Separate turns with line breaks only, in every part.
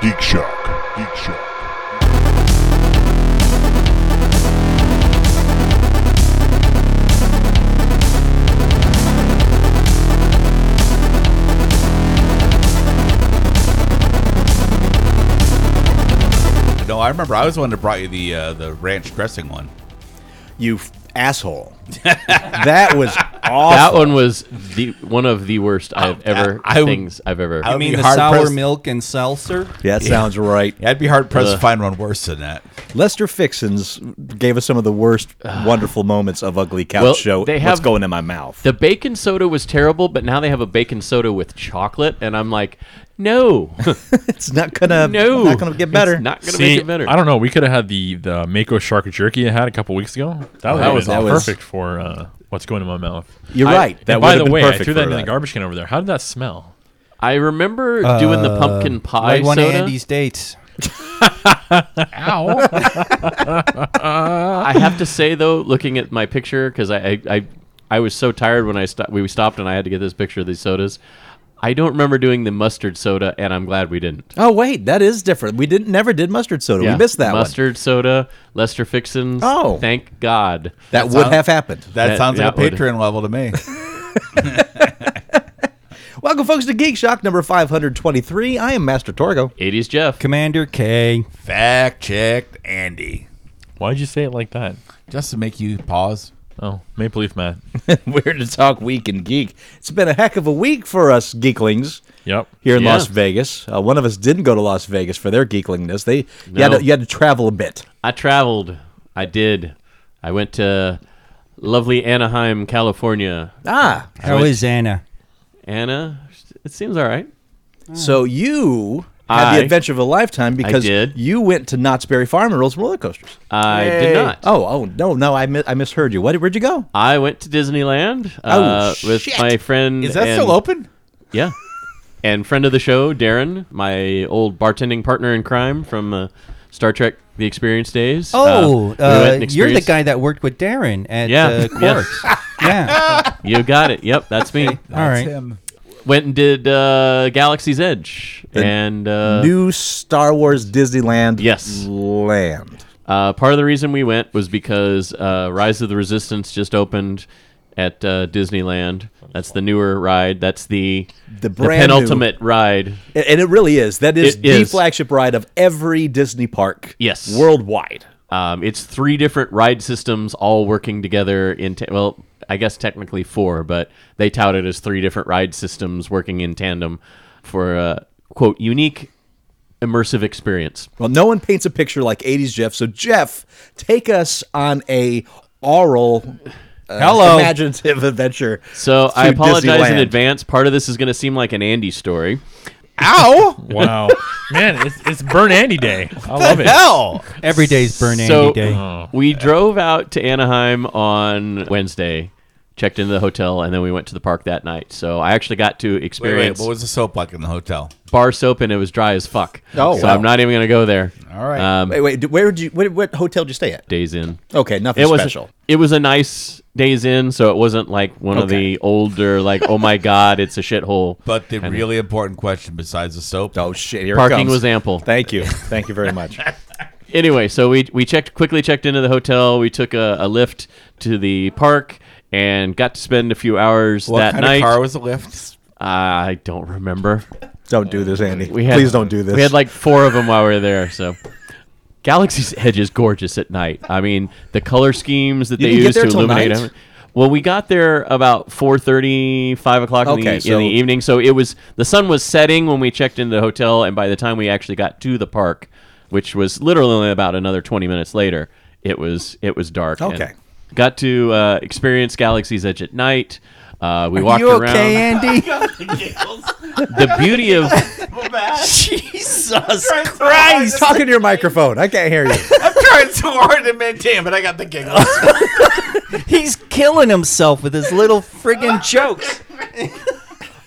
Geek Shock. Geek Shock.
No, I remember. I was the one that brought you the uh, the ranch dressing one.
You f- asshole. that was awful.
That one was the one of the worst I've ever
I- I-
things I've ever.
I
I,
would
I mean
be
the
hard
sour
pressed-
milk and seltzer.
yeah, that sounds right.
Yeah, I'd be hard pressed to
Ugh.
find one worse than that.
Lester Fixins gave us some of the worst wonderful moments of Ugly Couch
Well,
Show.
they
What's
have-
going in my mouth?
the bacon soda was terrible, but now they have a bacon soda with chocolate, and I'm like, no,
It's not gonna.
no,
Not gonna get better.
It's not gonna
See,
make it better.
I don't know. We could have had the the Mako shark jerky I had a couple weeks ago. That,
that
was
was
awesome.
perfect for uh, what's going in my mouth.
You're
I-
right. That
And by
would've
the
been
way, I
perfect
threw that
for
in the garbage can over there. How did that smell?
I remember doing the
Uh,
pumpkin pie
Like one of
soda.
Andy's dates.
Ow!
I have to say though, looking at my picture, because I, I I I was so tired when I stopped. We stopped and I had to get this picture of these sodas. I don't remember doing the mustard soda, and I'm glad we didn't.
Oh wait, that is different. We didn't never did mustard soda.
Yeah.
We missed that one.
mustard soda, Lester Fixins.
Oh.
thank God.
That would
sound-
have happened.
That,
That-
sounds like
that
a
would-
Patreon level to me.
Welcome, folks, to Geek Shock number 523. I am Master Torgo.
80s Jeff.
Commander K.
Fact checked, Andy.
Why'd you say it like that?
Just to make you pause.
Oh, Maple Leaf Matt.
We're to talk week and geek. It's been a heck of a week for us geeklings
Yep.
here in
Yeah.
Las Vegas. Uh, one of us didn't go to Las Vegas for their geeklingness. They you, had
No.
to, you had to travel a bit.
I traveled. I did. I went to lovely Anaheim, California.
Ah,
How is Anna?
Anna, it seems all right.
so you had
I-
the adventure of a lifetime because
did.
you went to Knott's Berry Farm and rode some roller coasters.
I did not.
Oh, oh no, no, I mi- I misheard you. What, where'd you go?
I went to Disneyland
Oh,
uh, with
shit.
my friend.
Is that
and-
still open?
Yeah. And friend of the show, Darren, my old bartending partner in crime from uh, Star Trek: The Experience days.
Oh,
Um, we
uh,
went and
you're the
experienced-
guy that worked with Darren at
Yeah,
uh,
yeah.
Quarks. yeah.
You got it. Yep, that's me.
All right.
Him.
Went and did uh, Galaxy's Edge
The
and uh,
New Star Wars Disneyland.
Yes.
land.
Uh, part of the reason we went was because uh, Rise of the Resistance just opened at uh, Disneyland. That's the newer ride. That's the
The brand new-
penultimate ride.
And- And it really is. That is
It
the
is.
flagship ride of every Disney park.
Yes.
Worldwide.
Um, it's three different ride systems all working together in ta- well, I guess technically four, but they tout it as three different ride systems working in tandem for a quote unique immersive experience.
Well, no one paints a picture like 80s Jeff. So, Jeff, take us on a oral, uh,
Hello.
imaginative adventure.
So I
through
apologize in
Disneyland.
advance. Part of this is going to seem like an Andy story.
Ow!
Wow, man, it's it's Burn Andy Day. I
What
love
the
it.
hell?
Every day's Burn
so uh-huh.
Andy Day.
Oh.
we drove out to Anaheim on Wednesday, checked into the hotel, and then we went to the park that night. So I actually got to
Wait, wait,
experience
what was the soap like in the hotel?
bar soap, and it was dry as fuck.
Oh,
so
wow.
I'm not even gonna go there.
All right.
Um,
Wait, wait, d- where did you, what, what hotel did you stay at?
days in.
Okay, nothing
It was
special.
it was a nice days in, so it wasn't like one of
Okay.
the older like oh my god it's a shithole.
But the really important question besides the soap,
Oh, shit. Here it
Parking
comes.
was ample.
Thank you. Thank you very much.
anyway, so we we checked quickly checked into the hotel. We took a, a lift to the park and got to spend a few hours
what
that
kind
night.
of car was the lift?
I don't remember.
don't do this, Andy.
We had,
Please don't do this.
We had like four of them while we were there. So, Galaxy's Edge is gorgeous at night. I mean, the color schemes that
You
they
didn't get
use
there
to
till
illuminate
night?
them. Well, we got there about 4.30, 5 o'clock in, the,
Okay,
in
so-
the evening. So it was the sun was setting when we checked into the hotel, and by the time we actually got to the park, which was literally about another twenty minutes later, it was it was dark. and
Okay.
got to uh, experience Galaxy's Edge at night. Uh, we walked
you
around.
okay, Andy?
the beauty of
Jesus Christ. Talking to your microphone. I can't hear you.
I'm trying so hard to maintain, but I got the giggles.
He's killing himself with his little friggin' jokes.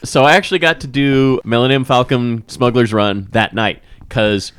So I actually got to do Millennium Falcon Smuggler's Run that night because,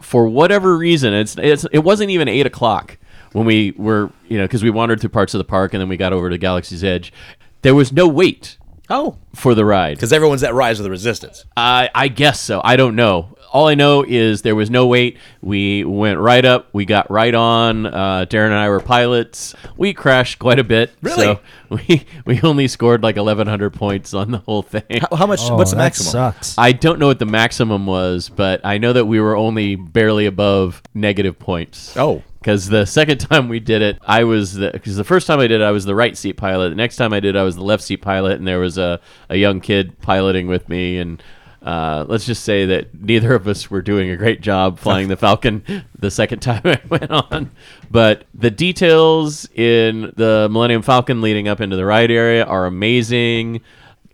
for whatever reason, it's, it's it wasn't even eight o'clock when we were you know because we wandered through parts of the park and then we got over to Galaxy's Edge. There was no wait
oh.
for the ride.
Because everyone's at Rise of the Resistance.
I I guess so. I don't know. all I know is there was no wait. We went right up. We got right on. Uh, Darren and I were pilots. We crashed quite a bit.
Really?
So we we only scored like 1,100 points on the whole thing.
How, how much?
Oh,
what's the
that
maximum?
Sucks.
I don't know what the maximum was, but I know that we were only barely above negative points.
Oh.
Because the second time we did it, I was the because the first time I did it, I was the right seat pilot. The next time I did, I was the left seat pilot, and there was a, a young kid piloting with me. And uh, let's just say that neither of us were doing a great job flying the Falcon the second time I went on. But the details in the Millennium Falcon leading up into the ride area are amazing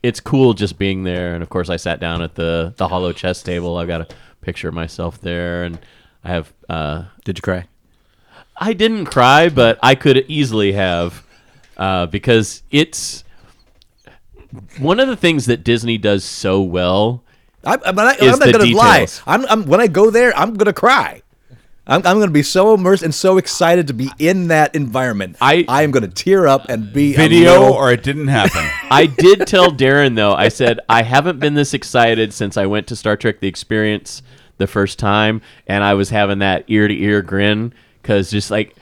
it's cool just being there. And of course, I sat down at the the hollow chess table. I've got a picture of myself there, and I have. Uh,
Did you cry?
I didn't cry, but I could easily have, uh, because it's one of the things that Disney does so well.
I, I, but I,
Is
I'm not
the
gonna lie.
details.
I'm, I'm when I go there, I'm gonna cry. I'm, I'm gonna be so immersed and so excited to be in that environment.
I-
I am gonna tear up and be a
Video
little-
or it didn't happen.
I did tell Darren though. I said I haven't been this excited since I went to Star Trek: The Experience the first time, and I was having that ear to ear grin because just like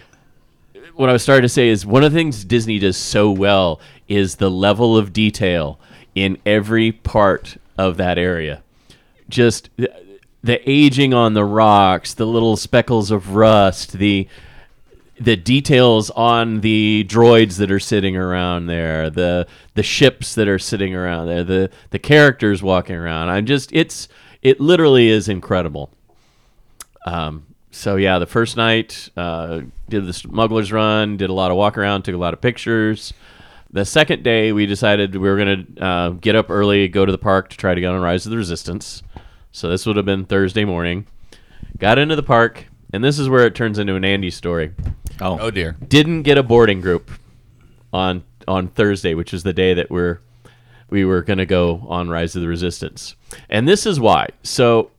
what I was starting to say is one of the things Disney does so well is the level of detail in every part of that area. Just the, the aging on the rocks, the little speckles of rust, the the details on the droids that are sitting around there, the the ships that are sitting around there, the the characters walking around. I'm just it's it literally is incredible. Um, so yeah, the first night uh, did the smugglers run, did a lot of walk around, took a lot of pictures. The second day, we decided we were gonna uh, get up early, go to the park to try to get on Rise of the Resistance. So this would have been Thursday morning. Got into the park, and this is where it turns into an Andy story
oh dear.
didn't get a boarding group on on Thursday, which is the day that we're we were going to go on Rise of the Resistance. And this is why. So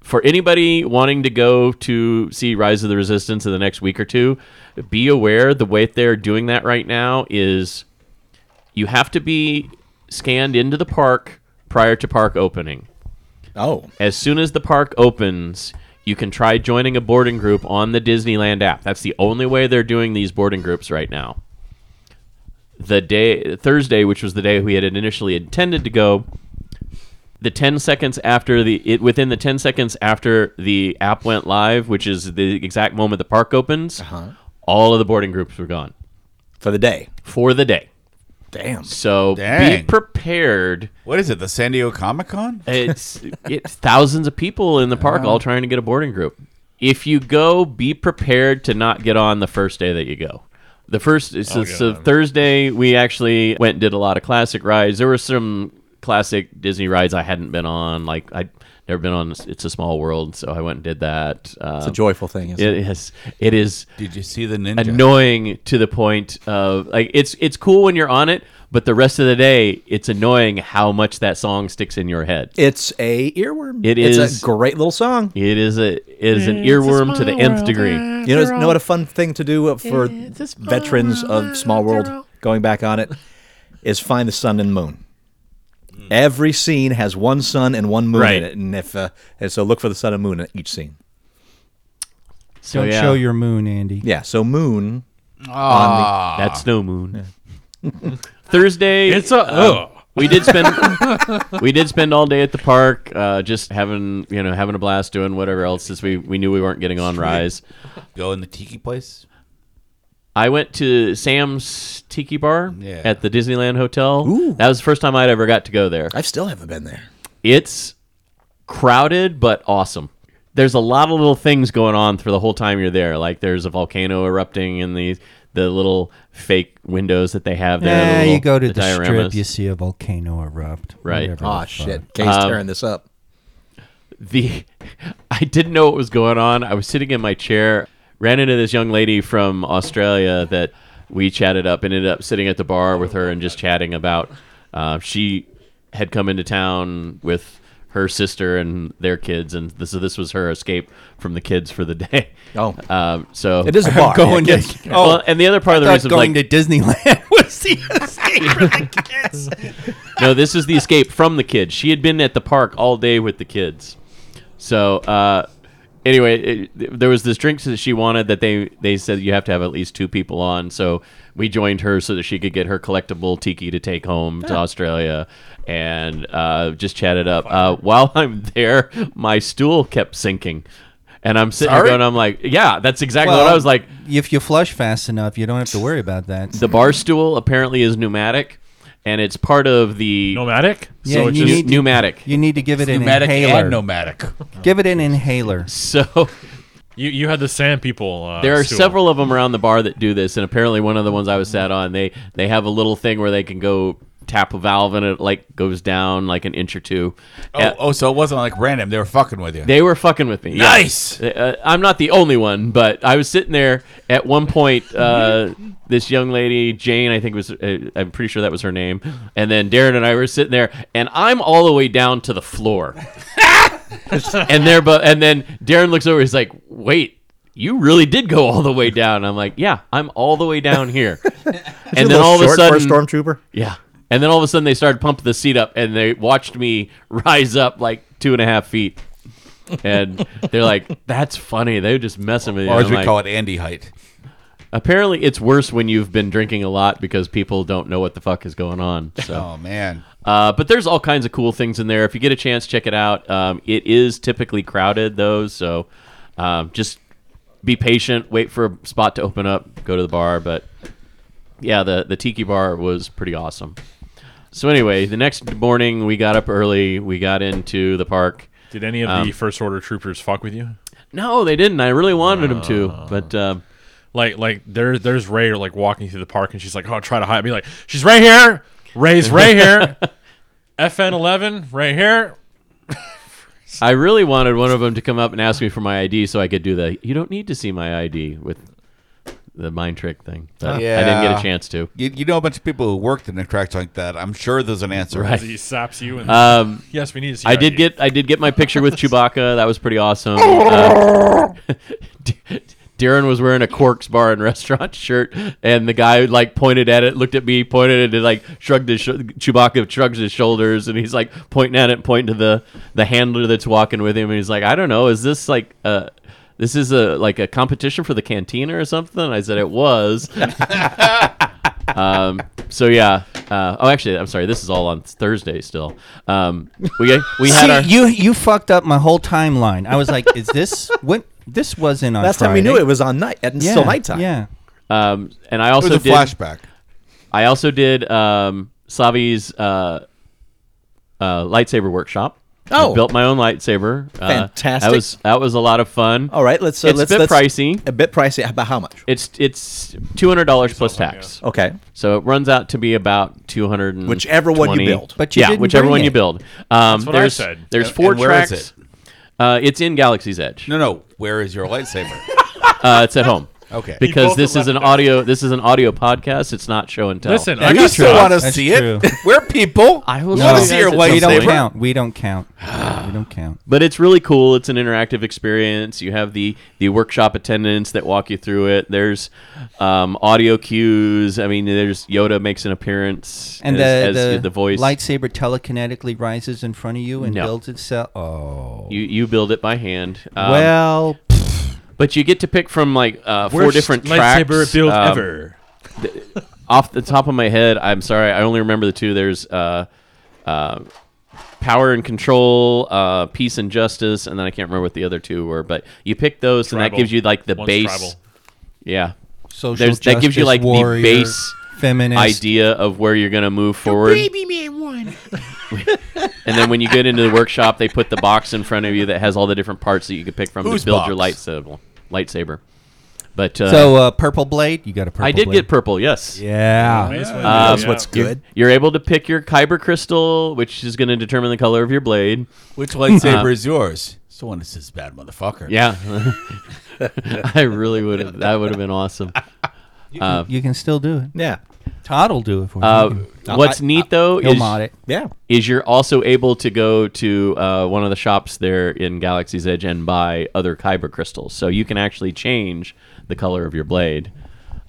for anybody wanting to go to see Rise of the Resistance in the next week or two, be aware the way they're doing that right now is you have to be scanned into the park prior to park opening
Oh,
as soon as the park opens, you can try joining a boarding group on the Disneyland app. That's the only way they're doing these boarding groups right now. The day Thursday, which was the day we had initially intended to go, the 10 seconds after the it within the 10 seconds after the app went live, which is the exact moment the park opens, all of the boarding groups were gone
for the day.
for the day.
Damn.
So
Dang.
be prepared.
What is it? The San Diego Comic Con?
It's it's thousands of people in the park all trying to get a boarding group. If you go, be prepared to not get on the first day that you go. The first so, so Thursday we actually went and did a lot of classic rides. There were some classic Disney rides I hadn't been on, like I'd never been on It's a Small World, so I went and did that.
It's a
Um,
joyful thing. Isn't
it is it is
Did you see the ninja?
annoying to the point of like it's it's cool when you're on it, but the rest of the day it's annoying how much that song sticks in your head.
It's a earworm.
It
It's
is-
a great little song.
It is a it is an earworm to the nth degree.
You know, know what a fun thing to do for veterans of Small World going back on it is find the sun and moon.
Mm.
Every scene has one sun and one moon
Right.
in it, and if uh, and so look for the sun and moon in each scene.
So
Don't
yeah,
show your moon, Andy.
Yeah, so moon.
that's snow moon. Thursday,
It's a oh.
we did spend we did spend all day at the park, uh, just having you know having a blast doing whatever else. Since we we knew we weren't getting on Rise,
Go in the tiki place.
I went to Sam's Tiki Bar
Yeah.
at the Disneyland Hotel.
Ooh.
That was the first time I'd ever got to go there.
I still haven't been there.
It's crowded but awesome. There's a lot of little things going on for the whole time you're there. Like there's a volcano erupting in the the little fake windows that they have there. the
Yeah,
little-
you go to the,
dioramas.
strip, you see a volcano erupt.
Right.
Whatever
Oh
the fuck.
shit, Kay's tearing this up.
the I didn't know what was going on. I was sitting in my chair, ran into this young lady from Australia that we chatted up and ended up sitting at the bar with her and just chatting about. Uh, she had come into town with her sister and their kids, and this, so this was her escape from the kids for the day.
Oh.
um, so
It is a bar.
Going
Yeah,
to,
Oh, well, and the other part of the
thought
reason, was, like,
going to Disneyland was the escape from the kids.
no, this is the escape from the kids. She had been at the park all day with the kids. So uh, anyway, it, th- there was this drink that she wanted that they they said you have to have at least two people on. So we joined her so that she could get her collectible tiki to take home to Australia and uh, just chat it up. Uh, while I'm there, my stool kept sinking. And I'm sitting there
Sorry?
going, I'm like, yeah, that's exactly what I was like.
if you flush fast enough, you don't have to worry about that.
The bar stool apparently is pneumatic, and it's part of the
Nomadic.
Yeah,
so
you
it's
pneu-
just
need-
pneumatic.
you need to give it an
Nomadic
inhaler.
and nomadic.
give it an inhaler.
So
you, you had the sand people. Uh,
there are
stool.
several of them around the bar that do this, and apparently one of the ones I was sat on, they they have a little thing where they can go tap a valve and it like goes down like an inch or two.
Oh,
Uh,
oh, so it wasn't like random. They were fucking with you.
They were fucking with me. yeah.
Nice.
Uh, I'm not the only one, but I was sitting there at one point. Uh, this young lady, Jane, I think was, uh, I'm pretty sure that was her name. And then Darren and I were sitting there, and I'm all the way down to the floor. and there, but and then Darren looks over. He's like, "Wait, you really did go all the way down." And I'm like, "Yeah, I'm all the way down here." and then
little
all of a
short for
sudden,
stormtrooper.
yeah. And then all of a sudden, they started pumping the seat up, and they watched me rise up like two and a half feet. And they're like, "That's funny." They were just messing with you.
or as
I'm
we
like,
call it, Andy height.
Apparently, it's worse when you've been drinking a lot because people don't know what the fuck is going on. So,
Oh man,
uh, but there's all kinds of cool things in there. If you get a chance, check it out. Um, it is typically crowded though, so um, just be patient. Wait for a spot to open up. Go to the bar, but yeah, the the tiki bar was pretty awesome. So anyway, the next morning we got up early. We got into the park.
Did any of the first order troopers fuck with you?
No, they didn't. I really wanted them to, but um,
Like like there there's Ray like walking through the park and she's like oh try to hide me like she's right here Ray's right here FN eleven right here
I really wanted one of them to come up and ask me for my ID so I could do the. You don't need to see my ID with the mind trick thing. But I didn't get
Yeah.
a chance to.
you, you know a bunch of people who worked in attractions like that. I'm sure there's an answer.
Right.
he slaps you and
Um,
yes we need to see
I
your
did
ID."
get I did get my picture with Chewbacca. That was pretty awesome. Uh, D- Darren was wearing a Corks Bar and Restaurant shirt, and the guy like pointed at it, looked at me, pointed at it, like shrugged his sh- Chewbacca shrugs his shoulders, and he's like pointing at it, pointing to the the handler that's walking with him, and he's like, I don't know, is this like uh this is a like a competition for the cantina or something? I said it was. Um, so yeah. Uh, oh, actually, I'm sorry. This is all on Thursday still. Um, we we had
See,
our
you you fucked up my whole timeline. I was like, is this what this wasn't on
Last time we knew
Friday.
it was on night, and
yeah,
still nighttime.
Yeah.
um, and I
It was
also
a
did
flashback.
I also did um, Savi's uh, uh, lightsaber workshop.
Oh.
I built my own lightsaber. Uh,
Fantastic.
that was that was a lot of fun.
All right, let's. Uh,
It's a
let's,
bit
let's-
pricey.
A bit pricey. About how much?
It's it's two hundred dollars plus tax.
Okay.
So it runs out to be about two hundred and
Whichever one you build.
But you
yeah,
didn't
whichever
bring
one
it.
you build. Um,
That's what I
there's,
said.
There's
And-
four
and where is
tracks. Uh, it's in Galaxy's Edge.
No, no. Where is your lightsaber?
Uh, it's at home.
Okay.
Because
both
this is an audio. This is an audio podcast. It's not show and tell.
listen I
We
got
still want
you
to
That's
see
true.
it. We're people.
I will
We
show
wanna
you
see
guys
your
at some
We don't
Lightsaber?
count. We don't count. we don't count.
but it's really cool. It's an interactive experience. You have the the workshop attendants that walk you through it. There's um, audio cues. I mean, there's Yoda makes an appearance
And
as,
the,
as
the
the voice.
lightsaber telekinetically rises in front of you and
No.
builds itself. Oh.
You you build it by hand. Um,
well,
but you get to pick from like uh, four
Worst
different
lightsaber
tracks.
build
Um,
ever
off the top of my head, I'm sorry, I only remember the two. There's uh, uh, power and control, uh, peace and justice, and then I can't remember what the other two were. But you pick those, and that
Tribal.
gives you like the
One's
base.
tribal.
Yeah,
social
there's that gives you
justice
like
warrior,
the base
feminist
idea of where you're gonna move forward. baby man one. and then when you get into the workshop, they put the box in front of you that has all the different parts that you can pick from
Whose
to build
box?
your lightsaber. Lightsaber. But uh,
So uh, purple blade, you got a purple.
I did
blade.
get purple. Yes. uh,
Yeah.
um,
That's what's good.
You're able to pick your kyber crystal, which is going to determine the color of your blade.
Which lightsaber is yours? Someone is this bad motherfucker.
Yeah, I really would have. That would have been awesome.
you can still do it.
Yeah.
Todd will do it for
Uh,
you.
what's neat though
He'll
is,
mod it.
Yeah.
is you're also able to go to uh, one of the shops there in Galaxy's Edge and buy other kyber crystals, so you can actually change the color of your blade.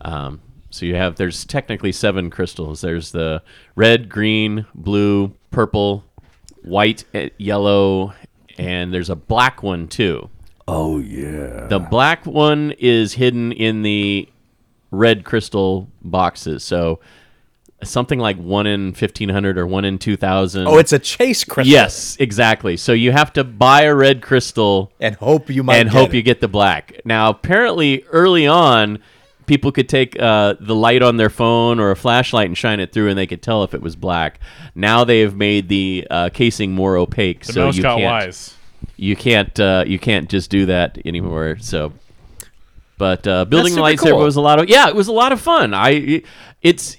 Um, so you have there's technically seven crystals. There's the red, green, blue, purple, white, eh, yellow, and there's a black one too.
Oh yeah.
The black one is hidden in the red crystal boxes. So something like one in fifteen hundred or one in two thousand.
Oh, it's a chase crystal.
yes, exactly. So you have to buy a red crystal
And hope you might
and hope
it.
you get the black. Now, apparently, early on, people could take uh, the light on their phone or a flashlight and shine it through, and they could tell if it was black. Now they have made the uh, casing more opaque,
The
so
mouse
you
got
can't
wise.
you can't uh, you can't just do that anymore. So, but uh, building the
That's super
lightsaber
cool.
was a lot of yeah, it was a lot of fun. I it's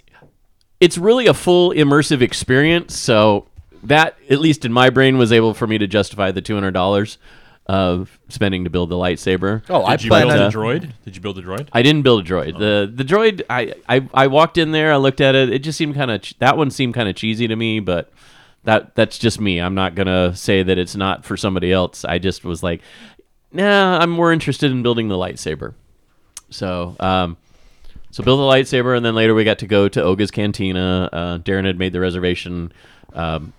it's really a full immersive experience. So that at least in my brain was able for me to justify the two hundred dollars of spending to build the lightsaber.
Oh, I
Did you
plan on
build a
on-
droid? Did you build a droid?
I didn't build a droid. The the droid I, I, I walked in there, I looked at it. It just seemed kind of that one seemed kind of cheesy to me, but that that's just me. I'm not going to say that it's not for somebody else. I just was like, "Nah, I'm more interested in building the lightsaber." So, um so build the lightsaber and then later we got to go to Oga's Cantina. Uh, Darren had made the reservation um,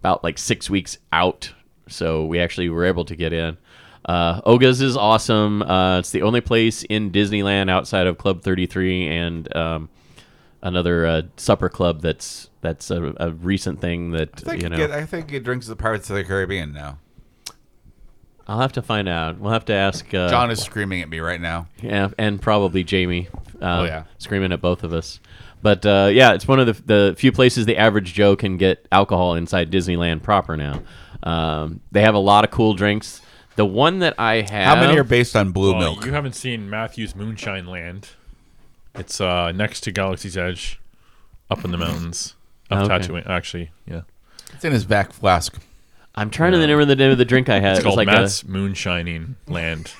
about like six weeks out, so we actually were able to get in. Uh, Oga's is awesome. Uh, it's the only place in Disneyland outside of Club 33 and um, another uh, supper club that's that's a, a recent thing that
I think,
you know.
it, I think it drinks the Pirates of the Caribbean now.
I'll have to find out. We'll have to ask uh,
John is screaming at me right now.
Yeah, and probably Jamie. Uh,
Oh, yeah.
screaming at both of us. But uh, yeah, it's one of the the few places the average Joe can get alcohol inside Disneyland proper now. Um, they have a lot of cool drinks. The one that I
How
have,
many are based on blue
Oh,
Well,
milk?
Uh, You haven't seen Matthew's Moonshine Land. It's uh, next to Galaxy's Edge, up in the mountains of
Okay.
Tatooine. Actually, yeah,
It's in his back flask.
I'm trying to remember the name of the drink I had.
it's
it was
called
like
Matt's Moonshining Land.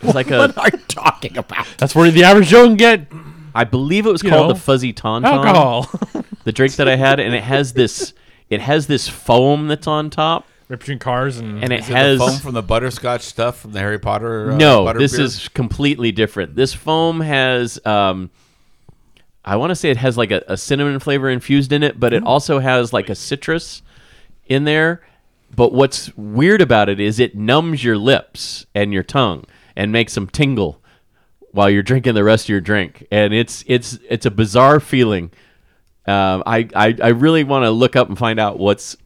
a, it was like a,
What are you talking about?
That's where the average Joe can get
I believe it was
You
called
know,
the fuzzy tauntaun.
alcohol.
The drink that I had, and it has this, it has this foam that's on top,
right between cars and,
and it
Is it
has
the foam from the butterscotch stuff from the Harry Potter? Uh,
no
butter
this
beer?
is completely different this foam has um i want to say it has like a, a cinnamon flavor infused in it but it also has like a citrus in there but what's weird about it is it numbs your lips and your tongue and makes them tingle while you're drinking the rest of your drink and it's it's it's a bizarre feeling um, I, I I really want to look up and find out what's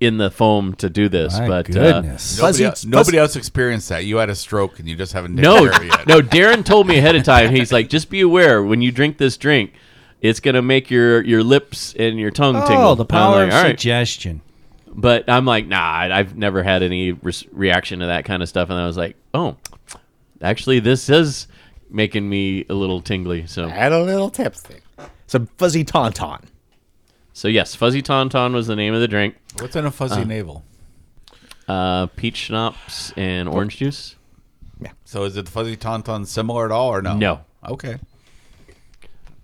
in the foam to do this, but Uh,
Nobody,
Fuzzy-
el- nobody else experienced that. You had a stroke and you just haven't taken
No,
care of it yet.
no. Darren told me ahead of time. He's like, just be aware when you drink this drink, it's gonna make your your lips and your tongue tingle.
Oh,
And
the
I'm
power
like,
of
"All right."
suggestion.
But I'm like, nah. I- I've never had any re- reaction to that kind of stuff, and I was like, oh, actually, this is making me a little tingly. So,
Add a little tipsy.
It's a fuzzy tauntaun.
so yes, fuzzy tauntaun was the name of the drink.
What's in a fuzzy navel?
Uh, peach schnapps and orange juice.
So is it the fuzzy tauntaun similar at all or no?
No.
Okay.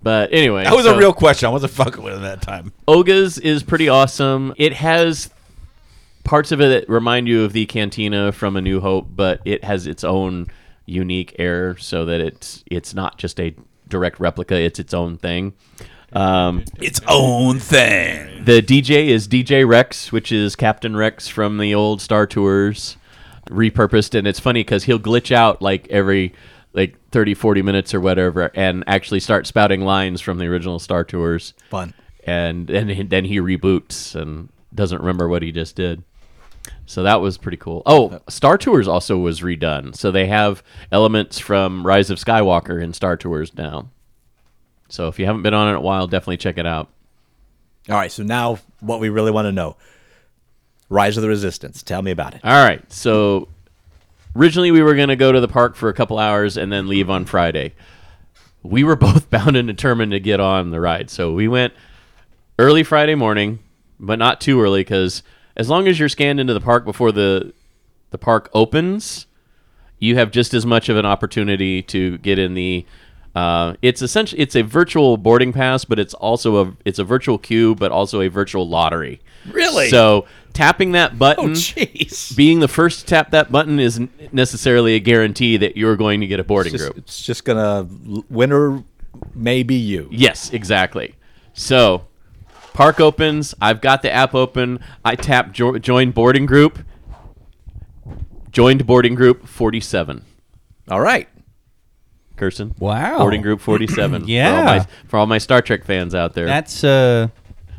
But anyway,
That was
so-
a real question. I wasn't fucking with it that time.
Oga's is pretty awesome. It has parts of it that remind you of the cantina from A New Hope, but it has its own unique air, so that it's it's not just a direct replica; it's its own thing. Um,
Its own thing.
the DJ is DJ Rex, which is Captain Rex from the old Star Tours, repurposed. And it's funny because he'll glitch out like every like 30, 40 minutes or whatever and actually start spouting lines from the original Star Tours.
Fun.
And, and he- then he reboots and doesn't remember what he just did. So that was pretty cool. Oh, Star Tours also was redone. So they have elements from Rise of Skywalker in Star Tours now. So if you haven't been on it in a while, definitely check it out.
All right, so now what we really want to know. Rise of the Resistance. Tell me about it.
All right. So originally we were going to go to the park for a couple hours and then leave on Friday. We were both bound and determined to get on the ride. So we went early Friday morning, but not too early because as long as you're scanned into the park before the the park opens, you have just as much of an opportunity to get in the. Uh, it's essentially it's a virtual boarding pass, but it's also a it's a virtual queue, but also a virtual lottery.
Really?
So tapping that button
jeez.
being the first to tap that button isn't necessarily a guarantee that you're going to get a boarding
Just-
group.
it's just gonna winner may be you.
Yes, exactly. So, park opens. I've got the app open. I tap jo- join boarding group, Joined boarding group 47.
All right.
Kirsten.
Wow.
Boarding group 47. For
Yeah.
all, my, for all my Star Trek fans out there.
That's uh,
That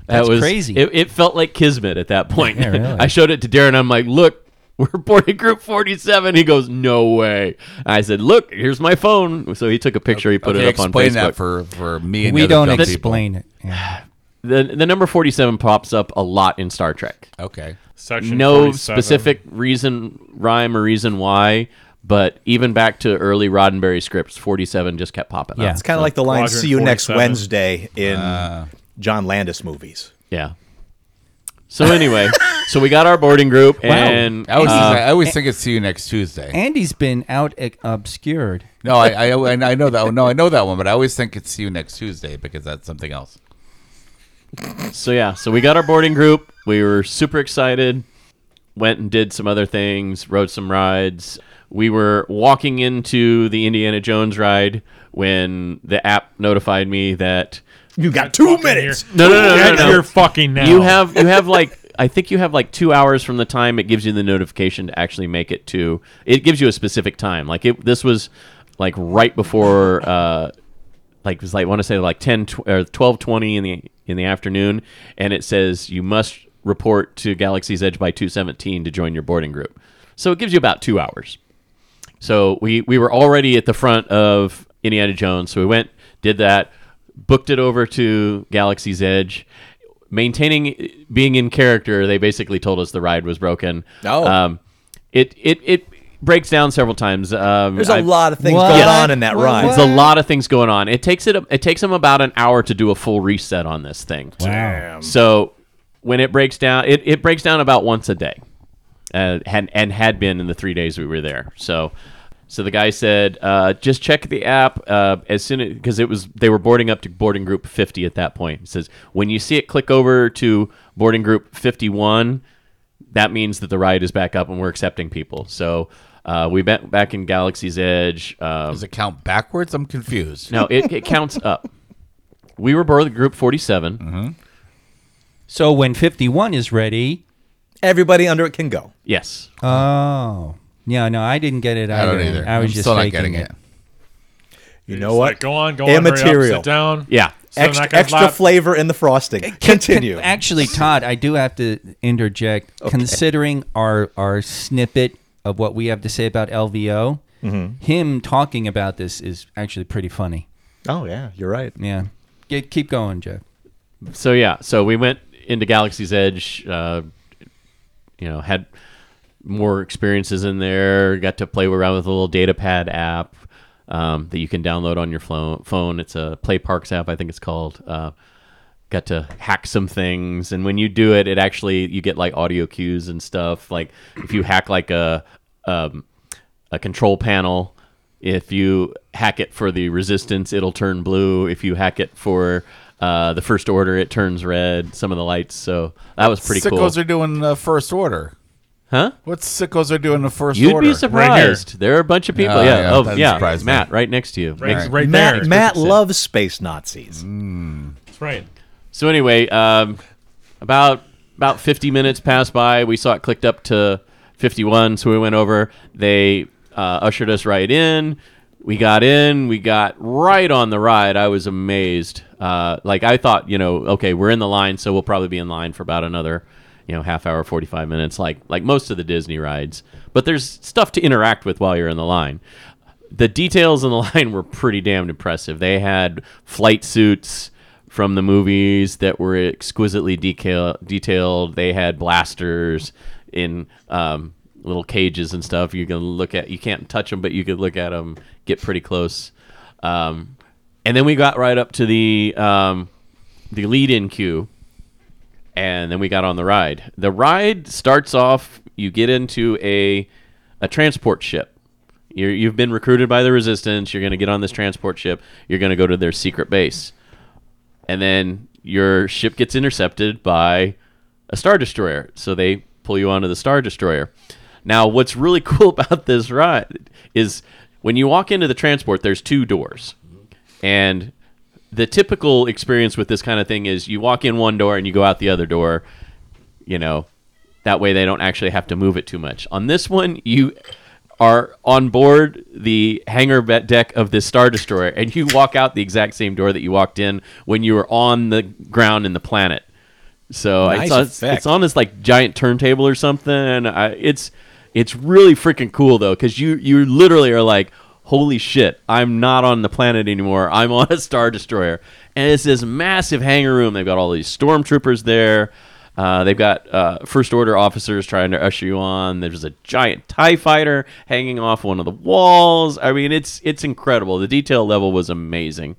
that's
was
crazy.
It, it felt like kismet at that point.
Yeah, really.
I showed it to Darren. I'm like, look, we're boarding group 47. He goes, no way. I said, look, here's my phone. So he took a picture. He put
okay,
it up on
explain
Facebook.
that for for me. And
we
other
don't
dumb
explain it. Yeah.
the, the number 47 pops up a lot in Star Trek.
People. Okay.
Section
no
47.
specific reason, rhyme, or reason why. But even back to early Roddenberry scripts, 47 just kept popping
Yeah.
up.
It's kind of like the line
Quadrant Uh.
"See you next
47.
Wednesday" in John Landis movies.
Yeah. So anyway, so we got our boarding group, and
I always,
uh,
I always think it's see you next Tuesday.
Andy's been out e- obscured.
No, I, I, and I know that. oh, No, I know that one, but I always think it's see you next Tuesday because that's something else.
So yeah, so we got our boarding group. We were super excited. Went and did some other things, rode some rides. We were walking into the Indiana Jones ride when the app notified me that
You got two
Fucking
minutes.
here.
no, no, no, no,
Get
no.
here fucking now.
You have you have like I think you have like two hours from the time it gives you the notification to actually make it to. It gives you a specific time. Like it, this was like right before, uh, like it was like I want to say like ten tw- or twelve twenty in the in the afternoon, and it says you must report to Galaxy's Edge by two seventeen to join your boarding group. So it gives you about two hours. So we we were already at the front of Indiana Jones. So we went, did that, booked it over to Galaxy's Edge. Maintaining being in character, they basically told us the ride was broken.
Oh.
um, it it it breaks down several times. Um,
There's a
I've-
lot of things
What?
going
Yeah.
on in that
What-
ride.
It's a lot of things going on. It takes it. It takes them about an hour to do a full reset on this thing.
Wow.
So when it breaks down, it, it breaks down about once a day, uh, had, and had been in the three days we were there. So so the guy said, uh, just check the app uh, as soon because it was they were boarding up to boarding group fifty at that point. He says when you see it, click over to boarding group fifty one. That means that the ride is back up and we're accepting people. So. Uh, we went back in Galaxy's Edge. Um,
Does it count backwards? I'm confused.
no, it, it counts up. We were boarding group 47.
So when 51 is ready,
Everybody under it can go.
Yes.
oh. Yeah, no, I didn't get it
I
either.
don't either.
I was
am
just
still not
faking
getting
it.
it.
You
It's
know
like,
what?
go on, go on. Hurry
Immaterial.
up, sit down.
Yeah.
So I'm
extra
not gonna
extra
lie.
flavor in the frosting. Continue.
Actually, Todd, I do have to interject. Considering our our snippet of what we have to say about LVO,
Mm-hmm.
him talking about this is actually pretty funny.
oh yeah, you're right.
Yeah, Get, keep going, Jeff.
So, yeah. So we went into Galaxy's Edge, uh, you know, had more experiences in there, got to play around with a little data pad app um, that you can download on your flo- phone. It's a Play Parks app, I think it's called. Uh, got to hack some things and when you do it it actually you get like audio cues and stuff like if you hack like a um, a control panel if you hack it for the resistance it'll turn blue if you hack it for uh, the first order it turns red some of the lights so that was pretty cool
sickos are doing the first order.
huh
What sickos are doing the first
you'd
order?
be surprised there are a bunch of
Yeah,
people yeah,
yeah,
oh
that
yeah
surprised me.
matt right next to you
Right,
Makes-
right
Matt,
there.
Matt
Perfect.
loves space Nazis.
Mm. That's right.
So anyway, um, about about 50 minutes passed by. We saw it clicked up to 51, so we went over. They uh, ushered us right in. We got in. We got right on the ride. I was amazed. Uh, like I thought, you know, okay, we're in the line, so we'll probably be in line for about another, you know, half hour, 45 minutes, like like most of the Disney rides. But there's stuff to interact with while you're in the line the details in the line were pretty damn impressive. They had flight suits from the movies that were exquisitely decal- detailed. They had blasters in um, little cages and stuff. You can look at. You can't touch them, but you could look at them, get pretty close. Um, and then we got right up to the um, the lead-in queue and then we got on the ride. The ride starts off. You get into a a transport ship. You're, you've been recruited by the resistance. You're going to get on this transport ship. You're going to go to their secret base, and then your ship gets intercepted by a star destroyer. So they pull you onto the star destroyer. Now, what's really cool about this ride is when you walk into the transport, there's two doors. And the typical experience with this kind of thing is you walk in one door and you go out the other door. You know, That way, they don't actually have to move it too much. On this one, you are on board the hangar be- deck of this star destroyer, and you walk out the exact same door that you walked in when you were on the ground in the planet. So
Nice
it's, on,
effect.
it's on this like giant turntable or something. I, it's it's really freaking cool though, because you you literally are like, holy shit, I'm not on the planet anymore. I'm on a star destroyer, and it's this massive hangar room. They've got all these stormtroopers there. Uh, they've got uh, first order officers trying to usher you on. There's a giant Tie fighter hanging off one of the walls. I mean, it's it's incredible. The detail level was amazing.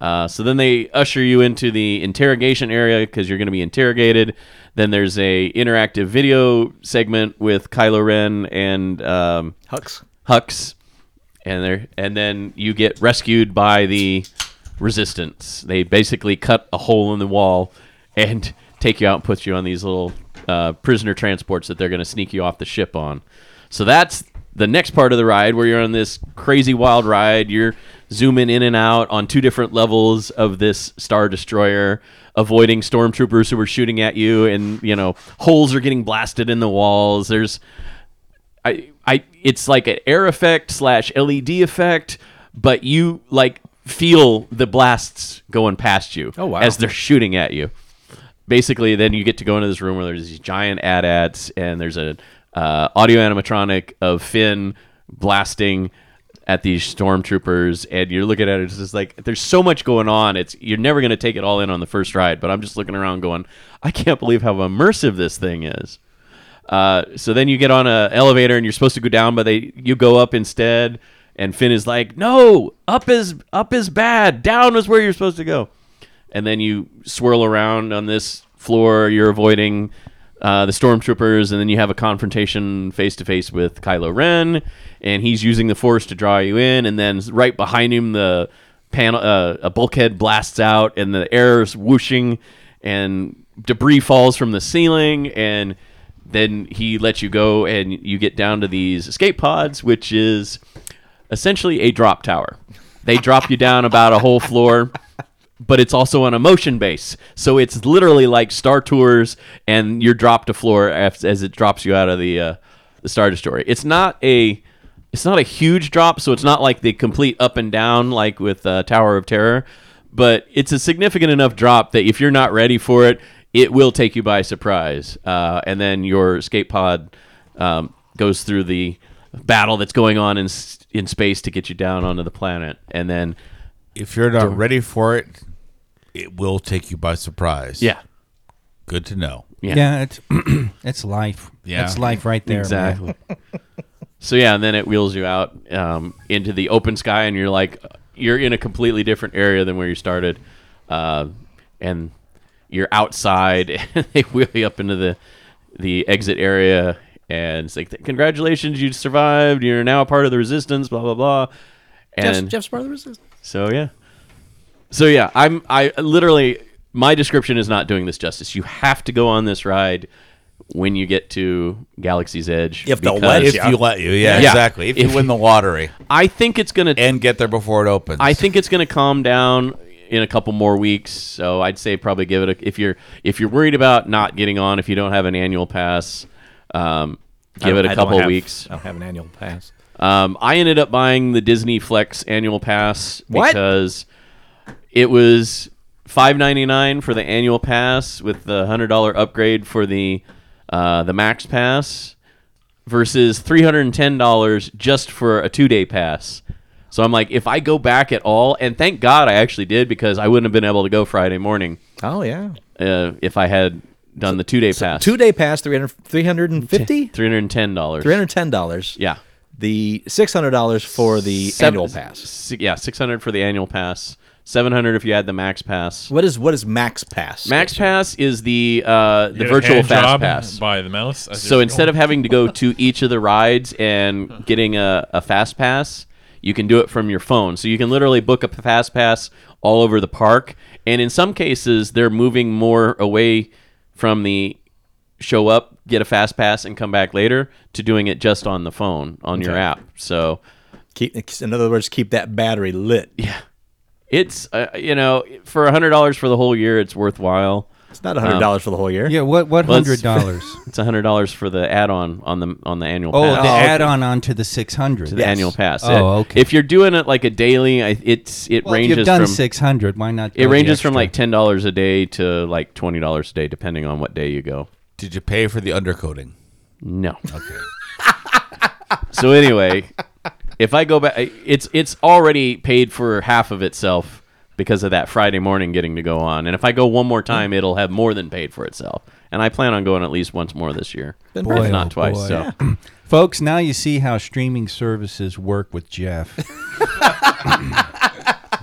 Uh, so then they usher you into the interrogation area because you're going to be interrogated. Then there's a interactive video segment with Kylo Ren and um,
Hux.
Hux, and there, and then you get rescued by the resistance. They basically cut a hole in the wall and take you out and put you on these little uh, prisoner transports that they're going to sneak you off the ship on. So that's the next part of the ride where you're on this crazy wild ride. You're zooming in and out on two different levels of this star destroyer, avoiding stormtroopers who are shooting at you, and you know holes are getting blasted in the walls. There's I, I, it's like an air effect slash LED effect, but you like feel the blasts going past you
Oh, wow.
as they're shooting at you. Basically, then you get to go into this room where there's these giant AT-ATs, and there's a uh, audio animatronic of Finn blasting at these stormtroopers, and you're looking at it it's just like there's so much going on. It's you're never gonna take it all in on the first ride, but I'm just looking around going, I can't believe how immersive this thing is. Uh, so then you get on a elevator and you're supposed to go down, but they you go up instead. And Finn is like, "No, up is up is bad. Down is where you're supposed to go." And then you swirl around on this floor. You're avoiding uh, the stormtroopers, and then you have a confrontation face to face with Kylo Ren, and he's using the Force to draw you in. And then right behind him, the panel uh, a bulkhead blasts out, and the air is whooshing, and debris falls from the ceiling, and then he lets you go and you get down to these escape pods which is essentially a drop tower they drop you down about a whole floor but it's also on a motion base so it's literally like star tours and you're dropped to floor as, as it drops you out of the uh, the star destroyer it's not a it's not a huge drop so it's not like the complete up and down like with uh, tower of terror but it's a significant enough drop that if you're not ready for it, it will take you by surprise. Uh, and then your escape pod um, goes through the battle that's going on in s- in space to get you down onto the planet, and then
If you're not ready for it, it will take you by surprise.
yeah,
Good to know.
Yeah.
Yeah, it's it's life.
Yeah.
it's life right there. man.
Exactly. so yeah, and then it wheels you out um, into the open sky, and you're like, you're in a completely different area than where you started, uh, and you're outside. And they wheel you up into the the exit area, and it's like, congratulations, you survived. You're now a part of the resistance. Blah blah blah. And
part of the resistance.
so yeah. So yeah, I'm I literally my description is not doing this justice. You have to go on this ride when you get to Galaxy's Edge.
If they'll
because
let
If you let you, yeah,
Yeah.
exactly. If,
If-
you win the lottery
I think it's gonna
and get there before it opens,
I think it's gonna calm down in a couple more weeks. So I'd say probably give it a if you're if you're worried about not getting on if you don't have an annual pass, um, give it a couple of weeks.
I don't have an annual pass.
Um, I ended up buying the Disney Flex annual pass
What?
because it was five ninety nine for the annual pass with the hundred dollar upgrade for the uh, the max pass versus three hundred and ten dollars just for a two day pass. So I'm like, if I go back at all, and thank God I actually did because I wouldn't have been able to go Friday morning
Oh yeah,
uh, if I had done the two day pass.
two day pass 300, 350
three hundred and ten dollars.
310 dollars.
Yeah.
the six hundred dollars for the
Seven-
annual pass.
si- yeah, six hundred for the annual pass. Seven hundred if you add the max pass.
What is what is max pass?
Max pass is the uh, the
Get a
virtual
hand
fast
job
pass.
by the mouse.
So instead of having to go to each of the rides and getting a, a fast pass, you can do it from your phone. So you can literally book a fast pass all over the park. And in some cases, they're moving more away from the show up, get a fast pass, and come back later to doing it just on the phone on your app. So
Keep, in other words, keep that battery lit.
it's uh, you know for a hundred dollars for the whole year it's worthwhile
It's not hundred dollars for the whole year.
Yeah, what what
Well, it's-
hundred dollars?
It's hundred dollars for the add-on on the on the annual.
Oh,
pass.
the add-on onto the six hundred.
the annual pass.
Oh,
Yeah.
okay.
If you're doing it like a daily, I- it's it
Well, if
ranges
you've done
from
six hundred. Why not?
it
go the
ranges from
extra?
like ten dollars a day to like twenty dollars a day, depending on what day you go.
Did you pay for the undercoating?
No. Okay. so anyway, if I go back, it's it's already paid for half of itself because of that Friday morning getting to go on, and if I go one more time, it'll have more than paid for itself. And I plan on going at least once more this year, if
perfect.
not
oh
twice.
boy.
So.
folks. Now you see how streaming services work with Jeff.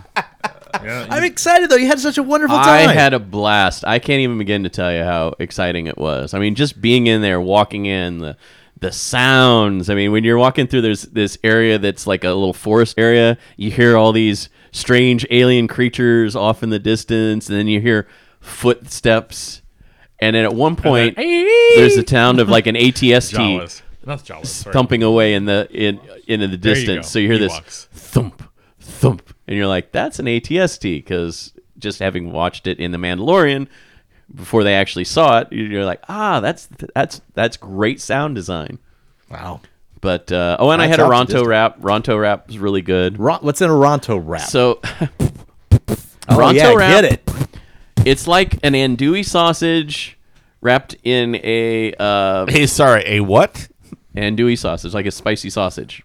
I'm excited though. You had such a wonderful time.
I had a blast. I can't even begin to tell you how exciting it was. I mean, just being in there, walking in the the sounds. I mean, when you're walking through there's this area that's like a little forest area, you hear all these strange alien creatures off in the distance, and then you hear footsteps. And then at one point, there's the sound of like an ATST
Jawas. Not Jawas. Sorry.
thumping away in the in into the
There you
distance.
go.
so you hear this
Ewoks.
thump, thump, and you're like, "That's an ATST." Because just having watched it in The Mandalorian before they actually saw it, you're like, "Ah, that's that's that's great sound design."
wow.
But uh, oh, and I
That's
had a
off the
Ronto
distance.
rap. Ronto rap was really good.
Ron- what's in a Ronto wrap?
So
oh,
Ronto
yeah,
wrap.
get it.
it's like an andouille sausage wrapped in a uh,
Hey, sorry, a what?
andouille sausage, like a spicy sausage.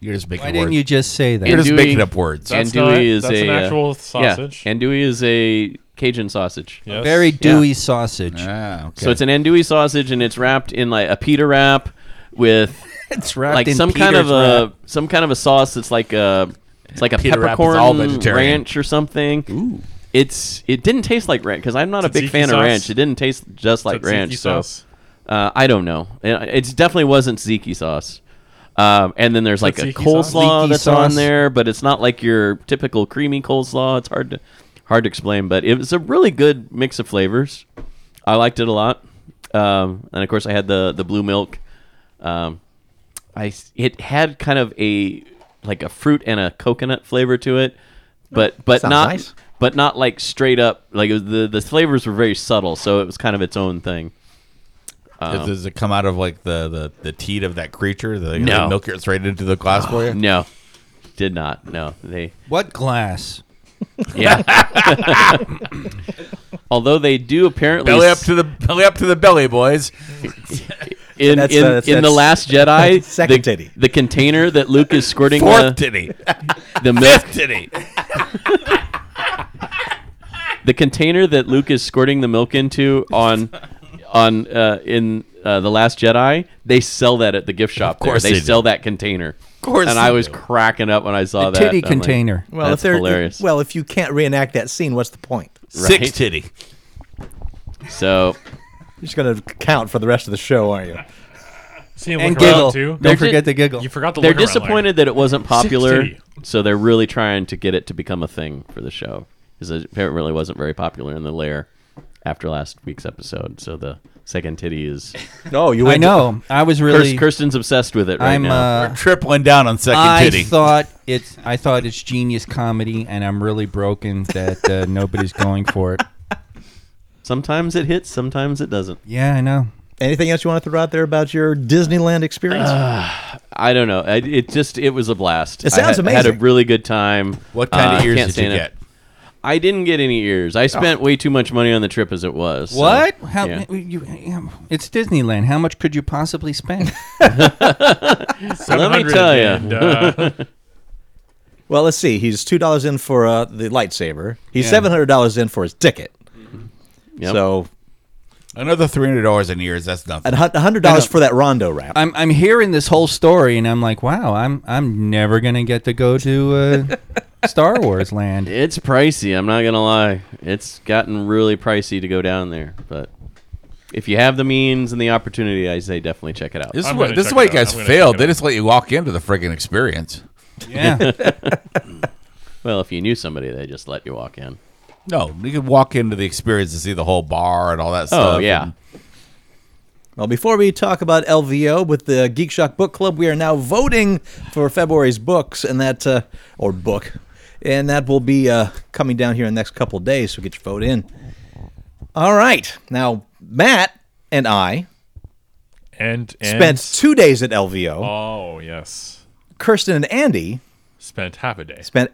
You're just making
Why
words.
didn't you just say that?
You're just
Andouille-
making up words.
That's
andouille
not-
is
that's
a
an
uh,
actual sausage.
Yeah, andouille is a Cajun sausage.
Yes.
Very dewy sausage.
Ah, okay.
So it's an andouille sausage, and it's wrapped in like a pita wrap with
It's wrapped
like
in
some kind of
Peter's
a
wrap.
some kind of a sauce that's like a it's like a
Pita wrap is
peppercorn
all vegetarian.
ranch or something. Ooh. It's it didn't taste like ranch because I'm not a big
Tzatziki
fan of
sauce?
ranch. It didn't taste just like
Tzatziki
ranch.
sauce?
So uh, I don't know. It, it definitely wasn't tzatziki sauce. Um, and then there's like a
Tzatziki
coleslaw
sauce?
Tzatziki
that's on
sauce.
there, but it's not like your typical creamy coleslaw. It's hard to hard to explain, but it was a really good mix of flavors. I liked it a lot, um, and of course I had the the blue milk. Um, I s- it had kind of a like a fruit and a coconut flavor to it, but but
sounds
not
nice.
but not like straight up like it was the the flavors were very subtle, so it was kind of its own thing.
Does- Does it come out of like the the, the teat of that creature? The,
No.
the milk it straight into the glass for you.
No, did not. No, they
What glass?
yeah. Although they do apparently
Belly up to the belly up to the belly, boys.
in
That's,
in,
uh, that's-
in the
that's-
Last Jedi,
Second
the,
titty.
the container that Luke is squirting
Fourth
the,
titty,
the milk,
titty.
the container that Luke is squirting the milk into on on uh, in uh, the Last Jedi, they sell that at the gift shop. Of
course
there. they,
they do.
sell that container. Of
course
and
they
I was
do.
cracking up when I saw that.
The titty
I'm like,
container.
Well,
that's
if they're
hilarious.
well, if you can't reenact that scene, what's the point?
Six
Right.
titty.
so
You're just going to count for the rest of the show, aren't you?
See,
And
look around,
giggle.
too.
Don't forget to giggle.
You forgot the
they're
look around, like-
disappointed that it wasn't popular,
60.
so they're really trying to get it to become a thing for the show. Because it apparently really wasn't very popular in the lair after last week's episode. So the second titty is
No, you.
I
went to-
know. I was really.
Kirst- Kirsten's obsessed with it right
I'm.
now.
Uh,
Tripling down on second
I
titty.
thought it's. I thought it's genius comedy, and I'm really broken that uh, nobody's going for it.
sometimes it hits, sometimes it doesn't.
Yeah, I know.
Anything else you want to throw out there about your Disneyland experience?
Uh. I don't know. I, it just it was a blast.
It
I
sounds
had, I had a
amazing.
really good time.
what kind
Uh, I
of ears did
can't
you
stand it.
get? Ah.
I didn't get any ears. I spent way too much money on the trip as it was. so-
What? How?
yeah.
You, you- it's Disneyland. How much could you possibly spend?
Let me
700
tell ya.
and, uh,
well, let's see. He's two dollars in for uh, the lightsaber. He's
Yeah.
seven hundred dollars in for his ticket.
Yep.
So,
Another three hundred dollars in ears. That's nothing.
and hundred dollars for that Rondo wrap.
I'm I'm hearing this whole story, and I'm like, wow, I'm I'm never gonna get to go to uh, Star Wars Land.
It's pricey. I'm not gonna lie. It's gotten really pricey to go down there, but if you have the means and the opportunity, I say definitely check it out.
This is
I'm
why
gonna
this is
check
why
it
you
out.
guys
I'm gonna
failed.
check it
They
out.
just let you walk into the friggin' experience.
Yeah.
well, if you knew somebody, they just let you walk in.
No, you could walk into the experience and see the whole bar and all that
Oh
stuff.
yeah,
and-
Well, before we talk about LVO with the Geek Shock Book Club, we are now voting for February's books, and that uh, or book, and that will be uh, coming down here in the next couple of days. So get your vote in. All right. Now, Matt and I
And, and
spent two days at LVO.
Oh yes,
Kirsten and Andy
spent half a day.
spent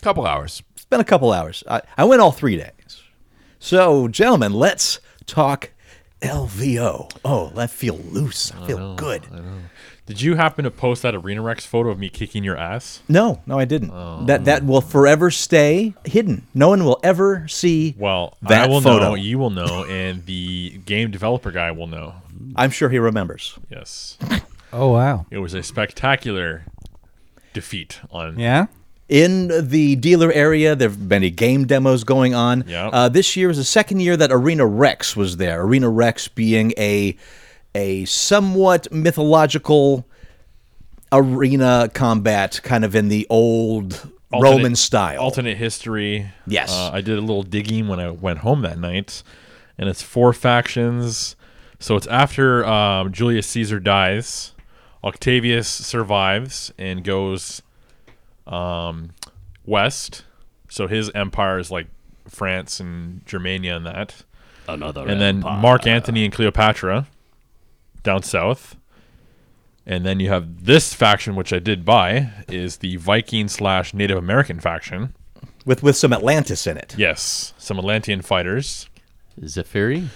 Couple hours.
spent a couple hours. I, I went all three days. So, gentlemen, let's talk LVO. Oh, I feel loose. I feel good.
Did you happen to post that Arena Rex photo of me kicking your ass?
No, no, I didn't. That that will forever stay hidden. No one will ever see.
Well,
that
I will
photo.
know, you will know, and the game developer guy will know.
I'm sure he remembers.
Yes,
Oh wow.
it was a spectacular defeat on
Yeah.
In the dealer area, there have many game demos going on.
Yep.
Uh, this year was the second year that Arena Rex was there. Arena Rex being a a somewhat mythological arena combat, kind of in the old
alternate-
Roman style.
alternate history.
Yes.
Uh, I did a little digging when I went home that night, and it's four factions. So it's after um, Julius Caesar dies, Octavius survives and goes um, west. So his empire is like France and Germania and that.
Another
And then Mark Antony and Cleopatra down south. And then you have this faction, which I did buy, is the Viking slash Native American faction.
with with some Atlantis in it.
Yes, some Atlantean fighters.
Zephyri.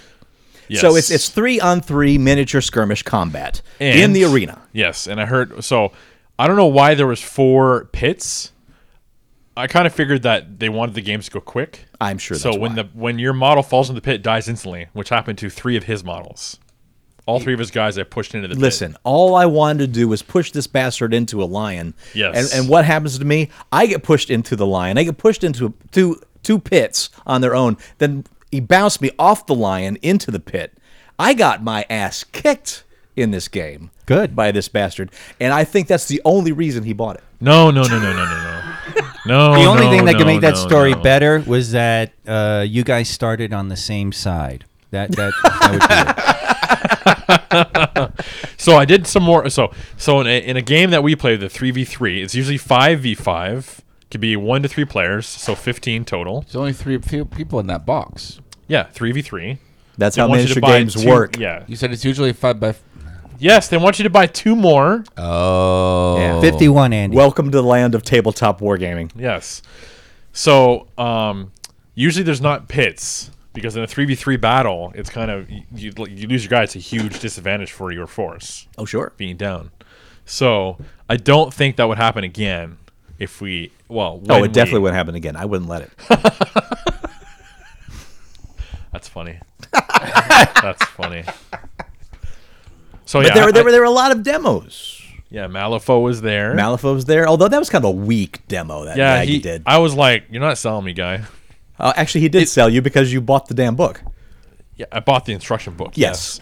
Yes.
So it's it's three on three miniature skirmish combat in
And-
the arena.
yes, and I heard so I don't know why there was four pits. I kind of figured that they wanted the games to go quick.
I'm sure. That's
so when
why.
the when your model falls in the pit, it dies instantly, which happened to three of his models. All three of his guys I pushed into the pit.
Listen, all I wanted to do was push this bastard into a lion.
Yes.
And, and what happens to me? I get pushed into the lion. I get pushed into two two pits on their own. Then he bounced me off the lion into the pit. I got my ass kicked in this game.
Good.
by this bastard, and I think that's the only reason he bought it.
No, no, no, no, no, no, no. No.
Oh,
The only
no,
thing that
no,
could make that
no,
story
no.
better was that uh, you guys started on the same side. That that, that would be it.
So I did some more. So so in a, in a game that we play, the three v three, it's usually five v five. Could be one to three players, so fifteen total.
There's only three few people in that box.
Yeah, three v three.
That's
They
how
want you
miniature
to buy
games
two-
work.
Yeah.
You said it's usually five by. F-
Yes, they want you to buy two more.
Uh.
Oh.
Fifty-one, Andy.
Welcome to the land of tabletop wargaming.
Yes. So um, usually there's not pits because in a three v three battle, it's kind of you, you, you lose your guy. It's a huge disadvantage for your force.
Oh sure.
being down. So I don't think that would happen again if we. Well,
Oh,
when
it definitely
we-
wouldn't happen again. I wouldn't let it.
That's funny. that's funny. So yeah,
there, were, there,
I-
were, there were a lot of demos.
yeah, Malifaux was there.
Malifaux was there, although that was kind of a weak demo that
yeah,
Nagy
he
did.
I was like, you're not selling me, guy.
Uh, actually, he did sell you because you bought the damn book.
Yeah, I bought the instruction book.
Yes.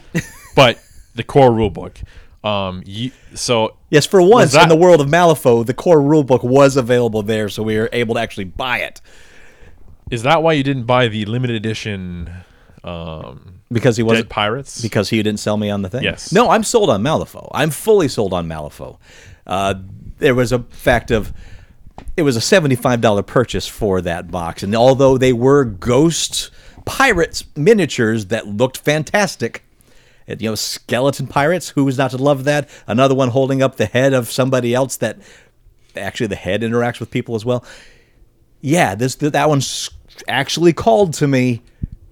but the core rule book. Um, you, so
Yes, for once
that-
in the world of Malifaux, the core rulebook was available there, so we were able to actually buy it
is that why you didn't buy the limited edition um,
because he
Dead
wasn't
Pirates?
because he didn't sell me on the thing.
Yes.
No, I'm sold on Malifaux. I'm fully sold on Malifaux. Uh, there was a fact of it was a $75 purchase for that box, and although they were ghost pirates miniatures that looked fantastic. and, You know, skeleton pirates. Who was not to love that? Another one holding up the head of somebody else. That actually the head interacts with people as well. Yeah, this th- that one's actually called to me,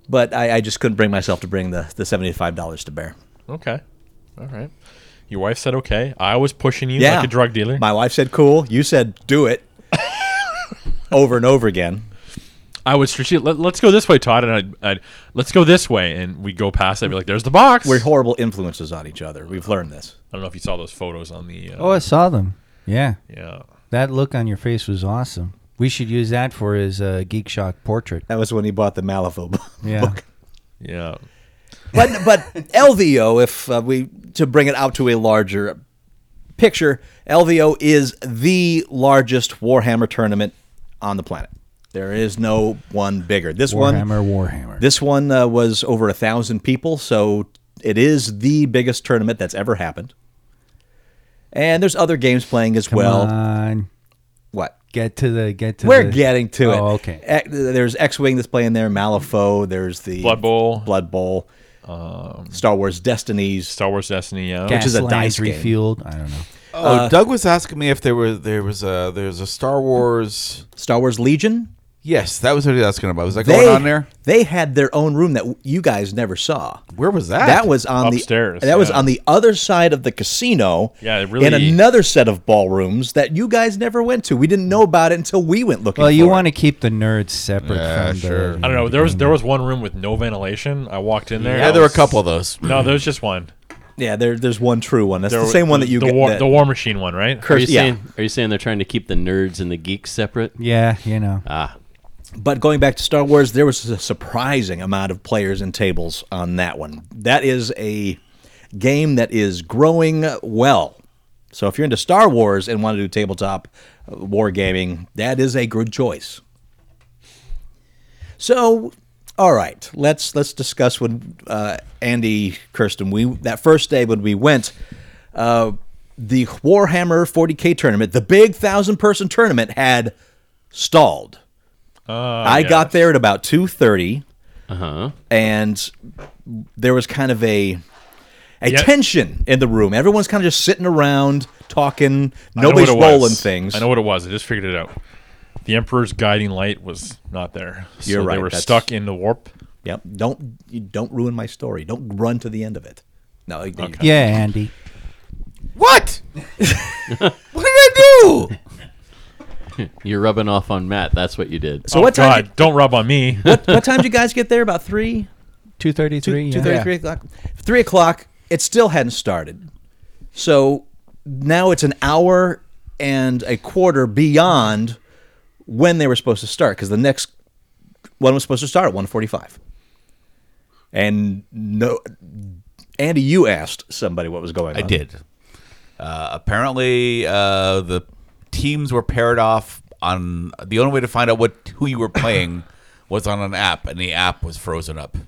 but I, I just couldn't bring myself to bring the the seventy five dollars to bear.
okay, all right. Your wife said okay. I was pushing you
Yeah,
like a drug dealer.
My wife said, "Cool." You said, "Do it." over and over again.
I would strategic. Let, let's go this way, Todd, and I'd, I'd let's go this way, and we go past. I'd be like, "There's the box."
We're horrible influences on each other. We've learned this.
I don't know if you saw those photos on the. Uh,
Oh, I saw them. Yeah,
yeah.
that look on your face was awesome. We should use that for his uh, Geek Shock portrait.
That was when he bought the Malifaux book.
Yeah.
Yeah.
but but LVO, if uh, we to bring it out to a larger picture, LVO is the largest Warhammer tournament on the planet. There is no one bigger. This one
Warhammer, Warhammer.
This one uh, was over a thousand people, so it is the biggest tournament that's ever happened. And there's other games playing as
Come
well.
on.
What?
Get to the get to.
We're
the-
getting to it.
Oh, okay.
Ec- There's X-wing that's playing there. Malifaux. There's the
Blood Bowl.
Blood Bowl.
Um,
Star Wars Destinies.
Star Wars Destiny. Yeah.
Which is a
Gaslands
dice game.
refueled. I don't know.
Oh, Doug was asking me if there were there was a there's a Star Wars.
Star Wars Legion.
Yes, that was what he was asking about. Was that going on there?
They had their own room that w- you guys never saw.
Where was that?
That was on
Upstairs,
the that was
yeah.
on the other side of the casino.
Yeah, it
in
really-
another set of ballrooms that you guys never went to. We didn't know about it until we went looking.
Well, you
for it.
want to keep the nerds separate
Yeah,
from
sure.
the.
I don't know. There was there was one room with no ventilation. I walked in there.
yeah,
I
there were a
was-
couple of those.
No, there was just one.
yeah. There, there's one true one. That's
There
the
were-
same one that you
the
get.
War,
that-
the War Machine one, right?
Are you,
yeah.
saying, are you saying they're trying to keep the nerds and the geeks separate?
Yeah, you know.
But going back to Star Wars, there was a surprising amount of players and tables on that one. That is a game that is growing well. So if you're into Star Wars and want to do tabletop uh, wargaming, that is a good choice. So, all right, let's let's discuss when uh, Andy Kirsten we that first day when we went. Uh, the Warhammer 40k tournament, the big thousand person tournament, had stalled.
Ah,
I got there at about two thirty,
Uh-huh.
and there was kind of a a
Yeah.
tension in the room. Everyone's kind of just sitting around talking.
I know
Nobody's
what it was.
rolling things.
I know what it was. I just figured it out. The Emperor's guiding light was not there. So
You're right,
They were
that's-
stuck in the warp.
Yep. Don't you don't ruin my story. Don't run to the end of it. No. you-
Yeah, Andy.
What? what did I do?
You're rubbing off on Matt. That's what you did.
So
oh,
what time?
God, don't rub on me.
What, what time did you guys get there? About three,
Two thirty three.
two thirty, three o'clock. Three o'clock. It still hadn't started. So now it's an hour and a quarter beyond when they were supposed to start because the next one was supposed to start at 145. And no, Andy, you asked somebody what was going on.
I did. Uh, apparently, uh, the teams were paired off on the only way to find out what who you were playing was on an app, and the app was frozen up.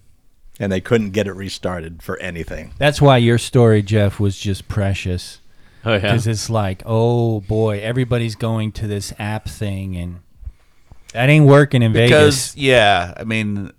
And they couldn't get it restarted for anything.
That's why your story, Jeff, was just precious.
Oh, yeah.
Because it's like, oh boy, everybody's going to this app thing, and that ain't working in
Because
Vegas.
yeah, I mean,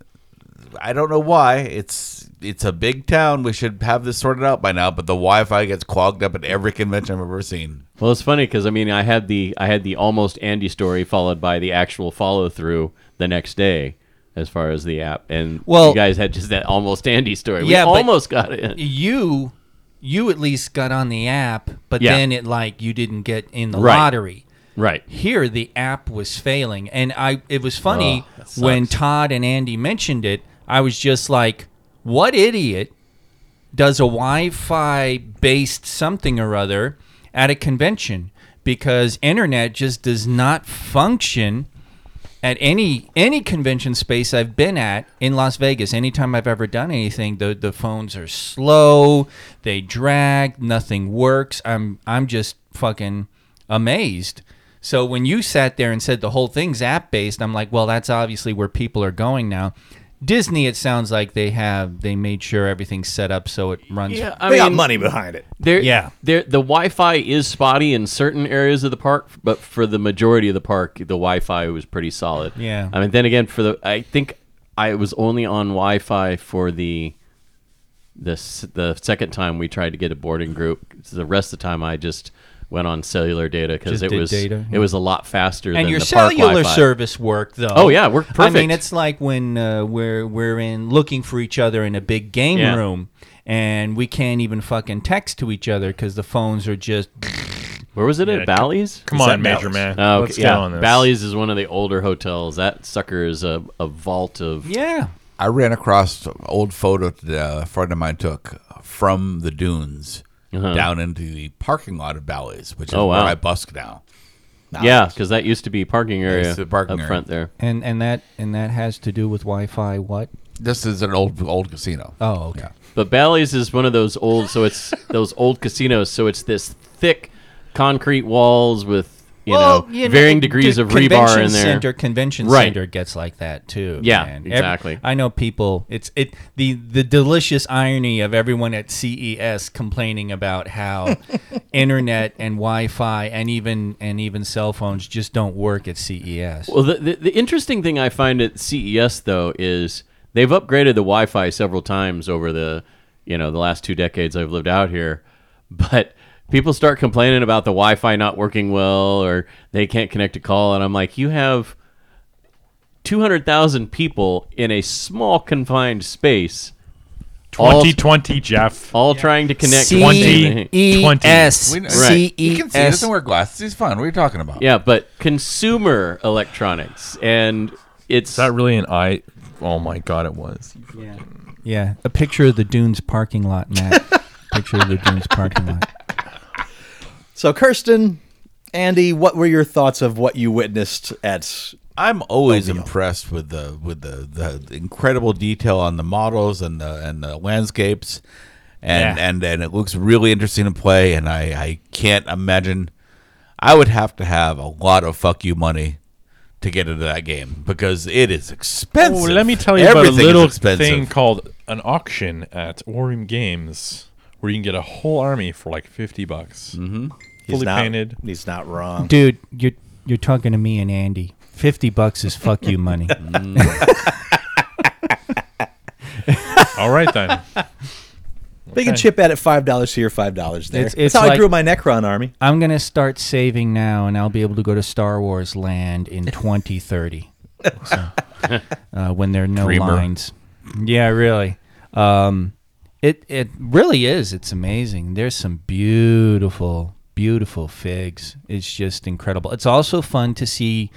I don't know why it's it's a big town. We should have this sorted out by now, but the Wi-Fi gets clogged up at every convention I've ever seen.
Well, it's funny because I mean, I had the I had the almost Andy story followed by the actual follow through the next day, as far as the app. And
Well-
you guys had just that almost Andy story. We
Yeah, but-
almost got it.
You, you at least got on the app, but
Yeah.
then it like you didn't get in the
Right.
lottery.
Right.
Here, the app was failing, and I. It was funny
Oh, that
when
sucks.
Todd and Andy mentioned it. I was just like, what idiot does a Wi-Fi based something or other at a convention because internet just does not function at any any convention space I've been at in Las Vegas. Anytime I've ever done anything, the the phones are slow, they drag, nothing works. I'm I'm just fucking amazed. So when you sat there and said the whole thing's app based, I'm like, well, that's obviously where people are going now. Disney, it sounds like they have they made sure everything's set up so it runs.
Yeah,
They
I
got
mean,
money behind it.
There,
Yeah.
There, the Wi-Fi is spotty in certain areas of the park, but for the majority of the park, the Wi-Fi was pretty solid.
Yeah.
I mean, then again, for the I think I was only on Wi-Fi for the the s- the second time we tried to get a boarding group. The rest of the time, I just went on cellular data because
Just
it
did
was
data, yeah.
it was a lot faster. than
and your
the park
cellular
Wi-Fi.
service worked though.
Oh, yeah, it worked
I mean,
perfect.
it's like when uh, we're we're in looking for each other in a big game
Yeah.
room, and we can't even fucking text to each other because the phones are just.
Where was it at Bally's?
Come on, Major Man.
Oh, okay,
Let's
yeah.
get on this.
Bally's is one of the older hotels. That sucker is a, a vault of
Yeah,
I ran across an old photo that a friend of mine took from the dunes down into the parking lot of Bally's, which is
Uh-huh. Oh, wow.
where I busk now.
Yeah, because that used to be parking area
used to be parking
up
area.
front there.
and and that and that has to do with Wi-Fi. What?
This is an old old casino.
Oh, okay.
But Bally's is one of those old, so it's those old casinos. So it's this thick concrete walls with you know varying degrees of rebar
convention
in there.
Center convention
Right.
center gets like that too.
Yeah,
man. Every-
exactly.
I know people. It's it the the delicious irony of everyone at CES complaining about how internet and Wi-Fi and even and even cell phones just don't work at E CES.
Well, the, the, the interesting thing I find at CES though is they've upgraded the Wi-Fi several times over the you know the last two decades I've lived out here, but people start complaining about the Wi-Fi not working well or they can't connect a call, and I'm like, you have two hundred thousand people in a small confined space, all,
2020, Jeff.
all trying to connect.
E
Twenty.
We know-
Right.
He can see. He doesn't wear glasses. He's fine. What are you talking about?
Yeah, but consumer electronics and. It's
Is that really an eye? Oh my god, it was.
yeah, a picture of the Dunes parking lot, Matt. picture of the Dunes parking lot.
So, Kirsten, Andy, what were your thoughts of what you witnessed at?
I'm always impressed with the with the, the incredible detail on the models and the and the landscapes, and
Yeah.
and and it looks really interesting to play. And I I can't imagine. I would have to have a lot of fuck you money to get into that game because it is expensive.
let me tell you
Everything
about a
is
little
expensive.
thing called an auction at Orium Games, where you can get a whole army for like fifty bucks, mm-hmm. fully
not,
painted.
He's not wrong.
Dude, you're you're talking to me and Andy. Fifty bucks is fuck you money.
All right then.
They can
Okay.
chip at it five dollars here, five dollars there.
It's- it's
That's how I
like-
grew my Necron army.
I'm gonna start saving now, and I'll be able to go to Star Wars Land in 2030. So, uh, when there are no
Dreamer.
lines. Yeah, really. Um, it it really is. It's amazing. There's some beautiful, beautiful figs. It's just incredible. It's also fun to see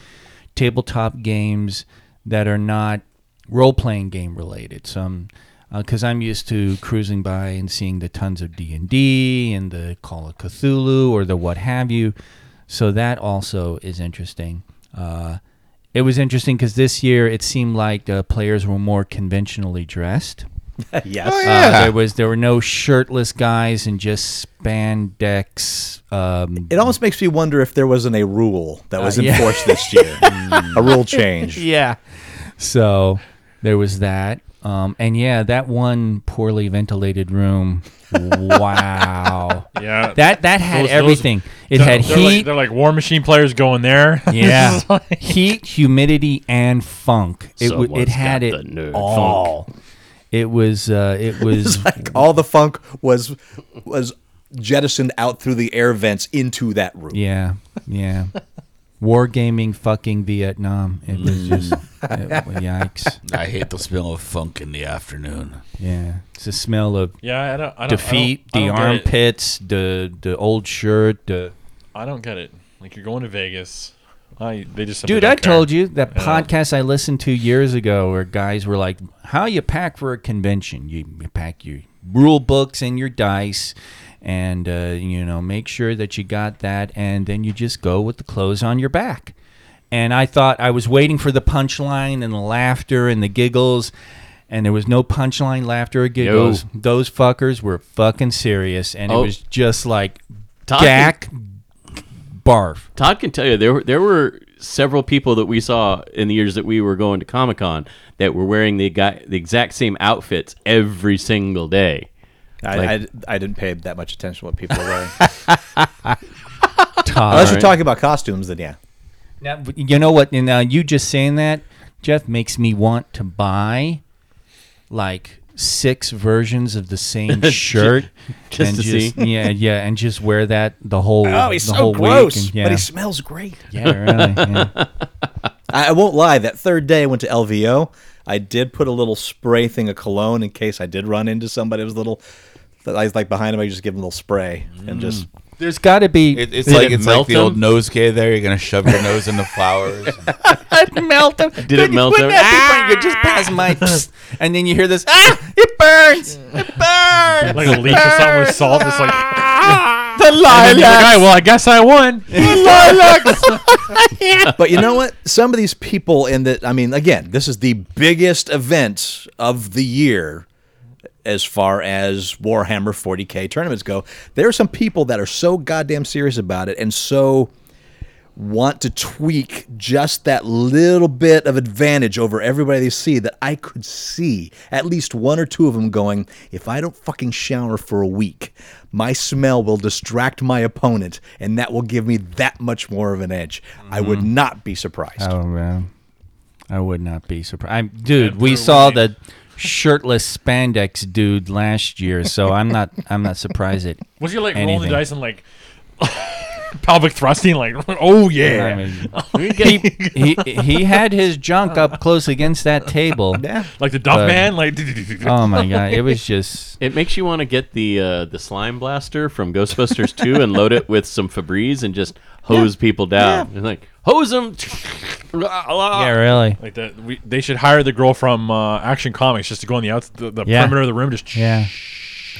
tabletop games that are not role playing game related. Some because I'm used to cruising by and seeing the tons of D and D and the Call of Cthulhu or the what have you. So that also is interesting. Uh, it was interesting because this year it seemed like the players were more conventionally dressed.
yes.
Uh, there was there were no shirtless guys and just spandex. Um,
It almost makes me wonder if there wasn't a rule that was
Uh, yeah.
enforced this year, a rule change.
yeah. So there was that. Um, and yeah, that one poorly ventilated room. Wow.
Yeah,
That that had
Those- those-
everything. it
they're-
had
they're like-
heat.
they're like War Machine players going there.
yeah. heat, humidity, and funk. It w-
Someone's
it
got
had it
the nerd
all. It was uh, it was
Like all the funk was was jettisoned out through the air vents into that room.
Yeah, yeah. Wargaming fucking Vietnam. It was just it, yikes.
I hate the smell of funk in the afternoon.
Yeah, it's the smell of
yeah. I don't. I don't I don't-
defeat,
I don't
the
get it.
armpits, the the old shirt. The
I don't get it. Like you're going to Vegas. I they just
dude, I told you that podcast I listened to years ago where guys were like, "How you pack for a convention? You, you pack your rule books and your dice." And uh, you know, make sure that you got that, and then you just go with the clothes on your back. and I thought I was waiting for the punchline and the laughter and the giggles, and there was no punchline, laughter, or giggles. Those fuckers were fucking serious, and
Oh.
it was just like
Todd
gack barf.
Todd can tell you there were, there were several people that we saw in the years that we were going to Comic Con that were wearing the guy, the exact same outfits every single day.
I,
Like-
I, I didn't pay that much attention to what people were wearing.
Todd,
Unless you're talking about costumes, then yeah.
Now, you know what? And uh, you just saying that, Jeff, makes me want to buy like six versions of the same shirt
just
and
to
just,
see.
yeah yeah and just wear that the whole
Oh,
Oh,
the whole week and, yeah.
smells great.
yeah really yeah.
I, I won't lie. That third day I went to LVO, I did put a little spray thing of cologne in case I did run into somebody. It was a little. I was like behind him. I just give him a little spray and just.
There's got to be
It, it's
Did
like
it
it's like
melt
the old
him?
nose cave there. You're gonna shove your nose in the flowers.
it melt them. Did
it melt Ah!
Wouldn't
them?
that be funny? You just pass my, psst, and then you hear this. Ah! It burns. It burns.
like a leaf or something with salt. It's like
The
and you're like,
lilac.
"Alright, well, I guess I won.
But you know what? Some of these people in the. I mean, again, this is the biggest event of the year as far as Warhammer 40K tournaments go. There are some people that are so goddamn serious about it and so want to tweak just that little bit of advantage over everybody they see that I could see at least one or two of them going, if I don't fucking shower for a week, my smell will distract my opponent and that will give me that much more of an edge. I would not be surprised.
Mm-hmm. Oh man, I would not be surprised. I'm, dude, we saw the shirtless spandex dude last year, so I'm not. I'm not surprised at.
Was he like rolling
Anything.
the dice and like pelvic thrusting? Like, oh yeah.
I mean, he, he he had his junk up close against that table.
like the Duff
Uh,
Man, like um,
Oh my god, it was just
It makes you want to get the uh, the slime blaster from Ghostbusters 2 and load it with some Febreze and just hose people down. And like hose them.
yeah, really.
like that. We, they should hire the girl from uh, Action Comics just to go on the out the, the
Yeah.
perimeter of the room, just
Yeah.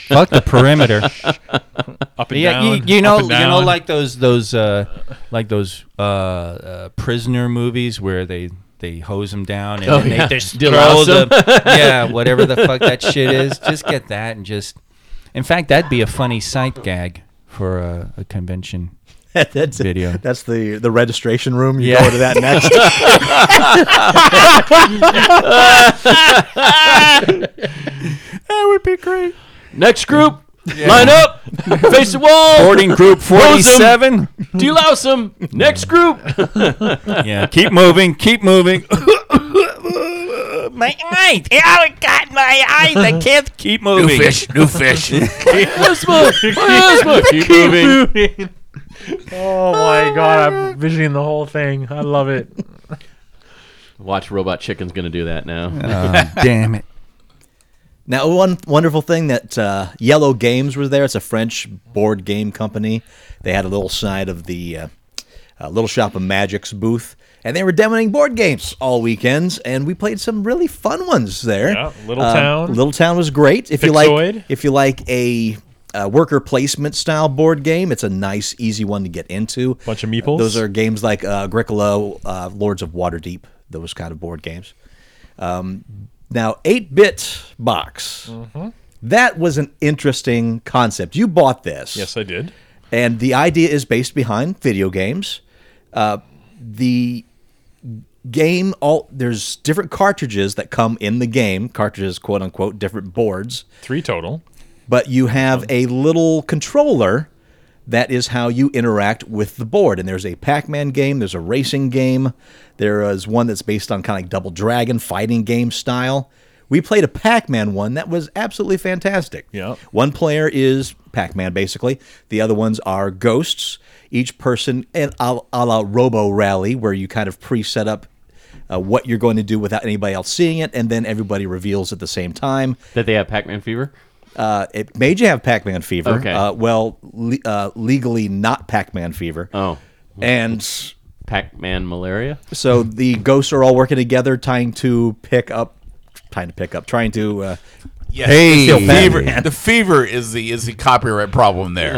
Fuck the perimeter.
up and
yeah,
down.
you, you
up
know,
and
you know,
down.
like those those uh, like those uh, uh, prisoner movies where they they hose them down and
Oh,
then
yeah.
they just throw
Delouse
them. yeah, whatever the fuck that shit is. Just get that and just. In fact, that'd be a funny sight gag for a, a convention.
that's
Video.
That's the the registration room. You
Yeah.
go to that next.
That would be great.
Next group, line up, face the wall.
Boarding group forty-seven.
Delouse them. Next group.
yeah, keep moving, keep moving. my eyes, I got my eyes. I can't keep moving.
new fish.
Asthma. Asthma. Keep moving.
oh my god, I'm visioning the whole thing. I love it.
Watch Robot Chicken's gonna do that now.
Oh, damn it.
Now, one wonderful thing that uh, Yellow Games was there. It's a French board game company. They had a little side of the uh, uh, Little Shop of Magic's booth, and they were demoing board games all weekends. And we played some really fun ones there. Um,
Yeah, Little Town.
Little Town was great. If you
Pixoid.
like, if you like a uh, worker placement style board game, it's a nice, easy one to get into.
Bunch of meeples.
Those are games like uh, Agricola, uh, Lords of Waterdeep, those kind of board games. Now, 8 bit box. That was an interesting concept. You bought this.
Yes, I did.
And the idea is based behind video games. Uh, the game all there's different cartridges that come in the game cartridges quote unquote different boards
Three total.
but you have a little controller that is how you interact with the board. And there's a Pac Man game, there's a racing game, there is one that's based on kind of like Double Dragon fighting game style. We played a Pac Man one that was absolutely fantastic.
Yeah.
One player is Pac Man, basically, the other ones are ghosts. Each person, and a a la Robo Rally, where you kind of pre set up. Uh, what you're going to do without anybody else seeing it, and then everybody reveals at the same time.
That they have Pac-Man fever.
Uh, it made you have Pac-Man fever.
Okay.
Uh, well, le- uh, legally not Pac-Man fever.
Oh.
And
Pac-Man malaria.
so the ghosts are all working together, trying to pick up, trying to pick up, trying to. Uh,
Yes,
Hey.
the
Feel
bad,
fever.
man.
The fever is the is the copyright problem there.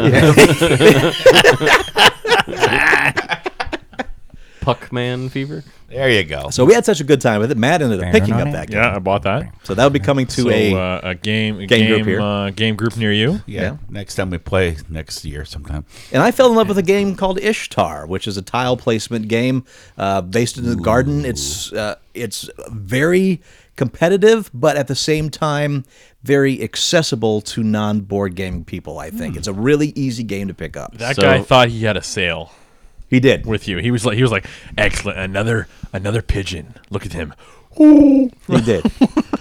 Puck-Man fever.
There you go.
so we had such a good time with it. Matt ended up picking up that game.
Yeah, I bought that.
So that'll be coming to
so
a.
uh, a game, a
game
game,
group here.
uh, game group near you.
yeah.
yeah.
Next time we play next year sometime.
and I fell in love with a game called Ishtar, which is a tile placement game uh, based in the garden. It's uh, it's very competitive, but at the same time, very accessible to non board game people. I think it's a really easy game to pick up.
That
So-
guy thought he had a sale
he did.
with you. He was like, he was like, excellent. Another, another pigeon. Look at him.
He did.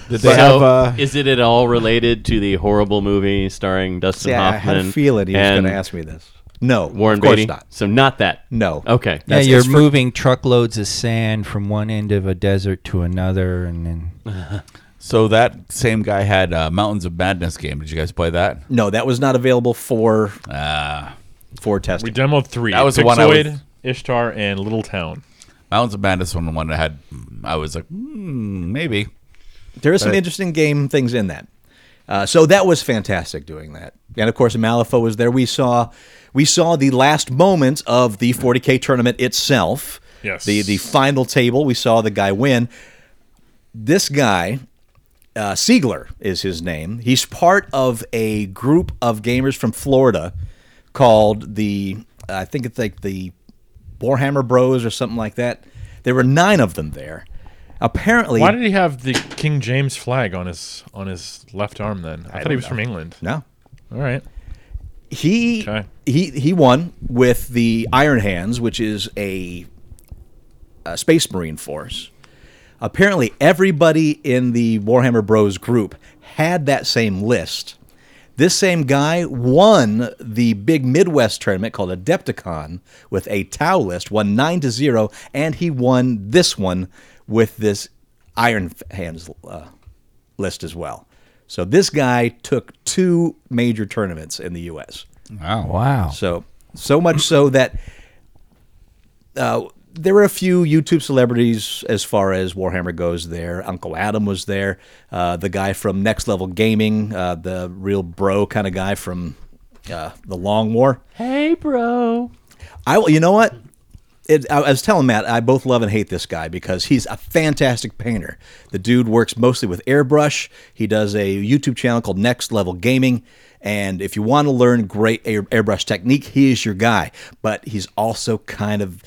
Did they
so,
have uh,
is it at all related to the horrible movie starring Dustin
yeah, I
Hoffman?
had a feeling he was
and
going to ask me this. No,
Warren
of course
Beatty.
not.
So not that.
No.
Okay.
Yeah,
That's-
you're
it's for-
moving truckloads of sand from one end of a desert to another, and then
So that same guy had uh, Mountains of Madness game. Did you guys play that?
No, that was not available for
Uh,
for
We
testing.
demoed three.
That was
Pixoid,
the one I was-
Ishtar, and Little Town.
Mountains of Madness one one I had. I was like, hmm, maybe.
There is some interesting game things in that. Uh, so that was fantastic doing that. And of course, Malifaux was there. We saw we saw the last moments of the 40k tournament itself.
Yes.
The the final table. We saw the guy win. This guy. Uh, Siegler is his name. He's part of a group of gamers from Florida called the, I think it's like the Warhammer Bros or something like that. There were nine of them there. Apparently,
Why did he have the King James flag on his on his left arm then? I, thought he was from England.
no,
All right.
he
Okay.
he he won with the Iron Hands, which is a, a Space Marine force. Apparently, everybody in the Warhammer Bros group had that same list. This same guy won the big Midwest tournament called Adepticon with a Tau list, won nine to zero, and he won this one with this Iron Hands uh, list as well. So this guy took two major tournaments in the U.S.
Wow.
So so much so that uh, there were a few YouTube celebrities as far as Warhammer goes. There, Uncle Adam was there. Uh, the guy from Next Level Gaming, uh, the real bro kind of guy from uh, the Long War.
Hey, bro.
I will. You know what? It, I, I was telling Matt, I both love and hate this guy because he's a fantastic painter. The dude works mostly with airbrush. He does a YouTube channel called Next Level Gaming, and if you want to learn great air, airbrush technique, he is your guy. But he's also kind of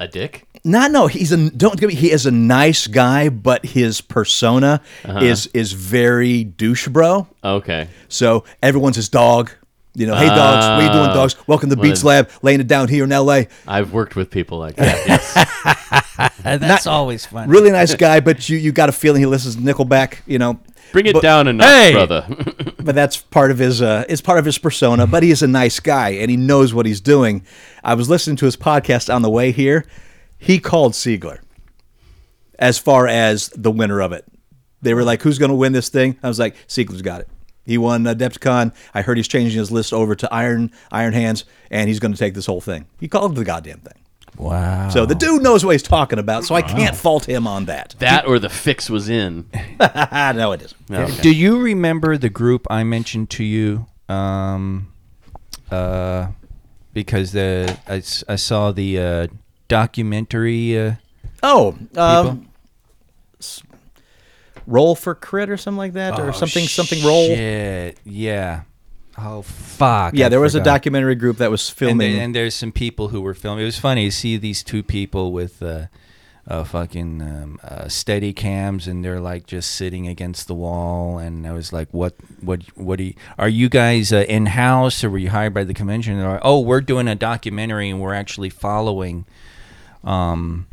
A dick?
not no. He's a don't get me. He is a nice guy, but his persona is is very douche bro.
Okay.
So everyone's his dog. You know, hey dogs, what you doing, dogs? Welcome to
Well,
Beats Lab, laying it down here in L.A.
I've worked with people like that. Yes.
that's always fun.
really nice guy, but you you got a feeling he listens to Nickelback, you know.
Bring it
But-
down a notch,
Hey!
brother.
But that's part of his uh, it's part of his persona. But he is a nice guy and he knows what he's doing. I was listening to his podcast on the way here. He called Siegler as far as the winner of it. They were like, "Who's going to win this thing?" I was like, "Siegler's got it." He won Adepticon. I heard he's changing his list over to Iron Iron Hands, and he's going to take this whole thing. He called the goddamn thing.
Wow.
So the dude knows what he's talking about. So I can't fault him on that.
that or the fix was in.
Ah, no, it isn't.
Do you remember the group I mentioned to you? Um, uh, because the I, s- I saw the uh, documentary. Uh,
Oh, um, s- roll for crit or something like that,
Oh,
or something, something roll.
Shit. Yeah. Oh fuck.
Yeah,
I
there was a
forgot.
documentary group that was
and,
filming.
then- and there's some people who were filming. It was funny to see these two people with uh, uh, fucking um, uh, steady cams, and they're like just sitting against the wall. And I was like, "What? What? What? Are you, are you guys uh, in house, or were you hired by the convention?" And they're like, "Oh, we're doing a documentary, and we're actually following." Um,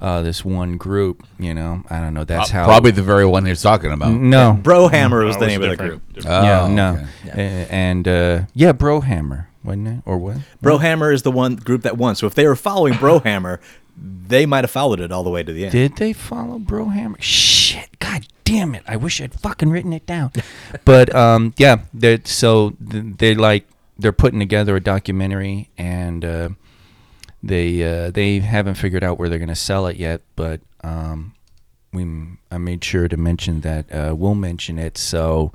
uh, this one group, you know, I don't know. That's how
Uh, Probably the very one he's talking about.
no,
Bro Hammer was
Oh,
the
it's
name of the
different.
group.
Oh,
yeah, no,
okay.
Uh, and uh, yeah, Brohammer, wasn't it, or what?
Bro Hammer is the one group that won. So if they were following Bro Hammer, they might have followed it all the way to the end.
Did they follow Brohammer? Shit! God damn it! I wish I'd fucking written it down. but um, yeah, they're so th- they like they're putting together a documentary, and uh, they uh, they haven't figured out where they're gonna sell it yet. But um, we I made sure to mention that uh, we'll mention it. So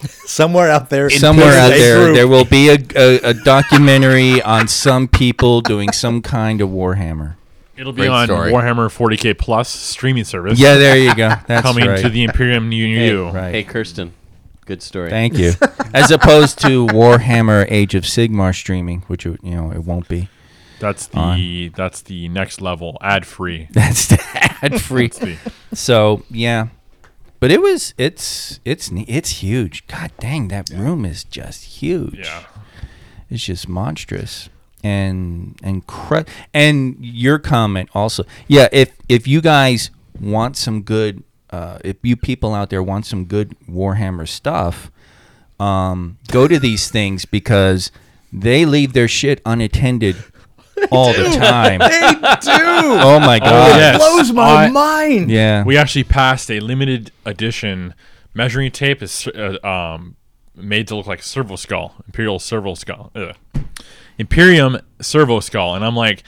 Somewhere out there,
somewhere
there's
out
a
there,
group.
there will be a, a, a documentary on some people doing some kind of Warhammer.
It'll be
Great
on
story.
Warhammer 40K Plus streaming service.
Yeah, there you go. That's
coming
right.
to the Imperium near you.
right.
Hey, Kirsten. Good story.
Thank you. As opposed to Warhammer Age of Sigmar streaming, which you you know it won't be.
That's the that's the next level ad free.
That's ad free.
That's the-
so yeah, but it was it's it's ne- it's huge. God dang, that room is just huge.
yeah.
It's just monstrous and and cru- and your comment also. Yeah, if if you guys want some good, uh, if you people out there want some good Warhammer stuff, um, go to these things because they leave their shit unattended all the time.
They do.
Oh my god!
yes.
Blows my
I-
mind.
Yeah.
We actually passed a limited edition measuring tape is uh, um, made to look like servo skull, imperial servo skull, Ugh. imperium servo skull, and I'm like,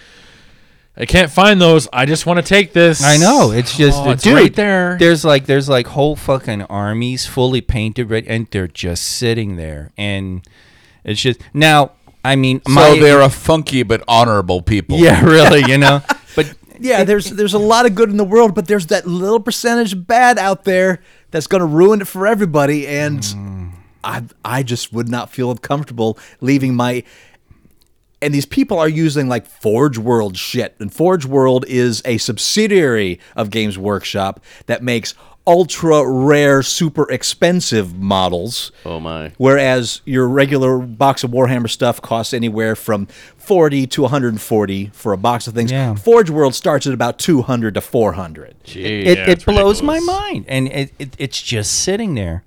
I can't find those. I just want to take this.
I know. It's just
Oh, it's
dude,
right there.
There's like there's like whole fucking armies fully painted red and they're just sitting there and it's just now I mean my
So they're a funky but honorable people.
Yeah, really, you know. But
Yeah, there's there's a lot of good in the world, but there's that little percentage of bad out there that's going to ruin it for everybody.
Mm.
And I I just would not feel comfortable leaving my and these people are using like Forge World shit. And Forge World is a subsidiary of Games Workshop that makes ultra rare, super expensive models.
Oh, my.
Whereas your regular box of Warhammer stuff costs anywhere from 40 to 140 for a box of things.
Yeah.
Forge World starts at about 200 to 400.
it, it
it's
blows my
ridiculous.
mind and it, it, it's just sitting there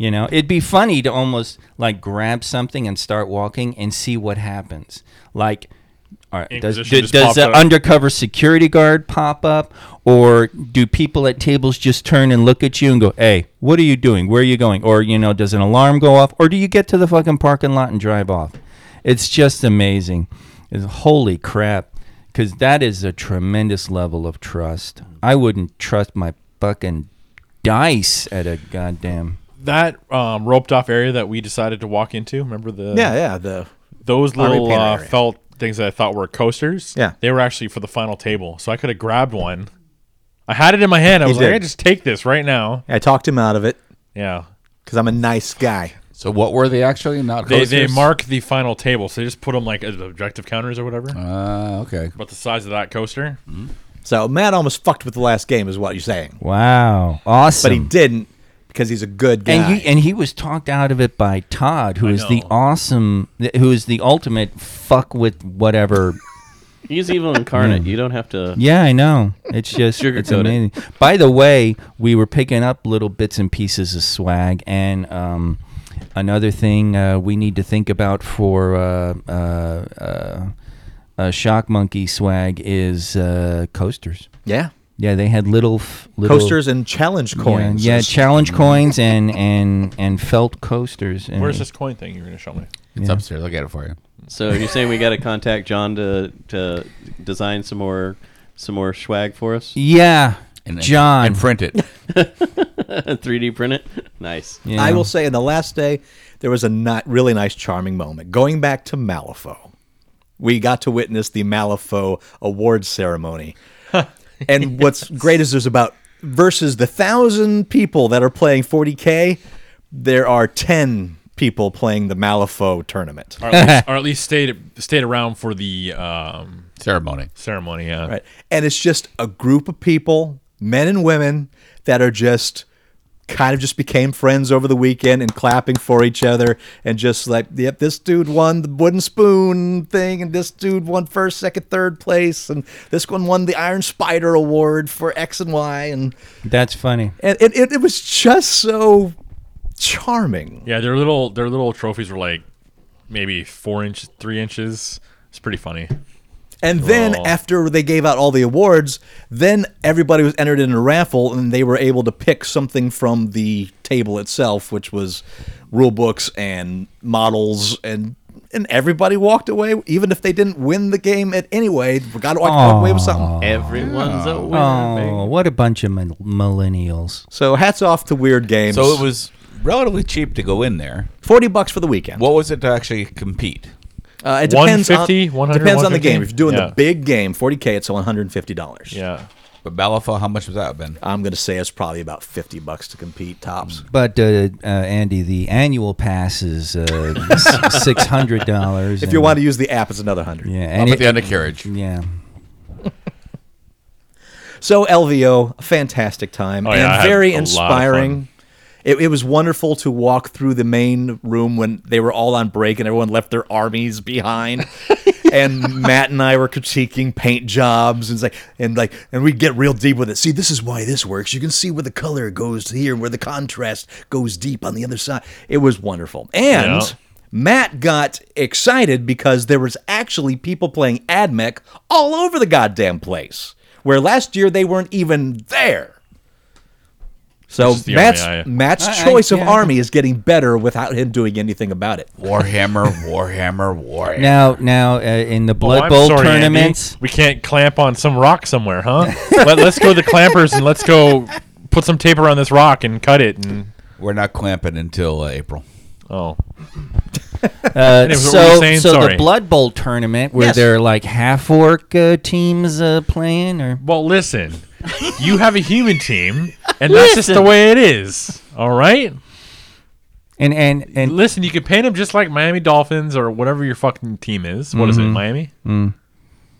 you know it'd be funny to almost like grab something and start walking and see what happens like all right, does
Inquisition
does,
just
does
popped
the
up.
undercover security guard pop up or do people at tables just turn and look at you and go hey what are you doing where are you going or you know does an alarm go off or do you get to the fucking parking lot and drive off it's just amazing It's- holy crap because that is a tremendous level of trust i wouldn't trust my fucking dice at a goddamn
That um, roped off area that we decided to walk into. Remember the
Yeah, yeah. The
those little
painter
uh,
area.
felt things that I thought were coasters.
Yeah.
they were actually for the final table, so I could have grabbed one. I had it in my hand. I
You
was like,
did.
I just take this right now.
I talked him out of it
Yeah.
because I'm a nice guy.
So what were they actually? Not
They, they
coasters?
mark the final table, so they just put them like as objective counters or whatever.
Ah, okay.
About the size of that coaster.
So Matt almost fucked with the last game, is what you're saying.
wow awesome
But he didn't because he's a good guy.
and he and he was talked out of it by Todd, who
I
is the
know.
awesome, who is the ultimate fuck with whatever.
He's evil incarnate. You don't have to.
Yeah, I know. It's just it's
Sugarcoat it.
amazing. By the way, we were picking up little bits and pieces of swag, and um, another thing uh, we need to think about for uh, uh, uh, uh, shock monkey swag is uh, coasters.
yeah.
Yeah, they had little, f- little
Coasters and challenge coins. mm-hmm.
Yeah, yeah,
is-
challenge coins and and and felt coasters. And
Where's this coin thing you're gonna show me?
It's
Yeah.
upstairs. I'll get it for you.
So you're saying we got to contact John to to design some more some more swag for us?
Yeah,
And,
John.
and print it.
3D print it. Nice.
Yeah.
I will say, in the last day, there was a not really nice, charming moment. Going back to Malifaux, we got to witness the Malifaux awards ceremony. and what's great is there's about versus the thousand people that are playing 40k, there are ten people playing the Malifaux tournament.
Or at least, or at least stayed stayed around for the um,
Ceremony.
ceremony. Yeah.
Right. And it's just a group of people, men and women, that are just kind of just became friends over the weekend and clapping for each other and just like, yep, this dude won the wooden spoon thing and this dude won first, second, third place and this one won the Iron Spider Award for X and Y and
That's funny.
and it, it, it was just so charming.
Yeah, their little their little trophies were like maybe four inch, three inches. It's pretty funny.
And then
Oh.
Cool.
after they gave out all the awards, then everybody was entered in a raffle and they were able to pick something from the table itself, which was rule books and models and and everybody walked away, even if they didn't win the game at anyway, got to walk, walk away with something.
Everyone's a winner.
Oh, what a bunch of mil- millennials!
So hats off to Weird Games.
So it was relatively cheap to go in there.
forty bucks for the weekend.
What was it to actually compete?
uh, it depends on
150, 100,
depends on the game.
150?
If you're doing
Yeah.
the big game, forty k, it's one hundred and fifty dollars.
Yeah.
But Malifaux, how much was that been?
I'm gonna say it's probably about fifty bucks to compete
Mm.
tops.
But uh, uh, Andy, the annual pass is uh, six hundred dollars.
If you want to use the app, it's another hundred.
yeah,
Up
and
at
it,
the undercarriage.
yeah.
So LVO, a fantastic time
Oh,
and
yeah, I had
very
a lot of
inspiring.
fun.
It, it was wonderful to walk through the main room when they were all on break and everyone left their armies behind. and Matt and I were critiquing paint jobs and it's like and like and we get real deep with it. See, this is why this works. You can see where the color goes here and where the contrast goes deep on the other side. It was wonderful. And
Yeah.
Matt got excited because there was actually people playing AdMech all over the goddamn place, where last year they weren't even there. So
It's just the
Matt's,
army, I-
Matt's
I- I-
choice of
yeah, I-
army is getting better without him doing anything about it.
Warhammer, Warhammer, Warhammer.
Now, now uh, in the
Oh,
Blood
I'm
Bowl
sorry, Andy.
tournaments,
We can't clamp on some rock somewhere, huh? Let, us go to the clampers and let's go put some tape around this rock and cut it. And
We're not clamping until uh, April.
oh,
uh,
Anyway, what were
so
you saying?
so the
Sorry.
Blood Bowl tournament where
Yes.
there are like half orc uh, teams uh, playing, or
well, listen, you have a human team, and that's just the way it is. All right.
And and and
Listen, you could paint them just like Miami Dolphins or whatever your fucking team is. What is it, Miami?
what
Miami.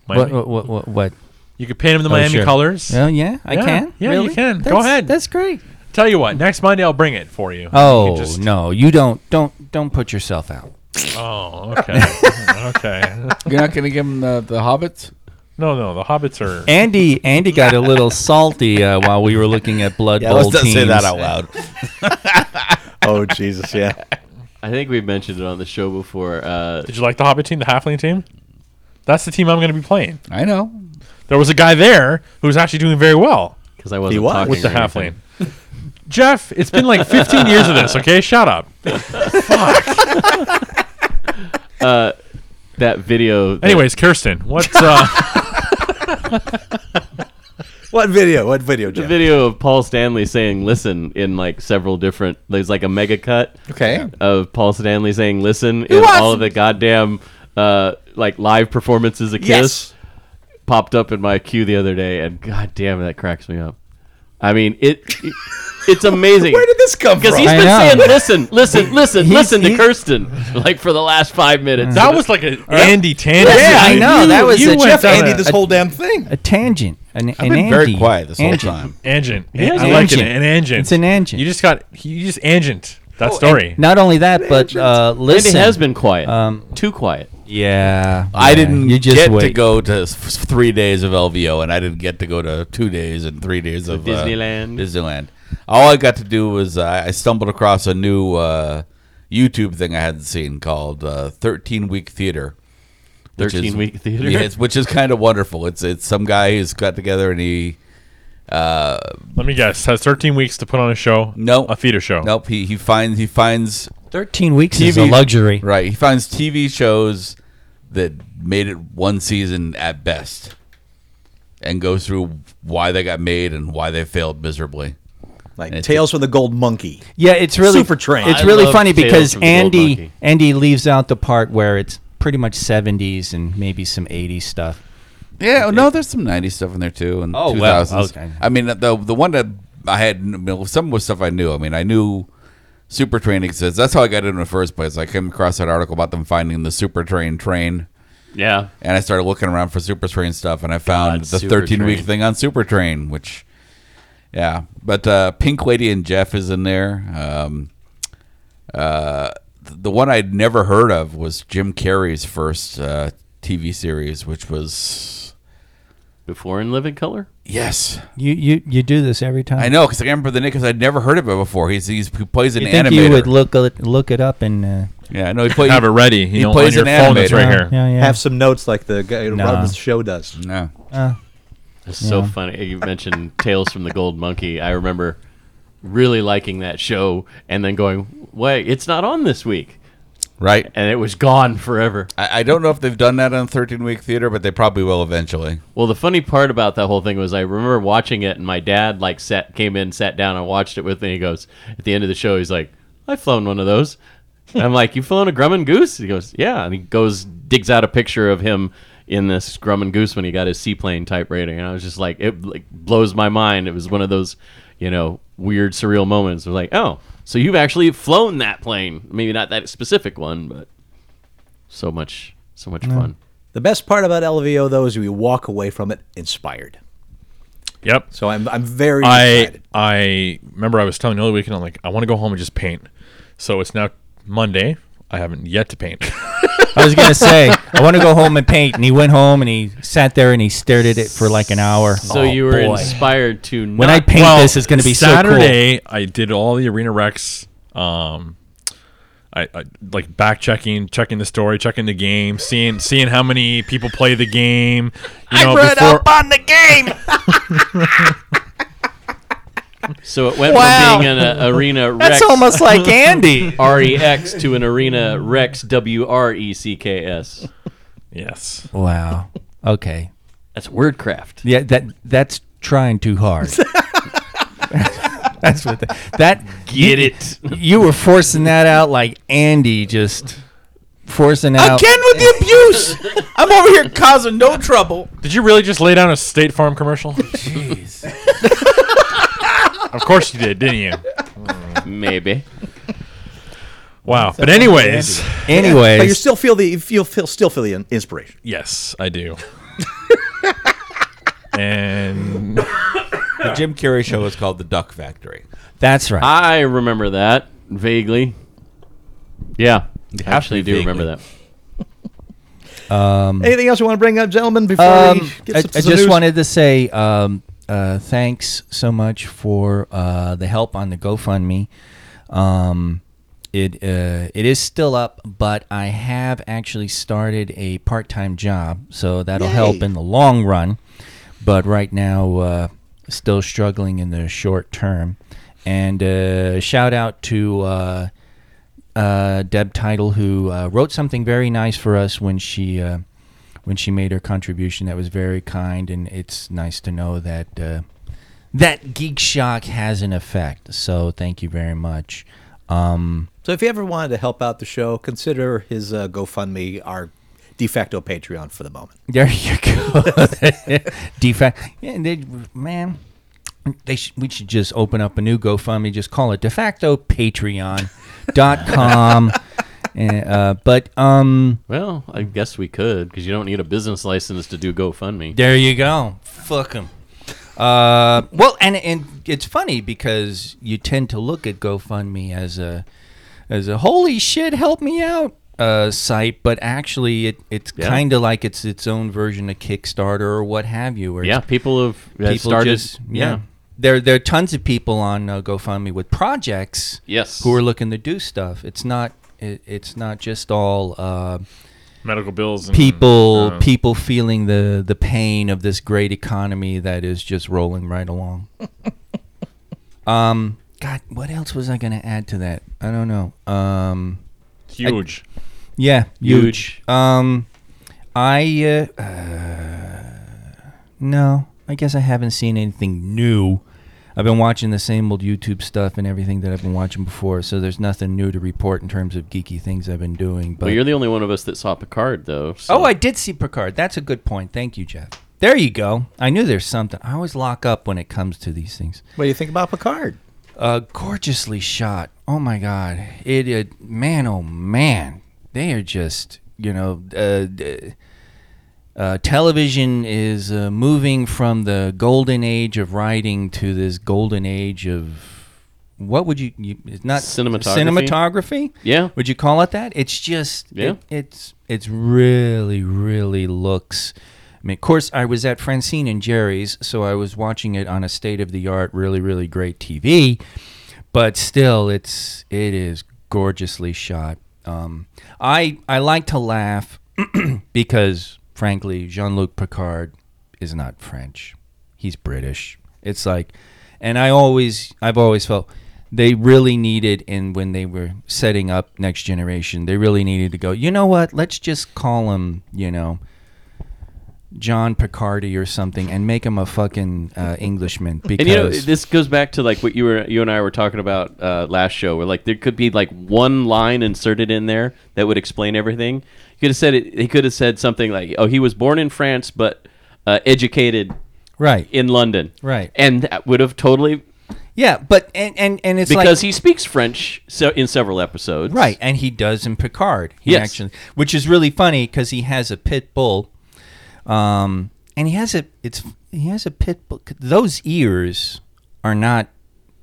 Mm-hmm. Mm. what what what? what?
You could paint them the Miami
sure.
colors.
Oh yeah, I
Yeah,
can.
yeah, you
really?
can. Go
That's-
ahead.
That's great.
Tell you what, next Monday I'll bring it for you. You can
Oh
just-
no, you don't don't don't put yourself out.
Oh, okay, okay.
You're not going to give him the, the hobbits?
No, no, the Hobbits are.
Andy Andy got a little salty uh, while we were looking at Blood
Yeah,
Bowl
let's not say
teams.
that out loud.
Oh Jesus, yeah.
I think we've mentioned it on the show before. Uh,
Did you like the Hobbit team, the Halfling team? That's the team I'm going to be playing.
I know.
There was a guy there who was actually doing very well
because I wasn't
was.
talking
with the
or anything.
Halfling. Jeff, it's been like 15 years of this. Okay, shut up.
That video. that-
Anyways, Kirsten, what? Uh,
What video? What video,
the
Jeff?
video of Paul Stanley saying "listen" in like several different. There's like a mega cut.
Okay.
Of Paul Stanley saying "listen" in all of the goddamn uh, like live performances of Kiss
Yes.
popped up in my queue the other day, and goddamn, that cracks me up. I mean, it, it- it's amazing.
Where did this come
because
from?
he's
I
been
know.
saying, listen, listen, listen, listen to
he-
Kirsten, like for the last five minutes.
that was like an Andy Tan.
Yeah, I know. that was
you
a
went
Jeff
down
Andy,
a-
this whole damn thing.
a tangent. An,
I've
an
been very
Andy.
quiet this whole
Angent.
time.
Angent.
is
I
an
like it.
Angent.
An Angent.
It's an Oh, Angent.
You just got. You just Angent. That story.
Not only that, but uh,
Andy
listen.
has been quiet,
Um,
too quiet.
Yeah,
I didn't
You just
get
wait.
to go to s- f- three days of LVO, and I didn't get to go to two days and three days of uh,
Disneyland.
Disneyland. All I got to do was uh, I stumbled across a new uh, YouTube thing I hadn't seen called uh, "13 Week Theater." which is-
13 week theater.
Yeah, it's- which is kind of wonderful. It's it's some guy who's got together and he
Let me guess. Has 13 weeks to put on a show.
no
a theater show.
Nope he he finds he finds
Thirteen weeks is a
TV
luxury.
Right. He finds TV shows that made it one season at best and goes through why they got made and why they failed miserably.
Like
It's-
Tales from the Gold Monkey.
Yeah, it's really
Supertrain.
It's
I
really
love
funny
Tales
because
from the Gold
Andy
Monkey.
Andy leaves out the part where it's pretty much seventies and maybe some eighties stuff.
Yeah, oh, no, there's some 90s stuff in there too and
Oh,
2000s.
well, okay.
I mean, the the one that I had you know, some was stuff I knew. I mean, I knew Super Train exists. That's how I got in the first place. I came across that article about them finding the Super Train train
yeah.
and I started looking around for Super Train stuff, and I found
God,
the
Super
13 week
Train.
thing on Super Train, which, yeah. But uh, Pink Lady and Jeff is in there. Um, uh, th- the one I'd never heard of was Jim Carrey's first uh, TV series, which was
Before in Living Color?
yes,
You you you do this every time.
I know because I can't remember the name because I'd never heard of it before. He's, he's he plays an
You think
animator.
you would look it, look it up and uh,
yeah, no, he plays.
Have it ready. You
He
know,
plays
on your
an
phone. That's
animator.
right
uh,
here.
Yeah, yeah.
Have some notes like the guy who
Nah.
runs the show does.
no.
Uh,
It's so
Yeah.
funny. You mentioned Tales from the Gold Monkey. I remember really liking that show and then going, wait, it's not on this week.
right.
And it was gone forever.
I, I don't know if they've done that on 13 week theater, but they probably will eventually.
Well, the funny part about that whole thing was I remember watching it and my dad like sat came in, sat down and watched it with me. He goes, at the end of the show, he's like, I've flown one of those. And I'm like, you flown a Grumman Goose? He goes, yeah. And he goes, digs out a picture of him in this Grumman Goose when he got his seaplane type rating. And I was just like, it like blows my mind. It was one of those, you know, weird, surreal moments. It was like, oh, so you've actually flown that plane. Maybe not that specific one, but so much, so much fun.
The best part about LVO though is we walk away from it inspired.
Yep.
So I'm I'm very
I
excited.
I remember I was telling you the other weekend I'm like I want to go home and just paint. So it's now Monday. I haven't yet to paint.
I was gonna say I want to go home and paint, and he went home and he sat there and he stared at it for like an hour.
So
Oh,
you were
boy.
inspired to
When
not
I paint this, it's gonna be so
Saturday. I did all the arena recs. Um, I, I like back checking, checking the story, checking the game, seeing seeing how many people play the game. You know, before
So it went
Wow.
from being an uh, arena
cool.
Rex
That's almost like Andy.
R E X to an arena Rex W R E C K S.
yes,
wow. Okay.
That's wordcraft.
Yeah, that that's trying too hard. that's what the, that
Get it?
you were forcing that out like Andy just forcing out.
Again with the abuse. I'm over here causing no trouble.
did you really just lay down a State Farm commercial?
Jeez.
of course you did, didn't you?
Maybe.
Wow. But anyways,
Anyways,
But you still feel the you feel, feel still feel the in- inspiration.
yes, I do. and
The Jim Carrey show is called The Duck Factory.
that's right.
I remember that vaguely. Yeah, I actually do
vaguely.
remember that.
Anything else you want to bring up, gentlemen? Before we
Mm. Um,
get
I,
some,
I
some
just
news?
wanted to say um, uh, thanks so much for uh, the help on the GoFundMe. Um, it uh, it is still up, but I have actually started a part time job, so that'll help
Yay.
in the long run. But right now, uh, still struggling in the short term. And uh, shout out to. Uh, uh, Deb Title, who uh, wrote something very nice for us when she uh, when she made her contribution. That was very kind, and it's nice to know that uh, that Geek Shock has an effect. So thank you very much. Um,
So if you ever wanted to help out the show, consider his uh, GoFundMe our de facto Patreon for the moment.
there you go. Defect, yeah, they, man. They sh- we should just open up a new GoFundMe. Just call it de facto Patreon.com. and, uh, but um,
Well, I guess we could because you don't need a business license to do GoFundMe.
There you go. Fuck them. Uh, well, and and it's funny because you tend to look at GoFundMe as a as a holy shit, help me out uh, site, but actually it it's
Yeah.
kind of like it's its own version of Kickstarter or what have you. Where
Yeah,
it's-
people have have
people
started.
just yeah. There, there are tons of people on uh, GoFundMe with projects
Yes.
who are looking to do stuff. It's not, it, it's not just all uh,
medical bills. And,
people
uh,
people feeling the the pain of this great economy that is just rolling right along. um god, what else was I going to add to that? I don't know. Um
huge.
yeah,
Huge.
huge. Um I uh, uh no, I guess I haven't seen anything new. I've been watching the same old YouTube stuff and everything that I've been watching before, so there's nothing new to report in terms of geeky things I've been doing. But
Well, you're the only one of us that saw Picard, though. so-
Oh, I did see Picard. That's a good point. Thank you, Jeff. There you go. I knew there's something. I always lock up when it comes to these things.
What do you think about Picard?
Uh, gorgeously shot. Oh my God. It, it man. Oh man. They are just you know. Uh, d- uh, television is uh, moving from the golden age of writing to this golden age of what would you? you it's not
Cinematography?
Cinematography.
Yeah.
Would you call it that? It's just
Yeah.
it- it's it's really really looks. I mean, of course, I was at Francine and Jerry's, so I was watching it on a state of the art, really really great TV. But still, it's it is gorgeously shot. Um, I I like to laugh because, frankly, Jean Luc Picard is not French. He's British. It's like, and I always, I've always felt they really needed, and when they were setting up Next Generation, they really needed to go, you know what? Let's just call him, you know, John Picardy or something and make him a fucking uh, Englishman. Because,
And you know, this goes back to like what you were, you and I were talking about uh, last show, where like there could be like one line inserted in there that would explain everything. You could have said it. He could have said something like, "Oh, he was born in France, but uh, educated
right.
in London."
Right.
and that would have totally
yeah, but, and, and, and it's like.
because he speaks French so in several episodes.
Right, and he does in Picard. He
Yes.
actually, which is really funny because he has a pit bull, um, and he has a it's he has a pit bull. Those ears are not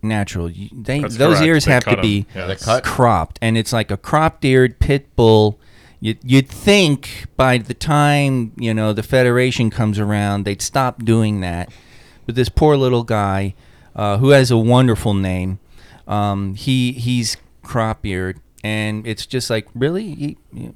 natural. You- They
That's
those
correct.
ears
They
have
cut
to
'em.
be
Yeah, they cut.
cropped, and it's like a cropped-eared pit bull. You'd, you'd think by the time you know the Federation comes around, they'd stop doing that. But this poor little guy, uh, who has a wonderful name, um, he he's crop-eared, and it's just like really. He,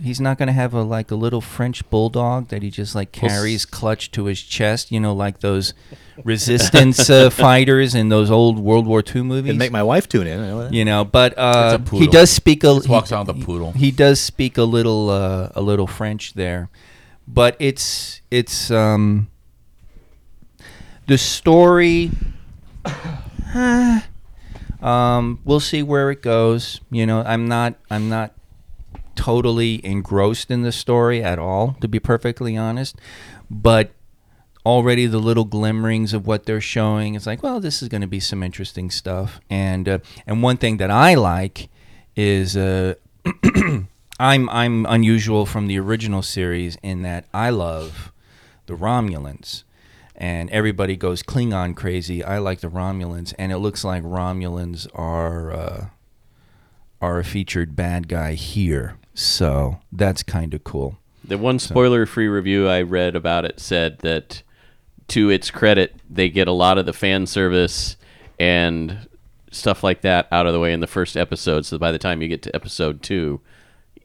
He's not going to have a like a little French bulldog that he just like carries clutched to his chest, you know, like those resistance uh, fighters in those old World War II movies
And make my wife tune in. I know that.
you know but uh,
It's a poodle.
he does speak a
Just walks
he,
around with a poodle.
he does speak a little uh, a little french there but it's it's um the story huh, um we'll see where it goes you know i'm not i'm not totally engrossed in the story at all to be perfectly honest but already the little glimmerings of what they're showing. It's like, well, this is going to be some interesting stuff. And uh, and one thing that I like is uh, I'm I'm unusual from the original series in that I love the Romulans, and everybody goes Klingon crazy. I like the Romulans, and it looks like Romulans are uh, are a featured bad guy here, so that's kind of cool.
The one spoiler free review I read about it said that to its credit, they get a lot of the fan service and stuff like that out of the way in the first episode. So by the time you get to episode two,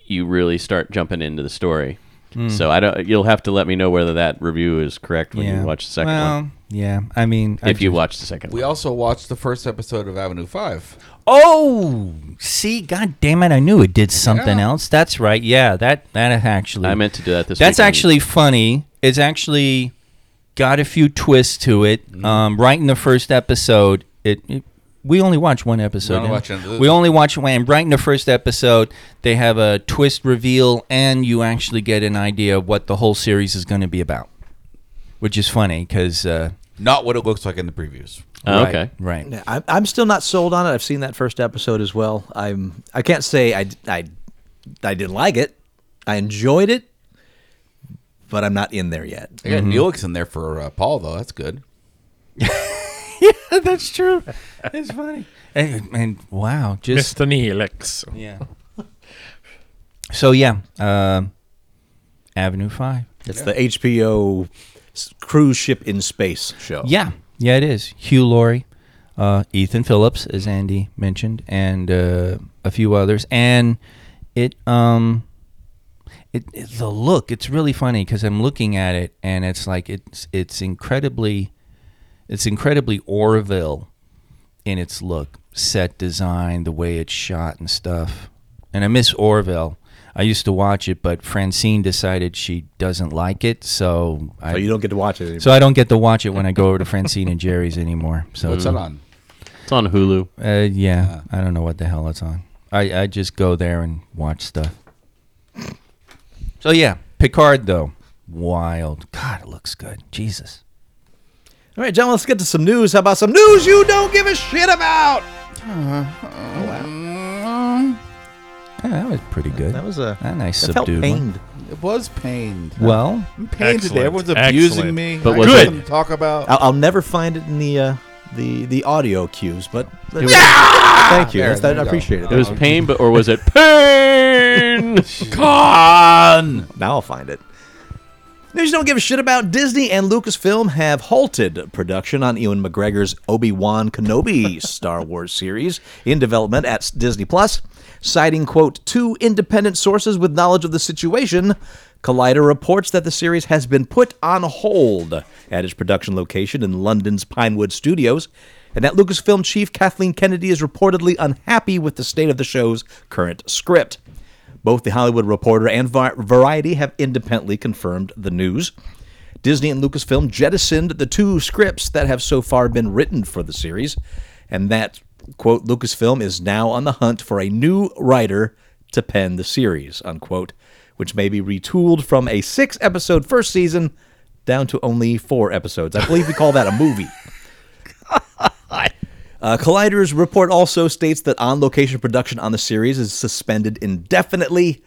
you really start jumping into the story.
Hmm.
So I don't. You'll have to let me know whether that review is correct when you watch the second
well,
one.
yeah, I mean,
If you watch the second
We
one,
also watched the first episode of Avenue Five.
Oh, see, god damn it! I knew it did something
Yeah.
else. That's right. Yeah, that that actually.
I meant to do that this.
That's
weekend.
actually funny. It's actually got a few twists to it.
Mm-hmm.
Um, right in the first episode, it, it- we only watch one episode.
only
and-
watch another-
we only watch one. And right in the first episode, they have a twist reveal, and you actually get an idea of what the whole series is going to be about, which is funny because. Uh,
Not what it looks like in the previews.
Oh,
right,
okay.
Right.
Yeah, I'm, I'm still not sold on it. I've seen that first episode as well. I'm I can't say I I I didn't like it. I enjoyed it, but I'm not in there yet.
They got Neelix in there for uh, Paul though. That's good.
That's true. It's funny. And, and wow, just
Mr. Neelix.
yeah. So yeah, um Avenue Five.
It's the HBO s- cruise ship in space show.
Yeah, yeah, it is. Hugh Laurie, uh, Ethan Phillips, as Andy mentioned, and uh, a few others. And it, um, it, it the look. It's really funny because I'm looking at it, and it's like it's it's incredibly, it's incredibly Orville in its look, set design, the way it's shot and stuff. And I miss Orville. I used to watch it, but Francine decided she doesn't like it, so I
So you don't get to watch it anymore.
so I don't get to watch it when I go over to Francine and Jerry's anymore. So
What's that on?
it's on Hulu.
Uh, yeah, I don't know what the hell it's on. I, I just go there and watch stuff. So yeah, Picard though, wild. God, it looks good. Jesus.
All right, John, let's get to some news. How about some news you don't give a shit about?
Yeah, that was pretty good.
That was a
a nice
that felt
subdued one.
pained.
It was pained.
Well,
I'm pained
Excellent.
today. Everyone's
Excellent.
abusing me.
But
I
was
got
it-
something to talk about?
I'll, I'll never find it in the uh, the the audio cues, but thank
There,
you. That's-
there you
I
go.
appreciate it.
It was
Oh,
pain, but or was it pain?
Con.
Now I'll find it. News you don't give a shit about. Disney and Lucasfilm have halted production on Ewan McGregor's Obi-Wan Kenobi Star Wars series in development at Disney Plus, citing quote two independent sources with knowledge of the situation. Collider reports that the series has been put on hold at its production location in London's Pinewood Studios, and that Lucasfilm chief Kathleen Kennedy is reportedly unhappy with the state of the show's current script. Both the Hollywood Reporter and Var- Variety have independently confirmed the news. Disney and Lucasfilm jettisoned the two scripts that have so far been written for the series, and that, quote, Lucasfilm is now on the hunt for a new writer to pen the series, unquote, which may be retooled from a six episode first season down to only four episodes. I believe we call that a movie. Uh, Collider's report also states that on location production on the series is suspended indefinitely,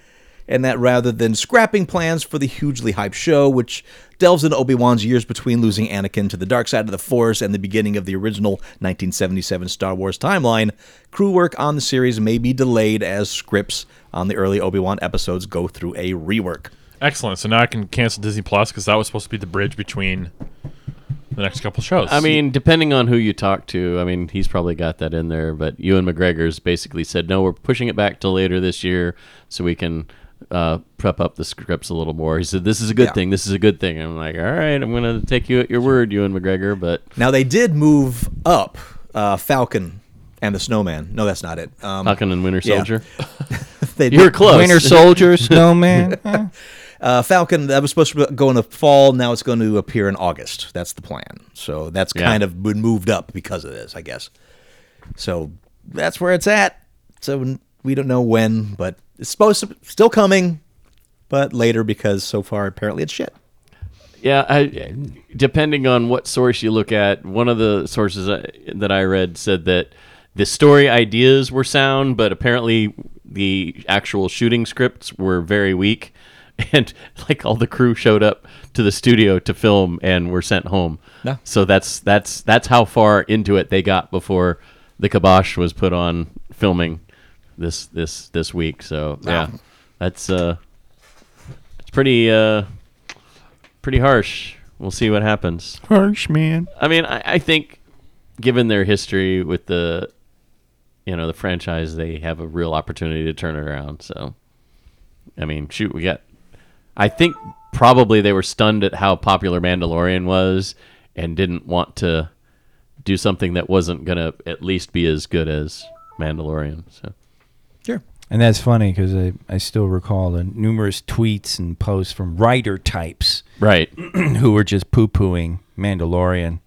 and that rather than scrapping plans for the hugely hyped show, which delves into Obi Wan's years between losing Anakin to the dark side of the Force and the beginning of the original 1977 Star Wars timeline, crew work on the series may be delayed as scripts on the early Obi Wan episodes go through a rework.
Excellent. So now I can cancel Disney Plus because that was supposed to be the bridge between the next couple shows.
I mean, depending on who you talk to, I mean, he's probably got that in there. But Ewan McGregor's basically said, no, we're pushing it back to later this year so we can uh, prep up the scripts a little more. He said, this is a good
Yeah.
thing. This is a good thing. I'm like, all right, I'm going to take you at your word, Ewan McGregor. But
Now, they did move up uh, Falcon and the Snowman. No, that's not it. Um,
Falcon and Winter
yeah.
Soldier,
they
Uh, you were
did-
close.
Winter Soldier, Snowman. Eh.
Uh, Falcon that was supposed to go in the fall. Now it's going to appear in August. That's the plan. So that's
Yeah.
kind of been moved up because of this, I guess. So that's where it's at. So n- we don't know when, but it's supposed to still coming, but later because so far apparently it's shit.
Yeah, I, depending on what source you look at, one of the sources I, that I read said that the story ideas were sound, but apparently the actual shooting scripts were very weak, and like all the crew showed up to the studio to film and were sent home.
Yeah.
So that's that's that's how far into it they got before the kibosh was put on filming this this this week. So yeah, that's uh, it's pretty uh, pretty harsh. We'll see what happens.
Harsh man.
I mean, I, I think given their history with the you know the franchise, they have a real opportunity to turn it around. So, I mean, shoot, we got. I think probably they were stunned at how popular Mandalorian was and didn't want to do something that wasn't gonna at least be as good as Mandalorian. So,
Sure.
And that's funny because I, I still recall the numerous tweets and posts from writer types
right,
who were just poo pooing Mandalorian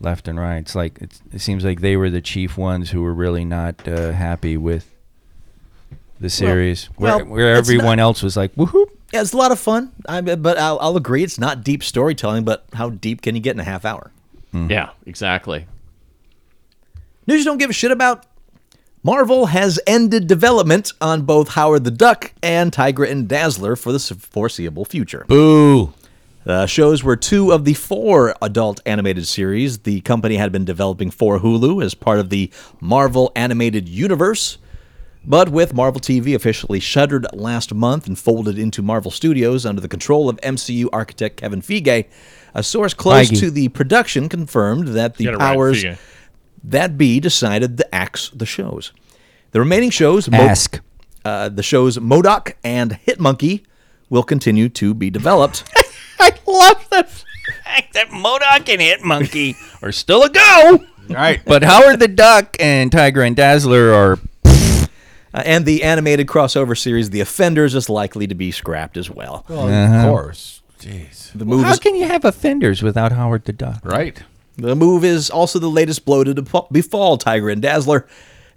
left and right. It's like it's, it seems like they were the chief ones who were really not uh, happy with the series, where,
well,
where
it's
everyone else was like, "Woohoo!"
Yeah, it's a lot of fun. I, but I'll, I'll agree, it's not deep storytelling. But how deep can you get in a half hour?
yeah, exactly.
News you don't give a shit about. Marvel has ended development on both Howard the Duck and Tigra and Dazzler for the foreseeable future.
Boo.
The shows were two of the four adult animated series the company had been developing for Hulu as part of the Marvel Animated Universe. But with Marvel TV officially shuttered last month and folded into Marvel Studios under the control of MCU architect Kevin Feige, a source close
Feige.
to the production confirmed that the
Get it right,
powers
Feige.
that be decided to axe the shows. The remaining shows, Mo-
Ask.
uh, the shows Modoc and Hitmonkey, will continue to be developed.
I love the fact that Modoc and Hit Monkey are still a go.
Right.
But Howard the Duck and Tiger and Dazzler are
Uh, and the animated crossover series, The Offenders, is likely to be scrapped as well.
Uh-huh.
Of course. Jeez.
the, move
How
is,
can you have offenders without Howard the Duck?
Right.
the move is also the latest blow to depo- befall Tiger and Dazzler,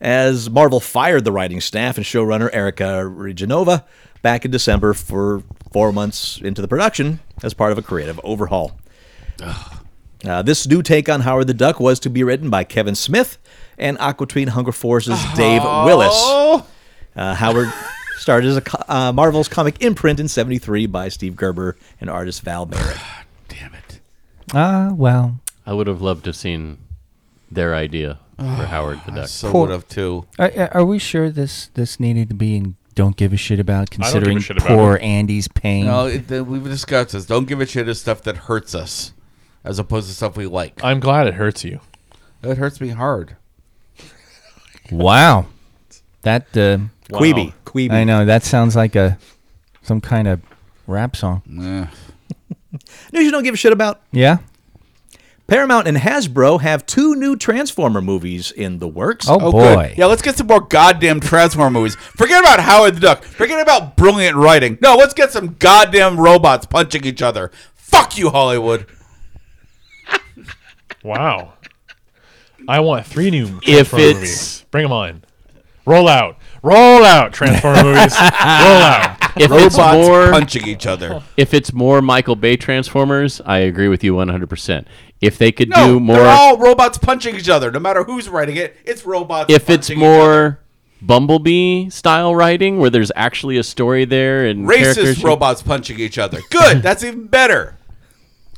as Marvel fired the writing staff and showrunner Erica Regenova back in December for four months into the production as part of a creative overhaul. Uh, this new take on Howard the Duck was to be written by Kevin Smith and Aquatine Hunger Force's Dave Willis. Uh, Howard started as a co- uh, Marvel's comic imprint in '73 by Steve Gerber and artist Val Merrick.
Damn it.
Ah, well.
I would have loved to have seen their idea for Howard the Duck.
So
Poor-
would have too.
Are, are we sure this this needed to be in Don't Give a Shit About,
a
considering
shit about
poor Andy's pain?
No, it, th- we've discussed this. Don't give a shit is stuff that hurts us, as opposed to stuff we like.
I'm glad it hurts you.
It hurts me hard.
Wow. That, uh,
Queeby, Queeby.
I know, that sounds like a some kind of rap song.
Eh.
News you don't give a shit about.
Yeah?
Paramount and Hasbro have two new Transformer movies in the works.
Oh,
Oh,
boy.
good. Yeah, let's get some more goddamn Transformer movies. Forget about Howard the Duck. Forget about brilliant writing. No, let's get some goddamn robots punching each other. Fuck you, Hollywood.
Wow. I want three new
If
Transformer
it's-
movies. Bring them on. Roll out. Roll out, Transformer movies. Roll out.
If
Robots
it's more,
punching each other.
if it's more Michael Bay Transformers, I agree with you 100%. If they could
No,
do more
they're all robots punching each other. No matter who's writing it, it's robots.
if it's
punching each
more Bumblebee style writing where there's actually a story there and
other.
characters-
racist robots punching each other. Good. That's even better.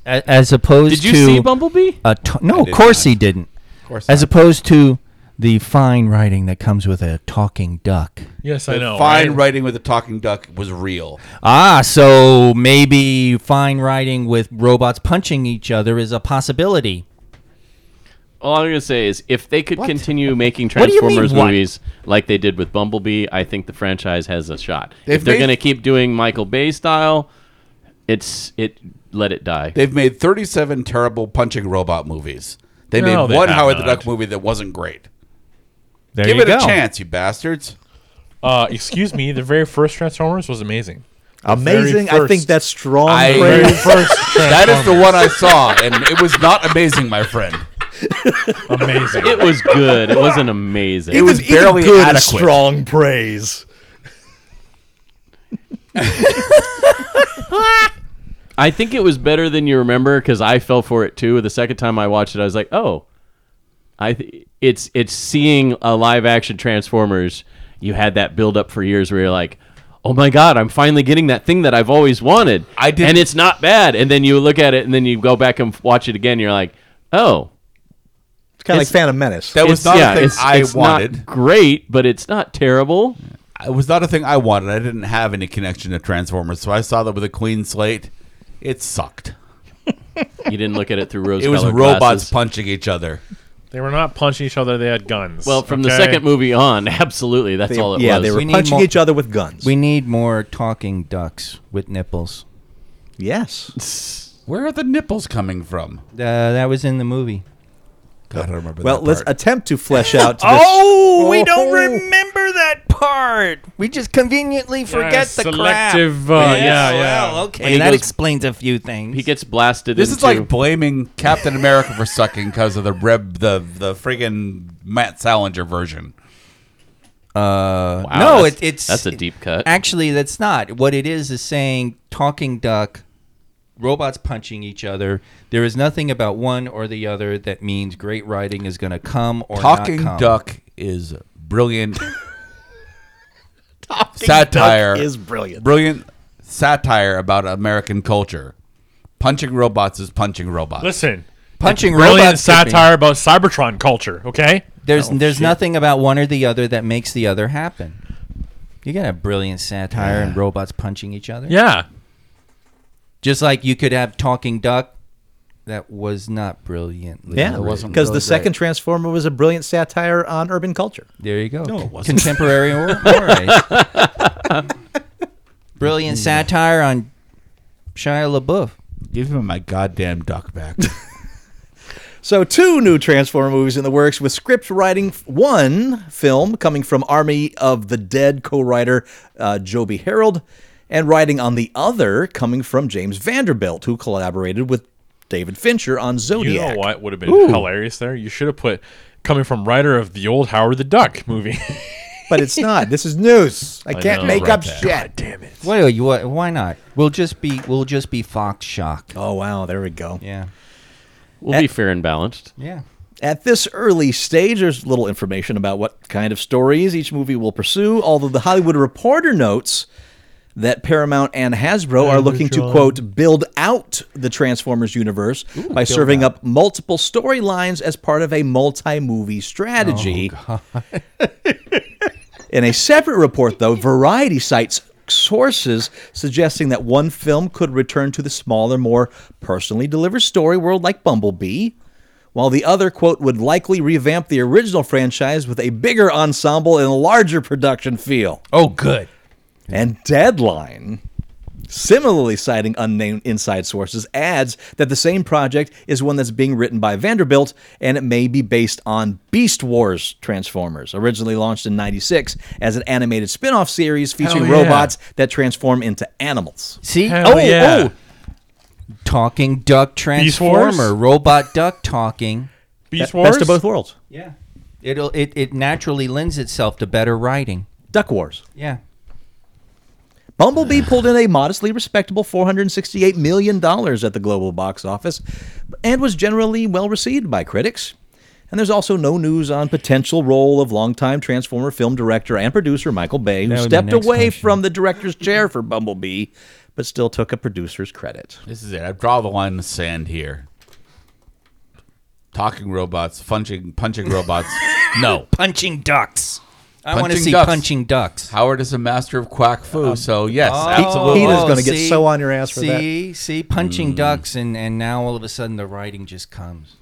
A- As opposed
Did you
to.
see Bumblebee?
a to- no, of
did
course
not.
he didn't. Of
course
As
not.
opposed to the fine writing that comes with a talking duck.
Yes, I know.
Fine
right?
writing with a talking duck was real.
Ah, so maybe fine writing with robots punching each other is a possibility.
All I'm gonna say is if they could continue making
do you mean,
Transformers
what?
movies like they did with Bumblebee, I think the franchise has a shot.
They've
if they're
made-
gonna keep doing Michael Bay style, it's it let it die.
They've made 37 terrible punching robot movies. They
No,
made
they
one
have
Howard the
not.
Duck movie that wasn't great.
There
Give
you
it
go.
a chance, you bastards.
Uh, excuse me. The very first Transformers was amazing.
Amazing. I think
first.
that's strong
I-
Very
praise.
first.
That is the one I saw, and it was not amazing, my friend.
amazing.
It was good. It wasn't amazing.
It was
Even
barely
good is
adequate.
strong praise.
I think it was better than you remember because I fell for it too. The second time I watched it, I was like, "Oh, I th- it's it's seeing a live action Transformers you had that build up for years where you're like, oh my god, I'm finally getting that thing that I've always wanted.
I didn't-
and it's not bad. And then you look at it, and then you go back and watch it again. and You're like, oh,
It's kind of like
It's-
Phantom Menace.
That was
it's-
not
yeah,
a thing
it's-
I
it's not
wanted.
great, but it's not terrible.
It was not a thing I wanted. I didn't have any connection to Transformers, so I saw that with a clean slate. It sucked.
You didn't look at it through rose.
It was
colored
robots
glasses.
punching each other.
They were not punching each other. They had guns.
Well, from the
okay?
second movie on, absolutely, that's
They-
all it
yeah,
was.
they were
We need
punching
more-
each other with guns.
We need more talking ducks with nipples. Uh,
yes.
Where are the nipples coming from?
Uh, that was in the movie.
God, I remember
Well,
that.
let's
part.
attempt to flesh out. This.
Oh, we don't
Oh.
remember that part. We just conveniently forget the crap.
selective, uh,
Yes,
yeah, yeah.
Well,
When
okay,
he
that
goes-
explains a few things.
he gets blasted.
This is
into-
like blaming Captain America for sucking because of the reb the the friggin' Matt Salinger version.
Uh,
Wow,
no,
that's-
it, it's
that's a deep cut.
Actually, that's not what it is. Is saying talking duck, robots punching each other. There is nothing about one or the other that means great writing is going to come or
Talking
not come.
Duck is brilliant. satire
is brilliant.
Brilliant satire about American culture. Punching robots is punching robots.
Listen,
punching
brilliant
robots could be-
satire about Cybertron culture. Okay,
There's
Oh,
there's nothing about one or the other that makes the other happen. You can have brilliant satire and robots punching each other.
yeah,
Just like you could have talking duck that was not brilliant.
Yeah, because
wasn't
the
really
second Transformer was a brilliant satire on urban culture.
There you go. Contemporary or art. Brilliant satire on Shia LaBeouf.
Give him my goddamn duck back.
So, two new Transformer movies in the works with script writing. f- One film coming from Army of the Dead co writer uh, Joby Harold, and writing on the other coming from James Vanderbilt, who collaborated with David Fincher on Zodiac.
you know what would have been hilarious there? You should have put coming from writer of the old Howard the Duck movie.
But it's not. This is news. I can't
know,
make
right
up
there.
shit.
Damn it!
Well, you why- why not? We'll just be we'll just be Fox Shock.
Oh, wow. There we go.
Yeah.
We'll be fair and balanced.
Yeah.
At this early stage, there's little information about what kind of stories each movie will pursue, although The Hollywood Reporter notes that Paramount and Hasbro are looking to, quote, build out the Transformers universe by serving up multiple storylines as part of a multi movie strategy. In a separate report, though, Variety cites sources suggesting that one film could return to the smaller, more personally delivered story world like Bumblebee, while the other, quote, would likely revamp the original franchise with a bigger ensemble and a larger production feel.
Oh, good.
And Deadline, similarly citing unnamed inside sources, adds that the same project is one that's being written by Vanderbilt and it may be based on Beast Wars Transformers, originally launched in 96 as an animated spin off series featuring
Hell yeah.
robots that transform into animals.
See?
Hell
oh,
yeah.
oh. Talking duck
Wars?
transformer, robot duck talking.
Beast
Be-
Wars.
Best of both worlds.
Yeah. It'll it, it naturally lends itself to better writing.
Duck Wars.
Yeah.
Bumblebee pulled in a modestly respectable $468 million at the global box office and was generally well received by critics. And there's also no news on potential role of longtime Transformer film director and producer Michael Bay, who
That was my
stepped
next
away
question.
from the director's chair for Bumblebee, but still took a producer's credit.
this is it. I draw the line in the sand here. Talking robots, punching punching robots. no.
Punching ducks. I want to
Punching
see
ducks.
punching ducks.
Howard is a master of quack foo, so yes, absolutely.
He- Peter's gonna get so on your ass for
see,
that.
See, punching ducks, and and now all of a sudden the writing just comes.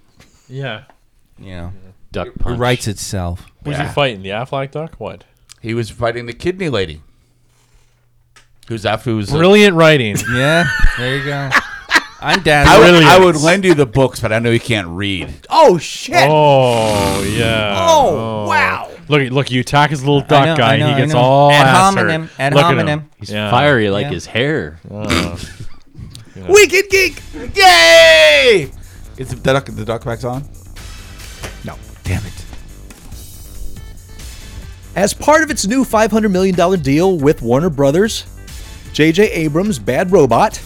Yeah.
You know,
Duck
it
punch.
writes itself.
Who's
Yeah.
he fighting? The Affleck Duck? What?
He was fighting the kidney lady. Who's that? Who's a-
Brilliant writing.
Yeah, there you go. I'm
I
dazzled.
would,
Brilliant.
I would lend you the books, but I know you can't read.
Oh, shit!
Oh yeah.
Oh, wow.
Look, look, you attack his little duck
know,
guy,
I know,
and
I
he gets
know.
all
Ad
ass hurt.
hominem, ad
Look at him.
hominem.
He's
Yeah.
fiery like
Yeah.
his hair.
Wicked Geek!
Yay! Is the duck the duck back's on?
No.
Damn it!
As part of its new $500 million deal with Warner Brothers, J.J. Abrams' Bad Robot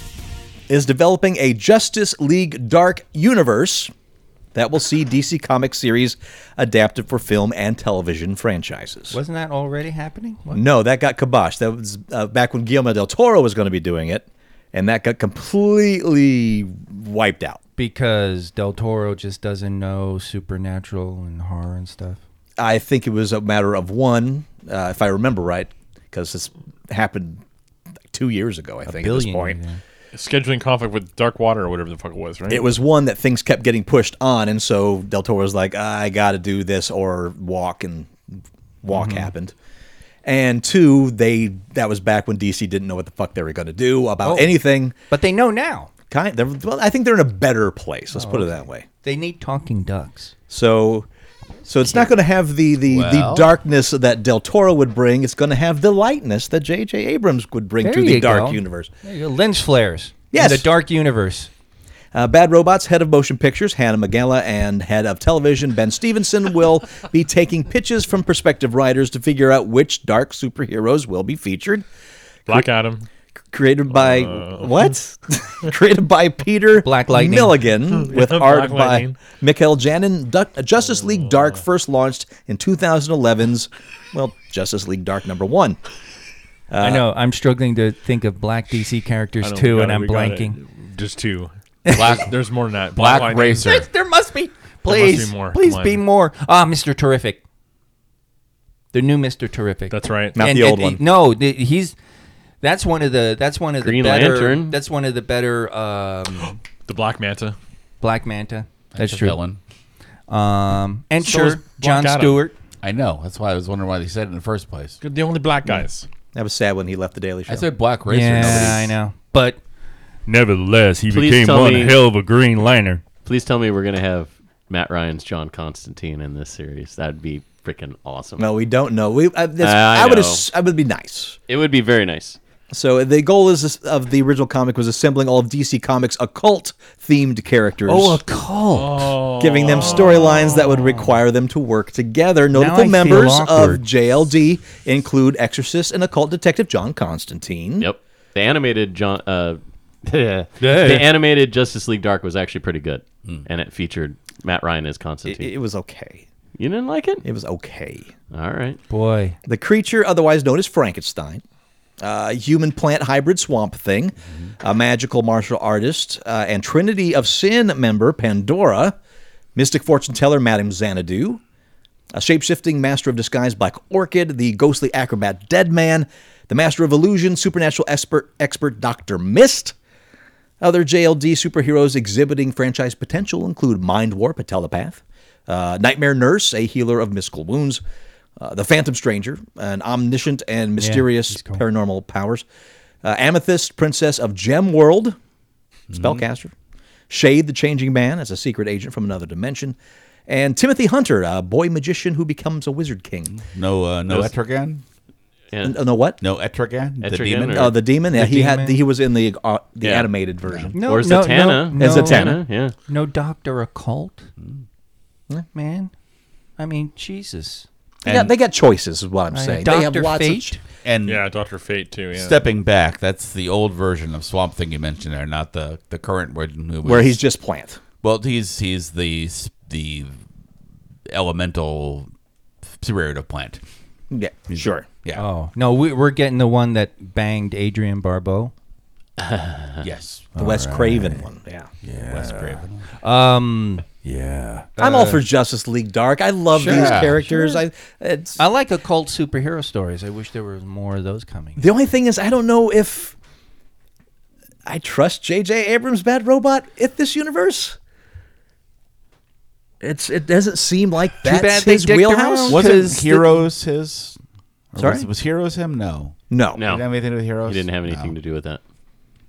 is developing a Justice League Dark universe that will see DC Comics series adapted for film and television franchises.
Wasn't that already happening?
No, that got kiboshed. That was uh, back when Guillermo del Toro was going to be doing it, and that got completely wiped out.
Because Del Toro just doesn't know supernatural and horror and stuff.
I think it was a matter of one, uh, if I remember right, because this happened like two years ago. I think at this
Billion.
point.
yeah.
scheduling conflict with Dark Water or whatever the fuck it was, right?
It was one that things kept getting pushed on, and so Del Toro was like, "I got to do this or walk," and walk
Mm-hmm.
happened. And two, they that was back when DC didn't know what the fuck they were going to do about
Oh.
anything.
But they know now.
Kind, they're, well, I think they're in a better place.
Oh,
Let's put it that way.
They need talking ducks.
So, so it's not going to have the the,
Well-
the darkness that Del Toro would bring. It's going to have the lightness that J.J. Abrams would bring to the
you
dark
go.
universe.
There you go. Lens flares.
Yes.
In the dark universe.
Uh, Bad Robots head of motion pictures Hannah Magella and head of television Ben Stevenson will be taking pitches from prospective writers to figure out which dark superheroes will be featured.
Black Adam.
Created by what? Created by Peter
Black Lightning.
Milligan with
Black
art by
Lightning.
Mikhail Janin. Duck, Justice League Dark first launched in 2011's well Justice League Dark number one.
I know. I'm struggling to think of black DC
I
characters
don't-
too,
got
and
it,
I'm
we got
blanking.
it. Just two. Black. there's more than that.
Black
Lightning.
Racer.
There must be.
must be
Please.
more.
Please
Come
be
on.
more. Ah, Mr. Terrific. The new Mr. Terrific.
That's right.
Not the old one.
No, the, he's. That's one of the. That's one of
Green
the better.
Lantern.
That's one of the better. Um,
The Black Manta.
Black Manta. That's
a
true.
villain.
Um, and
So is
sure,
Black
John
Adam.
Stewart.
I know. That's why I was wondering why they said it in the first place.
The only black guys.
That was sad when he left the Daily Show.
I said Black Racer.
Yeah,
Nobody-
I know. But
Nevertheless, he
Please
became
tell
one
me-
hell of a Green Lantern.
Please tell me we're gonna have Matt Ryan's John Constantine in this series. That'd be freaking awesome.
no, we don't know. We uh, that's,
I
I, would
know.
ass- I would be nice.
It would be very nice.
So the goal is of the original comic was assembling all of DC Comics occult themed characters,
Oh, cult.
giving them storylines that would require them to work together.
I
Notable
feel
members of
awkward.
JLD include exorcist and occult detective John Constantine.
Yep. The animated John. Uh, The animated Justice League Dark was actually pretty good, and it featured Matt Ryan as
It,
Constantine.
it was okay.
you didn't like it?
It was okay.
All right.
Boy,
The creature, otherwise known as Frankenstein, a human plant hybrid swamp thing, a magical martial artist, uh, and Trinity of Sin member Pandora, mystic fortune teller Madame Xanadu, a shapeshifting master of disguise Black Orchid, the ghostly acrobat Deadman, the master of illusion, supernatural expert, expert Dr. Mist. Other JLD superheroes exhibiting franchise potential include Mind Warp, a telepath, uh, Nightmare Nurse, a healer of mystical wounds, uh, the Phantom Stranger, an omniscient and mysterious
he's cool.
paranormal powers, uh, Amethyst, Princess of Gem World, spellcaster, Shade, the Changing Man, as a secret agent from another dimension, and Timothy Hunter, a boy magician who becomes a wizard king. uh,
No, uh, no Etrigan.
And
No, what?
No Etrigan. The
Etrigan
demon.
or-
Oh, the demon. Yeah, he had.
demon.
He was in the uh, the
Yeah.
animated version.
no,
or
no,
Zatanna.
no,
As
no,
Zatanna.
Zatanna, Yeah.
No doctor occult. Man, I mean Jesus.
They got, they got choices, is what I'm saying. they have
Dr.
lots
Fate?
of. ch-
and
Yeah, Doctor Fate too. Yeah.
stepping back, that's the old version of Swamp Thing you mentioned there, not the the current version. who
where
was-
he's just plant.
well, he's he's the s- the elemental superhero plant.
Yeah, sure.
Yeah.
Oh no, we, we're getting the one that banged Adrian Barbeau.
Yes.
The Wes Craven one. Yeah.
Wes Craven.
Um,
I'm all for Justice League Dark. I love these
Sure.
characters. I it's,
I like occult superhero stories. I wish there was more of those coming.
the only thing is I don't know if I trust J.J. Abrams' Bad Robot at this universe. It's it doesn't seem like that's
bad they
his
dicked
wheelhouse.
around.
Wasn't
'Cause the-
Heroes his? or
Sorry?
Was, was Heroes him? No.
No,
No.
Didn't have anything to do with Heroes?
He didn't have
No.
anything to do with that.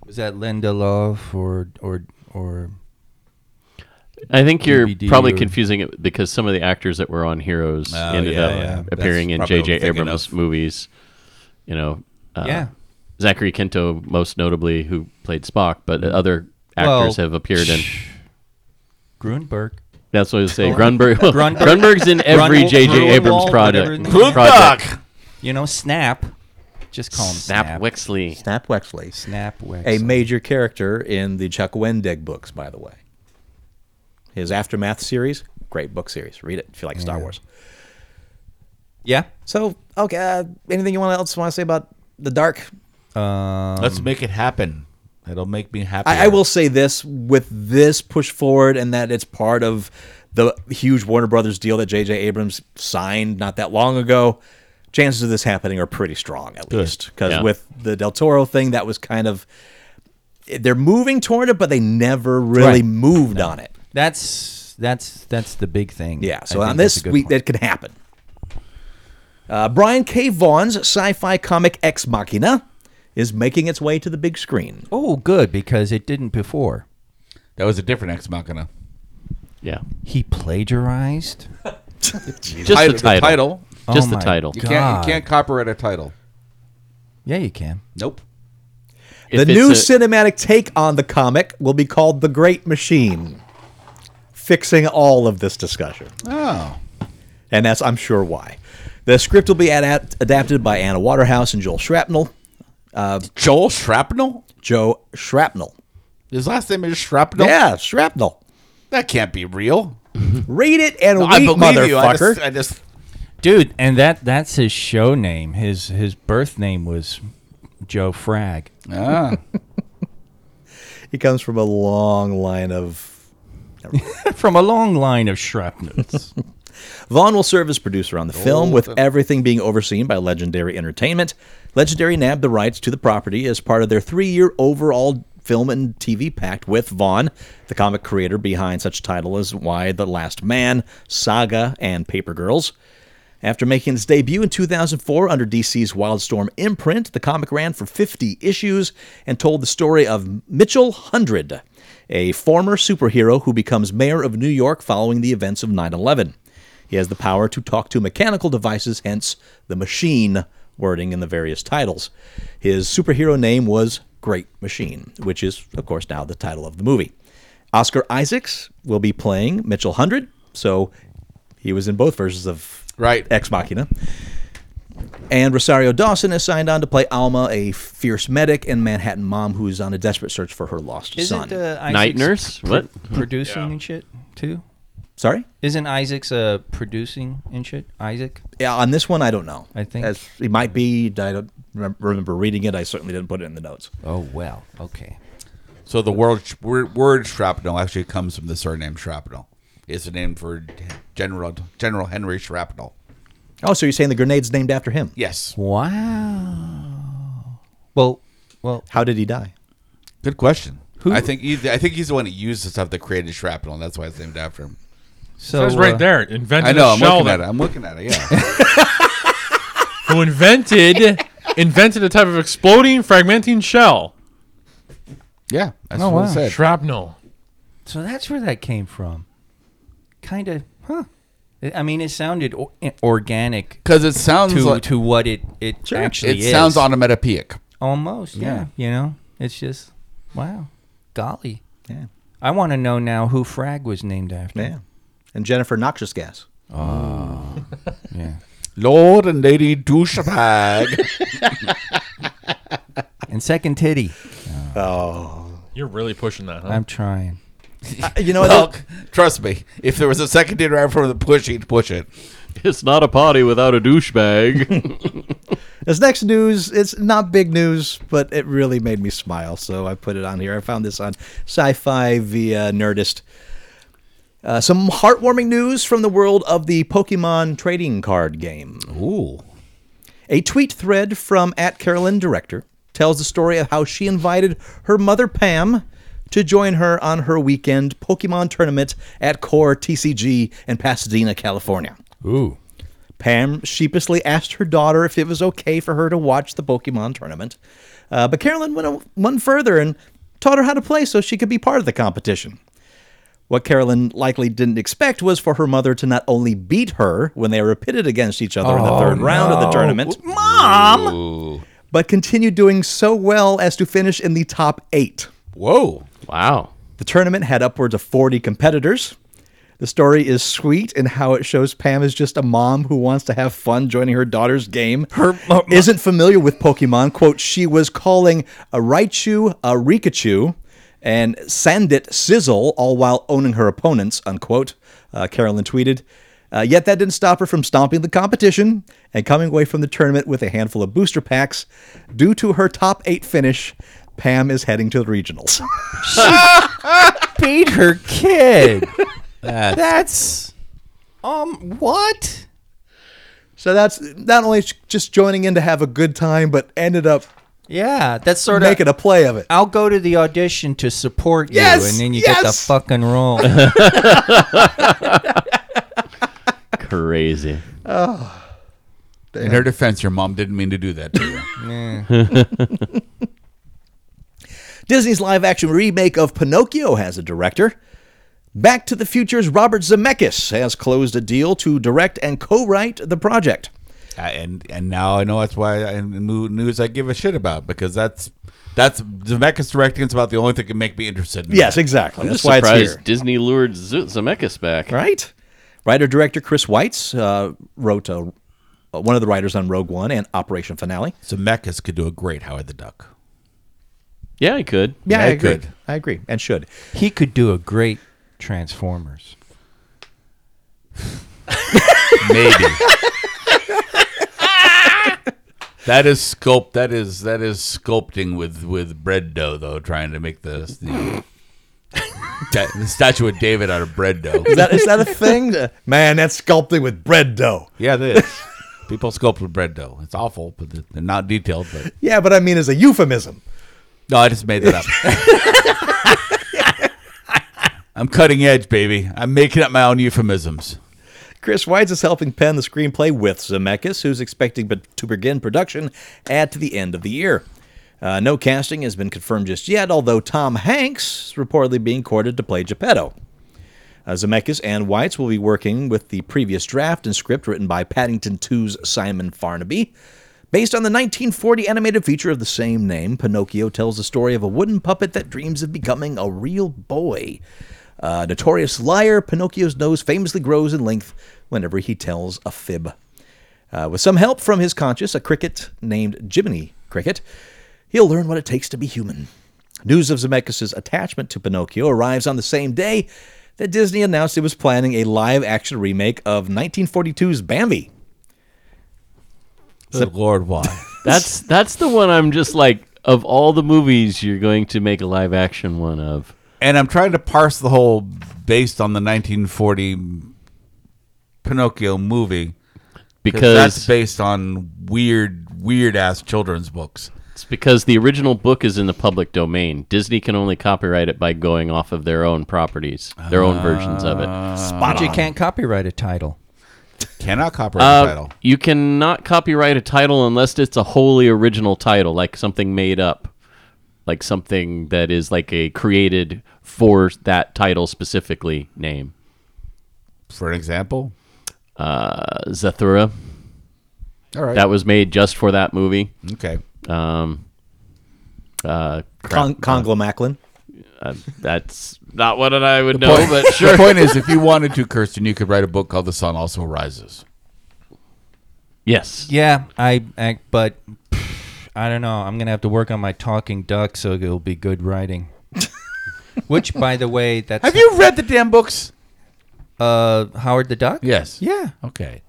Was that Linda Love or or or?
I think you're
DVD
probably
or-
confusing it because some of the actors that were on Heroes
Oh,
ended
yeah,
up
yeah.
appearing
That's probably
in
what
J.J.
I'm thinking
Abrams'
of.
movies. You know, uh,
Yeah.
Zachary Quinto, most notably, who played Spock, but other actors
Well,
have appeared in.
Grunberg.
That's what I was saying. Grunberg, well,
Grunberg.
Grunberg's in every
Grunwald-
J.J. Abrams
Grunwald,
project.
whatever his
project.
You know, Snap. Just call him Snap.
Snap Wexley.
Snap Wexley,
Snap Wexley.
a major character in the Chuck Wendig books, by the way. his Aftermath series. Great book series. Read it if you like Star Wars.
Yeah.
So, okay. Uh, anything you want else want to say about the Dark?
Let's make it happen. It'll make me happy.
I, I will say this with this push forward and that it's part of the huge Warner Brothers deal that J.J. Abrams signed not that long ago. Chances of this happening are pretty strong, at least. Because
Yeah.
with the Del Toro thing, that was kind of they're moving toward it, but they never really
Right.
moved on it.
That's that's that's the big thing.
Yeah. So on
I think that's a
this
good
week,
point.
that could happen. Uh, Brian K. Vaughan's sci-fi comic Ex Machina is making its way to the big screen.
oh, good because it didn't before.
That was a different Ex Machina.
Yeah.
He plagiarized.
Just the title.
The title.
Just
Oh
the
my
title.
You
God.
can't, you can't copyright a title.
Yeah, you can.
Nope.
If
the
it's
new
a-
cinematic take on the comic will be called The Great Machine, fixing all of this discussion.
Oh.
And that's, I'm sure, why. The script will be adapt- adapted by Anna Waterhouse and Joel Shrapnel.
Joel Shrapnel?
Joe Shrapnel.
His last name is Shrapnel?
Yeah, Shrapnel.
That can't be real.
Read it and
I
read,
believe
motherfucker.
you. I just, I just
Dude, and that that's his show name. His his birth name was Joe Frag.
ah.
he comes from a long line of
From a long line of shrapnels.
Vaughn will serve as producer on the film, with everything being overseen by Legendary Entertainment. Legendary nabbed the rights to the property as part of their three year overall film and TV pact with Vaughn, the comic creator behind such titles as Why the Last Man, Saga, and Paper Girls. After making its debut in 2004 under DC's Wildstorm imprint, the comic ran for 50 issues and told the story of Mitchell Hundred, a former superhero who becomes mayor of New York following the events of 9 11. He has the power to talk to mechanical devices, hence the machine wording in the various titles. His superhero name was Great Machine, which is, of course, now the title of the movie. Oscar Isaacs will be playing Mitchell Hundred, so he was in both versions of
Right.
Ex Machina. And Rosario Dawson is signed on to play Alma, a fierce medic and Manhattan mom who is on a desperate search for her lost son.
Isn't uh, Isaac's
Night Nurse?
pro-
What?
producing and shit too?
Sorry?
Isn't Isaac's uh producing and shit? Isaac?
Yeah, on this one, I don't know.
I think-
As- it might be. I don't remem- remember reading it. I certainly didn't put it in the notes.
Oh well, okay.
So the word, word, word shrapnel actually comes from the surname Shrapnel. It's the name for General General Henry Shrapnel.
Oh, so you're saying the grenade's named after him?
Yes.
Wow. Well, well,
How did he die?
Good question. I think he, I think he's the one who used the stuff that created shrapnel, and that's why it's named after him.
so
That's right
uh,
there. Invented
I know.
a
I'm
shell
looking
that
at it. I'm looking at it. Yeah.
who invented invented a type of exploding, fragmenting shell.
yeah. That's
Oh,
what
wow.
it said.
Shrapnel.
So that's where that came from. Kind of, huh? I mean, it sounded o- organic
Because it sounds
to
like
to what it it
it
actually is.
sounds onomatopoeic.
almost, yeah. You know, it's just wow, golly.
Yeah.
I want to know now who Frag was named after.
Yeah. And Jennifer Noxious Gas.
Yeah.
Lord and Lady Douchebag.
And second titty.
You're really pushing that, huh?
I'm trying.
you know
well, trust me. If there was a second dinner after the push, he'd push it.
It's not a party without a douchebag.
This next news, it's not big news, but it really made me smile, so I put it on here. I found this on Sci-Fi via Nerdist. Uh, some heartwarming news from the world of the Pokemon trading card game.
Ooh.
A tweet thread from at Carolyn Director tells the story of how she invited her mother Pam to join her on her weekend Pokemon tournament at Core TCG in Pasadena, California.
Ooh.
Pam sheepishly asked her daughter if it was okay for her to watch the Pokemon tournament, uh, but Carolyn went a- one further and taught her how to play so she could be part of the competition. What Carolyn likely didn't expect was for her mother to not only beat her when they were pitted against each other in the third round of the tournament, but continued doing so well as to finish in the top eight.
Whoa.
wow.
The tournament had upwards of 40 competitors. The story is sweet in how it shows Pam is just a mom who wants to have fun joining her daughter's game. Her isn't familiar with Pokemon. Quote, she was calling a Raichu a Rikachu and Sandit Sizzle, all while owning her opponents, unquote, uh, Carolyn tweeted. Uh, yet that didn't stop her from stomping the competition and coming away from the tournament with a handful of booster packs. Due to her top eight finish, Pam is heading to the regionals.
Beat her kid.
That's
That's um what?
so that's not only just joining in to have a good time, but ended up
Yeah, that's sort of.
making a play of it.
I'll go to the audition to support you,
Yes,
and then you get the
yes.
fucking role.
Crazy.
in her defense. Your mom didn't mean to do that to you.
Disney's live action remake of Pinocchio has a director. Back to the Future's Robert Zemeckis has closed a deal to direct and co write the project.
Uh, and and now I know that's why I knew news I give a shit about because that's that's Zemeckis directing is about the only thing that can make me interested. In
Yes,
that.
exactly.
I'm
That's
just
why it's
surprised
here.
Disney lured Z- Zemeckis back.
Right? Writer director Chris Weitz uh, wrote uh, one of the writers on Rogue One and Operation Finale.
Zemeckis could do a great Howard the Duck.
Yeah, he could.
Yeah, I,
he
agree.
could.
I agree and should.
he could do a great Transformers.
Maybe. that is sculpt. That is that is sculpting with with bread dough though, trying to make the you know, ta- the statue of David out of bread dough.
Is that, is that a thing? Uh, Man, that's sculpting with bread dough.
Yeah, it is. People sculpt with bread dough. It's awful, but they're not detailed. But
Yeah, but I mean, as a euphemism.
no, I just made that up. I'm cutting edge, baby. I'm making up my own euphemisms.
Chris Weitz is helping pen the screenplay with Zemeckis, who's expecting be- to begin production at the end of the year. Uh, no casting has been confirmed just yet, although Tom Hanks is reportedly being courted to play Geppetto. Uh, Zemeckis and Weitz will be working with the previous draft and script written by Paddington 2's Simon Farnaby. Based on the 1940 animated feature of the same name, Pinocchio tells the story of a wooden puppet that dreams of becoming a real boy. A notorious liar, Pinocchio's nose famously grows in length whenever he tells a fib. Uh, with some help from his conscience, a cricket named Jiminy Cricket, he'll learn what it takes to be human. News of Zemeckis' attachment to Pinocchio arrives on the same day that Disney announced it was planning a live action remake of 1942's Bambi.
Good Lord, why?
That's that's the one I'm just like of all the movies you're going to make a live action one of.
and I'm trying to parse the whole based on the 1940 Pinocchio movie because that's
Because
based on weird, weird ass children's books.
it's because the original book is in the public domain. Disney can only copyright it by going off of their own properties, their own versions of it.
Ah.
but you can't copyright a title.
Cannot copyright
Uh,
the title.
You cannot copyright a title unless it's a wholly original title, like something made up, like something that is like a created for that title specifically name.
For an example,
Uh, Zathura.
all right,
That was made just for that movie.
okay.
Um, uh, crap,
Con- Congo Macklin.
that's not what I would know, Oh, but
The
sure.
point is, if you wanted to, Kirsten, you could write a book called "The Sun Also Rises."
Yes.
Yeah, I, I but pff, I don't know. I'm gonna have to work on my talking duck, so it'll be good writing. Which, by the way, that's
Have you read the damn books?
uh, Howard the Duck.
Yes.
Yeah.
Okay.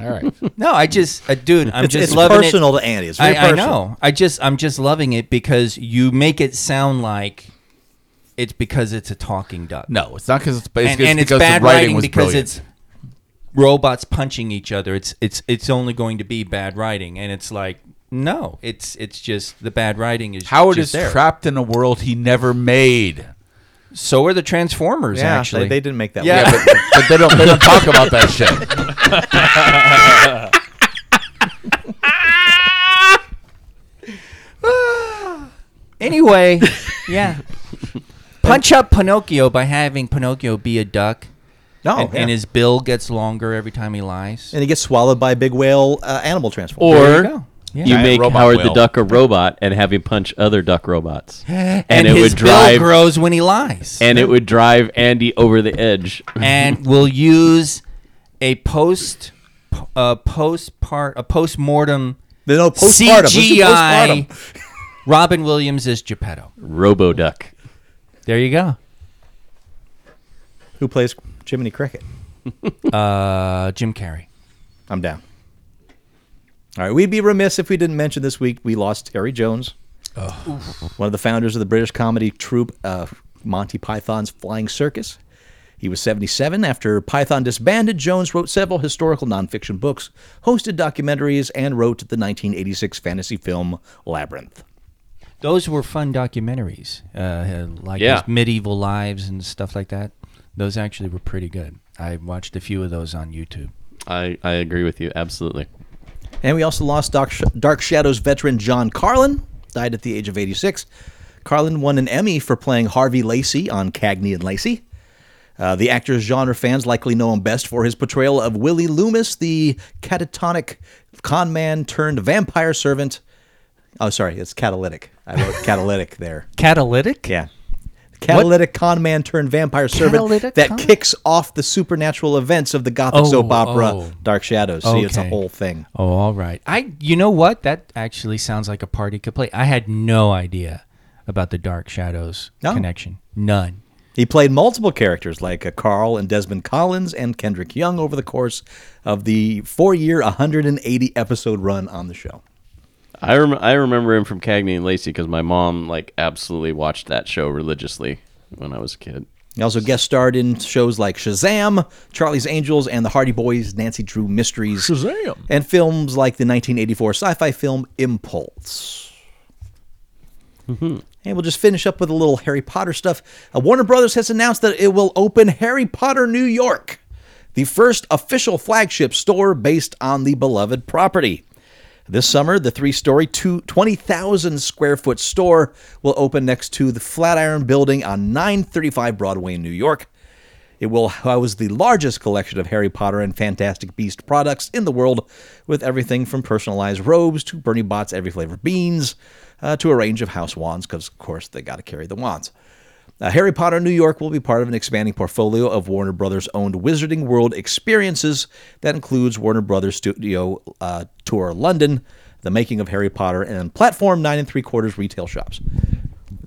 All right.
No, I just, uh, dude, I'm
It's,
just
it's
loving it.
personal to Andy. It's very
I, I
personal.
know. I just I'm just loving it because you make it sound like it's because it's a talking duck.
No, it's not because it's
and,
basically
and it's
because
bad
the writing,
writing
was
because
brilliant.
it's robots punching each other. It's it's it's only going to be bad writing, and it's like no, it's it's just the bad writing is
Howard
just
is
there.
trapped in a world he never made.
so are the Transformers
Yeah,
actually.
They, they didn't make that
Yeah.
one.
Yeah, but, but they don't they don't talk about that shit.
Anyway, yeah. Punch up Pinocchio by having Pinocchio be a duck,
Oh,
No,
and,
yeah.
and his bill gets longer every time he lies.
And he gets swallowed by a big whale uh, animal transformer.
There you
Or
go. Yeah.
you
Giant
make
robot
Howard the
whale.
Duck a robot and have him punch other duck robots, and,
and,
it
his
would drive
bill grows when he lies, and,
and it would drive Andy over the edge.
will use a post, a post part, a post mortem
no, postpartum. This is
CGI
postpartum.
Robin Williams is Geppetto.
Roboduck.
There you go.
Who plays Jiminy Cricket?
Uh, Jim Carrey.
I'm down. All right, we'd be remiss if we didn't mention this week we lost Terry Jones, one of the founders of the British comedy troupe uh, Monty Python's Flying Circus. He was 77. After Python disbanded, Jones wrote several historical nonfiction books, hosted documentaries, and wrote the 1986 fantasy film Labyrinth.
Those were fun documentaries, uh, like
Yeah.
his medieval lives and stuff like that. Those actually were pretty good. I watched a few of those on YouTube.
I, I agree with you absolutely.
And we also lost Dark, Sh- Dark Shadows veteran John Carlin, died at the age of 86. Carlin won an Emmy for playing Harvey Lacey on Cagney and Lacey. Uh, the actor's genre fans likely know him best for his portrayal of Willie Loomis, the catatonic con man turned vampire servant. Oh, sorry, it's catalytic. I wrote catalytic there.
Catalytic?
Yeah. Catalytic con man turned vampire servant
Catalytic
that
con-
kicks off the supernatural events of the gothic
Oh,
soap opera
oh.
Dark Shadows. See, it's a
Okay.
whole thing.
Oh, all right. I, you know what? That actually sounds like a party could play. I had no idea about the Dark Shadows
No.
connection. None.
He played multiple characters like uh, Carl and Desmond Collins and Kendrick Young over the course of the four year, 180 episode run on the show.
I rem- I remember him from Cagney and Lacey because my mom like absolutely watched that show religiously when I was a kid.
He also guest starred in shows like Shazam, Charlie's Angels, and the Hardy Boys, Nancy Drew Mysteries,
Shazam.
and films like the 1984 sci fi film Impulse. And we'll just finish up with a little Harry Potter stuff. Uh, Warner Brothers has announced that it will open Harry Potter New York, the first official flagship store based on the beloved property. This summer, the three story, 20,000 square foot store will open next to the Flatiron Building on 935 Broadway in New York. It will house the largest collection of Harry Potter and Fantastic Beast products in the world, with everything from personalized robes to Bernie Bot's every flavored beans uh, to a range of house wands, because, of course, they got to carry the wands. Uh, Harry Potter New York will be part of an expanding portfolio of Warner Brothers owned Wizarding World experiences that includes Warner Brothers Studio uh, Tour London, the making of Harry Potter, and Platform 9 and 3 quarters retail shops.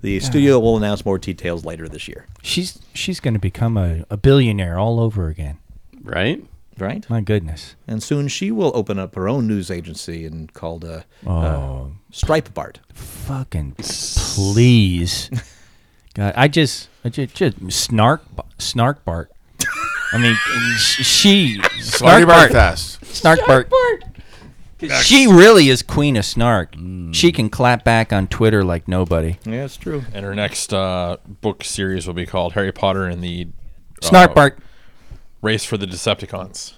The studio will announce more details later this year.
She's she's going to become a, a billionaire all over again.
Right?
Right?
My goodness.
and soon she will open up her own news agency and called uh, uh, Stripe Bart.
Fucking please. God, I just, I just, just snark, b- snark Bart. I mean, sh- she
Sorry
snark
about
Bart,
that.
snark Bart. She really is queen of snark.
Mm.
She can clap back on Twitter like nobody.
Yeah, it's true.
And her next uh, book series will be called Harry Potter and the uh,
Snark Bart.
Race for the Decepticons.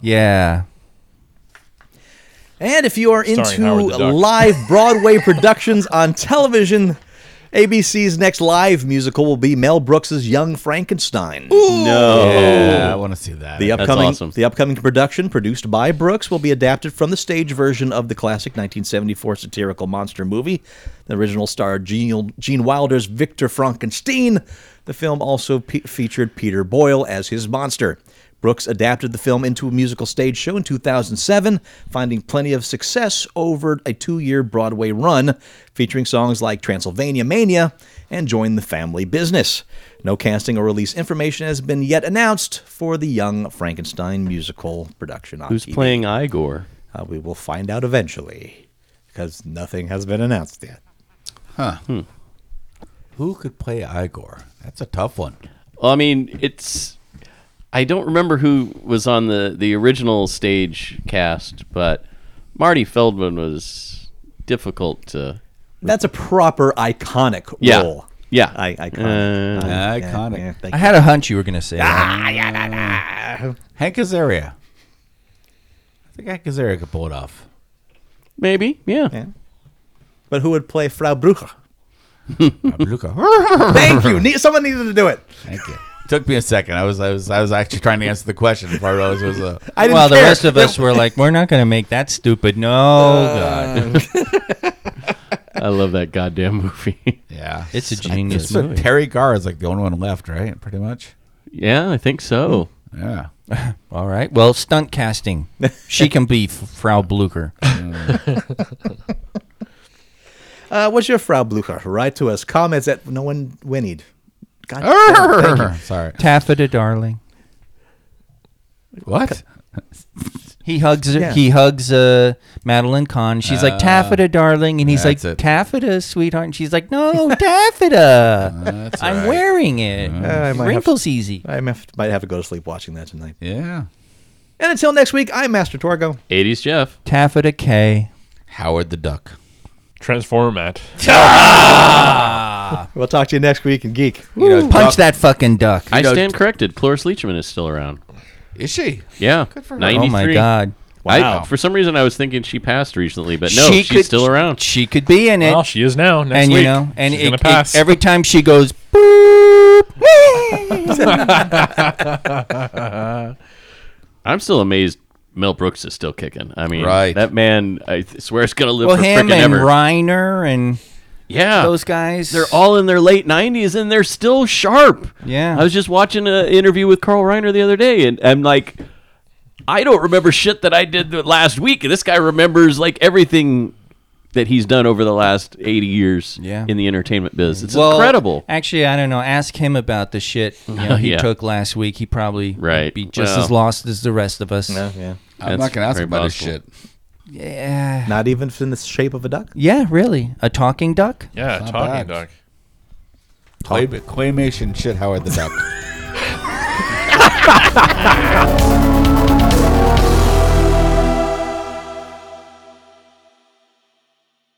Yeah.
And if you are into
Howard the Duck.
live Broadway productions on television, ABC's next live musical will be Mel Brooks's Young Frankenstein.
Oh. Yeah, I want to see that.
The upcoming
awesome.
the upcoming production produced by Brooks will be adapted from the stage version of the classic 1974 satirical monster movie. The original starred Gene, Gene Wilder's Victor Frankenstein. The film also pe- featured Peter Boyle as his monster. Brooks adapted the film into a musical stage show in 2007, finding plenty of success over a two year Broadway run, featuring songs like Transylvania Mania and Join the Family Business. No casting or release information has been yet announced for the Young Frankenstein musical production. On
Who's
TV.
playing Igor?
Uh, we will find out eventually because nothing has been announced yet.
Who could play Igor? That's a tough one.
Well, I mean, it's. I don't remember who was on the, the original stage cast, but Marty Feldman was difficult to.
That's a proper iconic
Yeah.
role.
Yeah.
I- iconic.
Uh,
I- yeah,
iconic.
yeah, thank
I
you. Ah,
had a hunch you were going to say that.
Hank Azaria. I think Hank Azaria could pull it off.
Maybe, yeah.
Yeah. But who would play Frau Brucher?
Luca.
Thank you. Ne- Someone needed to do it.
Thank you. Took me a second. I was I was I was actually trying to answer the question before I realized it was a.
I didn't
well, the
care.
rest of us were like, we're not going to make that stupid. No,
Uh,
God.
I love that goddamn movie.
Yeah,
It's a genius
So
movie.
Terry Garr is like the only one left, right? Pretty much.
yeah, I think so.
Yeah.
All right. Well, stunt casting. She can be F- Frau Blucher.
Uh, what's your Frau Blucher? Write to us. Comments at no one whinnied. God damn, thank
Err,
you.
Sorry.
Taffeta, darling.
What?
He hugs her.
Yeah.
He hugs uh, Madeline Kahn. She's like Taffeta, darling, and he's like
Ah, That's it.
Taffeta, sweetheart. And she's like, No, Taffeta.
That's
I'm
right. Ah,
wearing it.
Uh, I
it
might have-
wrinkles easy.
I might have- might have to go to sleep watching that tonight.
Yeah.
And until next week, I'm Master Torgo.
80s Jeff.
Taffeta K.
Howard the Duck.
Transform at.
We'll talk to you next week in Geek.
You know,
Punch
Duck-
that fucking duck.
I
know,
stand corrected. Cloris Leachman is still around.
Is she?
Yeah.
oh
93.
my god.
I, for some reason, I was thinking she passed recently, but no, she's still around.
She could be in it.
Well, Oh, she is now. Next
and
week.
you know, and
She's
it,
gonna
it-
pass.
every time she goes boop.
I'm still amazed Mel Brooks is still kicking. I mean,
Right.
that man, I th- swear, is going to live
well,
for
him
frickin'
and
ever.
Reiner and
yeah.
those guys.
They're all in their late 90s and they're still sharp.
Yeah.
I was just watching an interview with Carl Reiner the other day and I'm like, I don't remember shit that I did the last week. And this guy remembers like everything that he's done over the last 80 years
Yeah.
in the entertainment biz. It's
Well,
incredible.
Actually, I don't know. Ask him about the shit you know, he
Yeah.
took last week. He probably
Right.
would be just
Well.
as lost as the rest of us.
yeah.
I'm
That's
not going to ask
very
about his shit.
possible.
Yeah.
Not even in the shape of a duck.
Yeah, really. A talking duck?
yeah,
not
talking
bad.
duck.
Clay- claymation shit, Howard the Duck.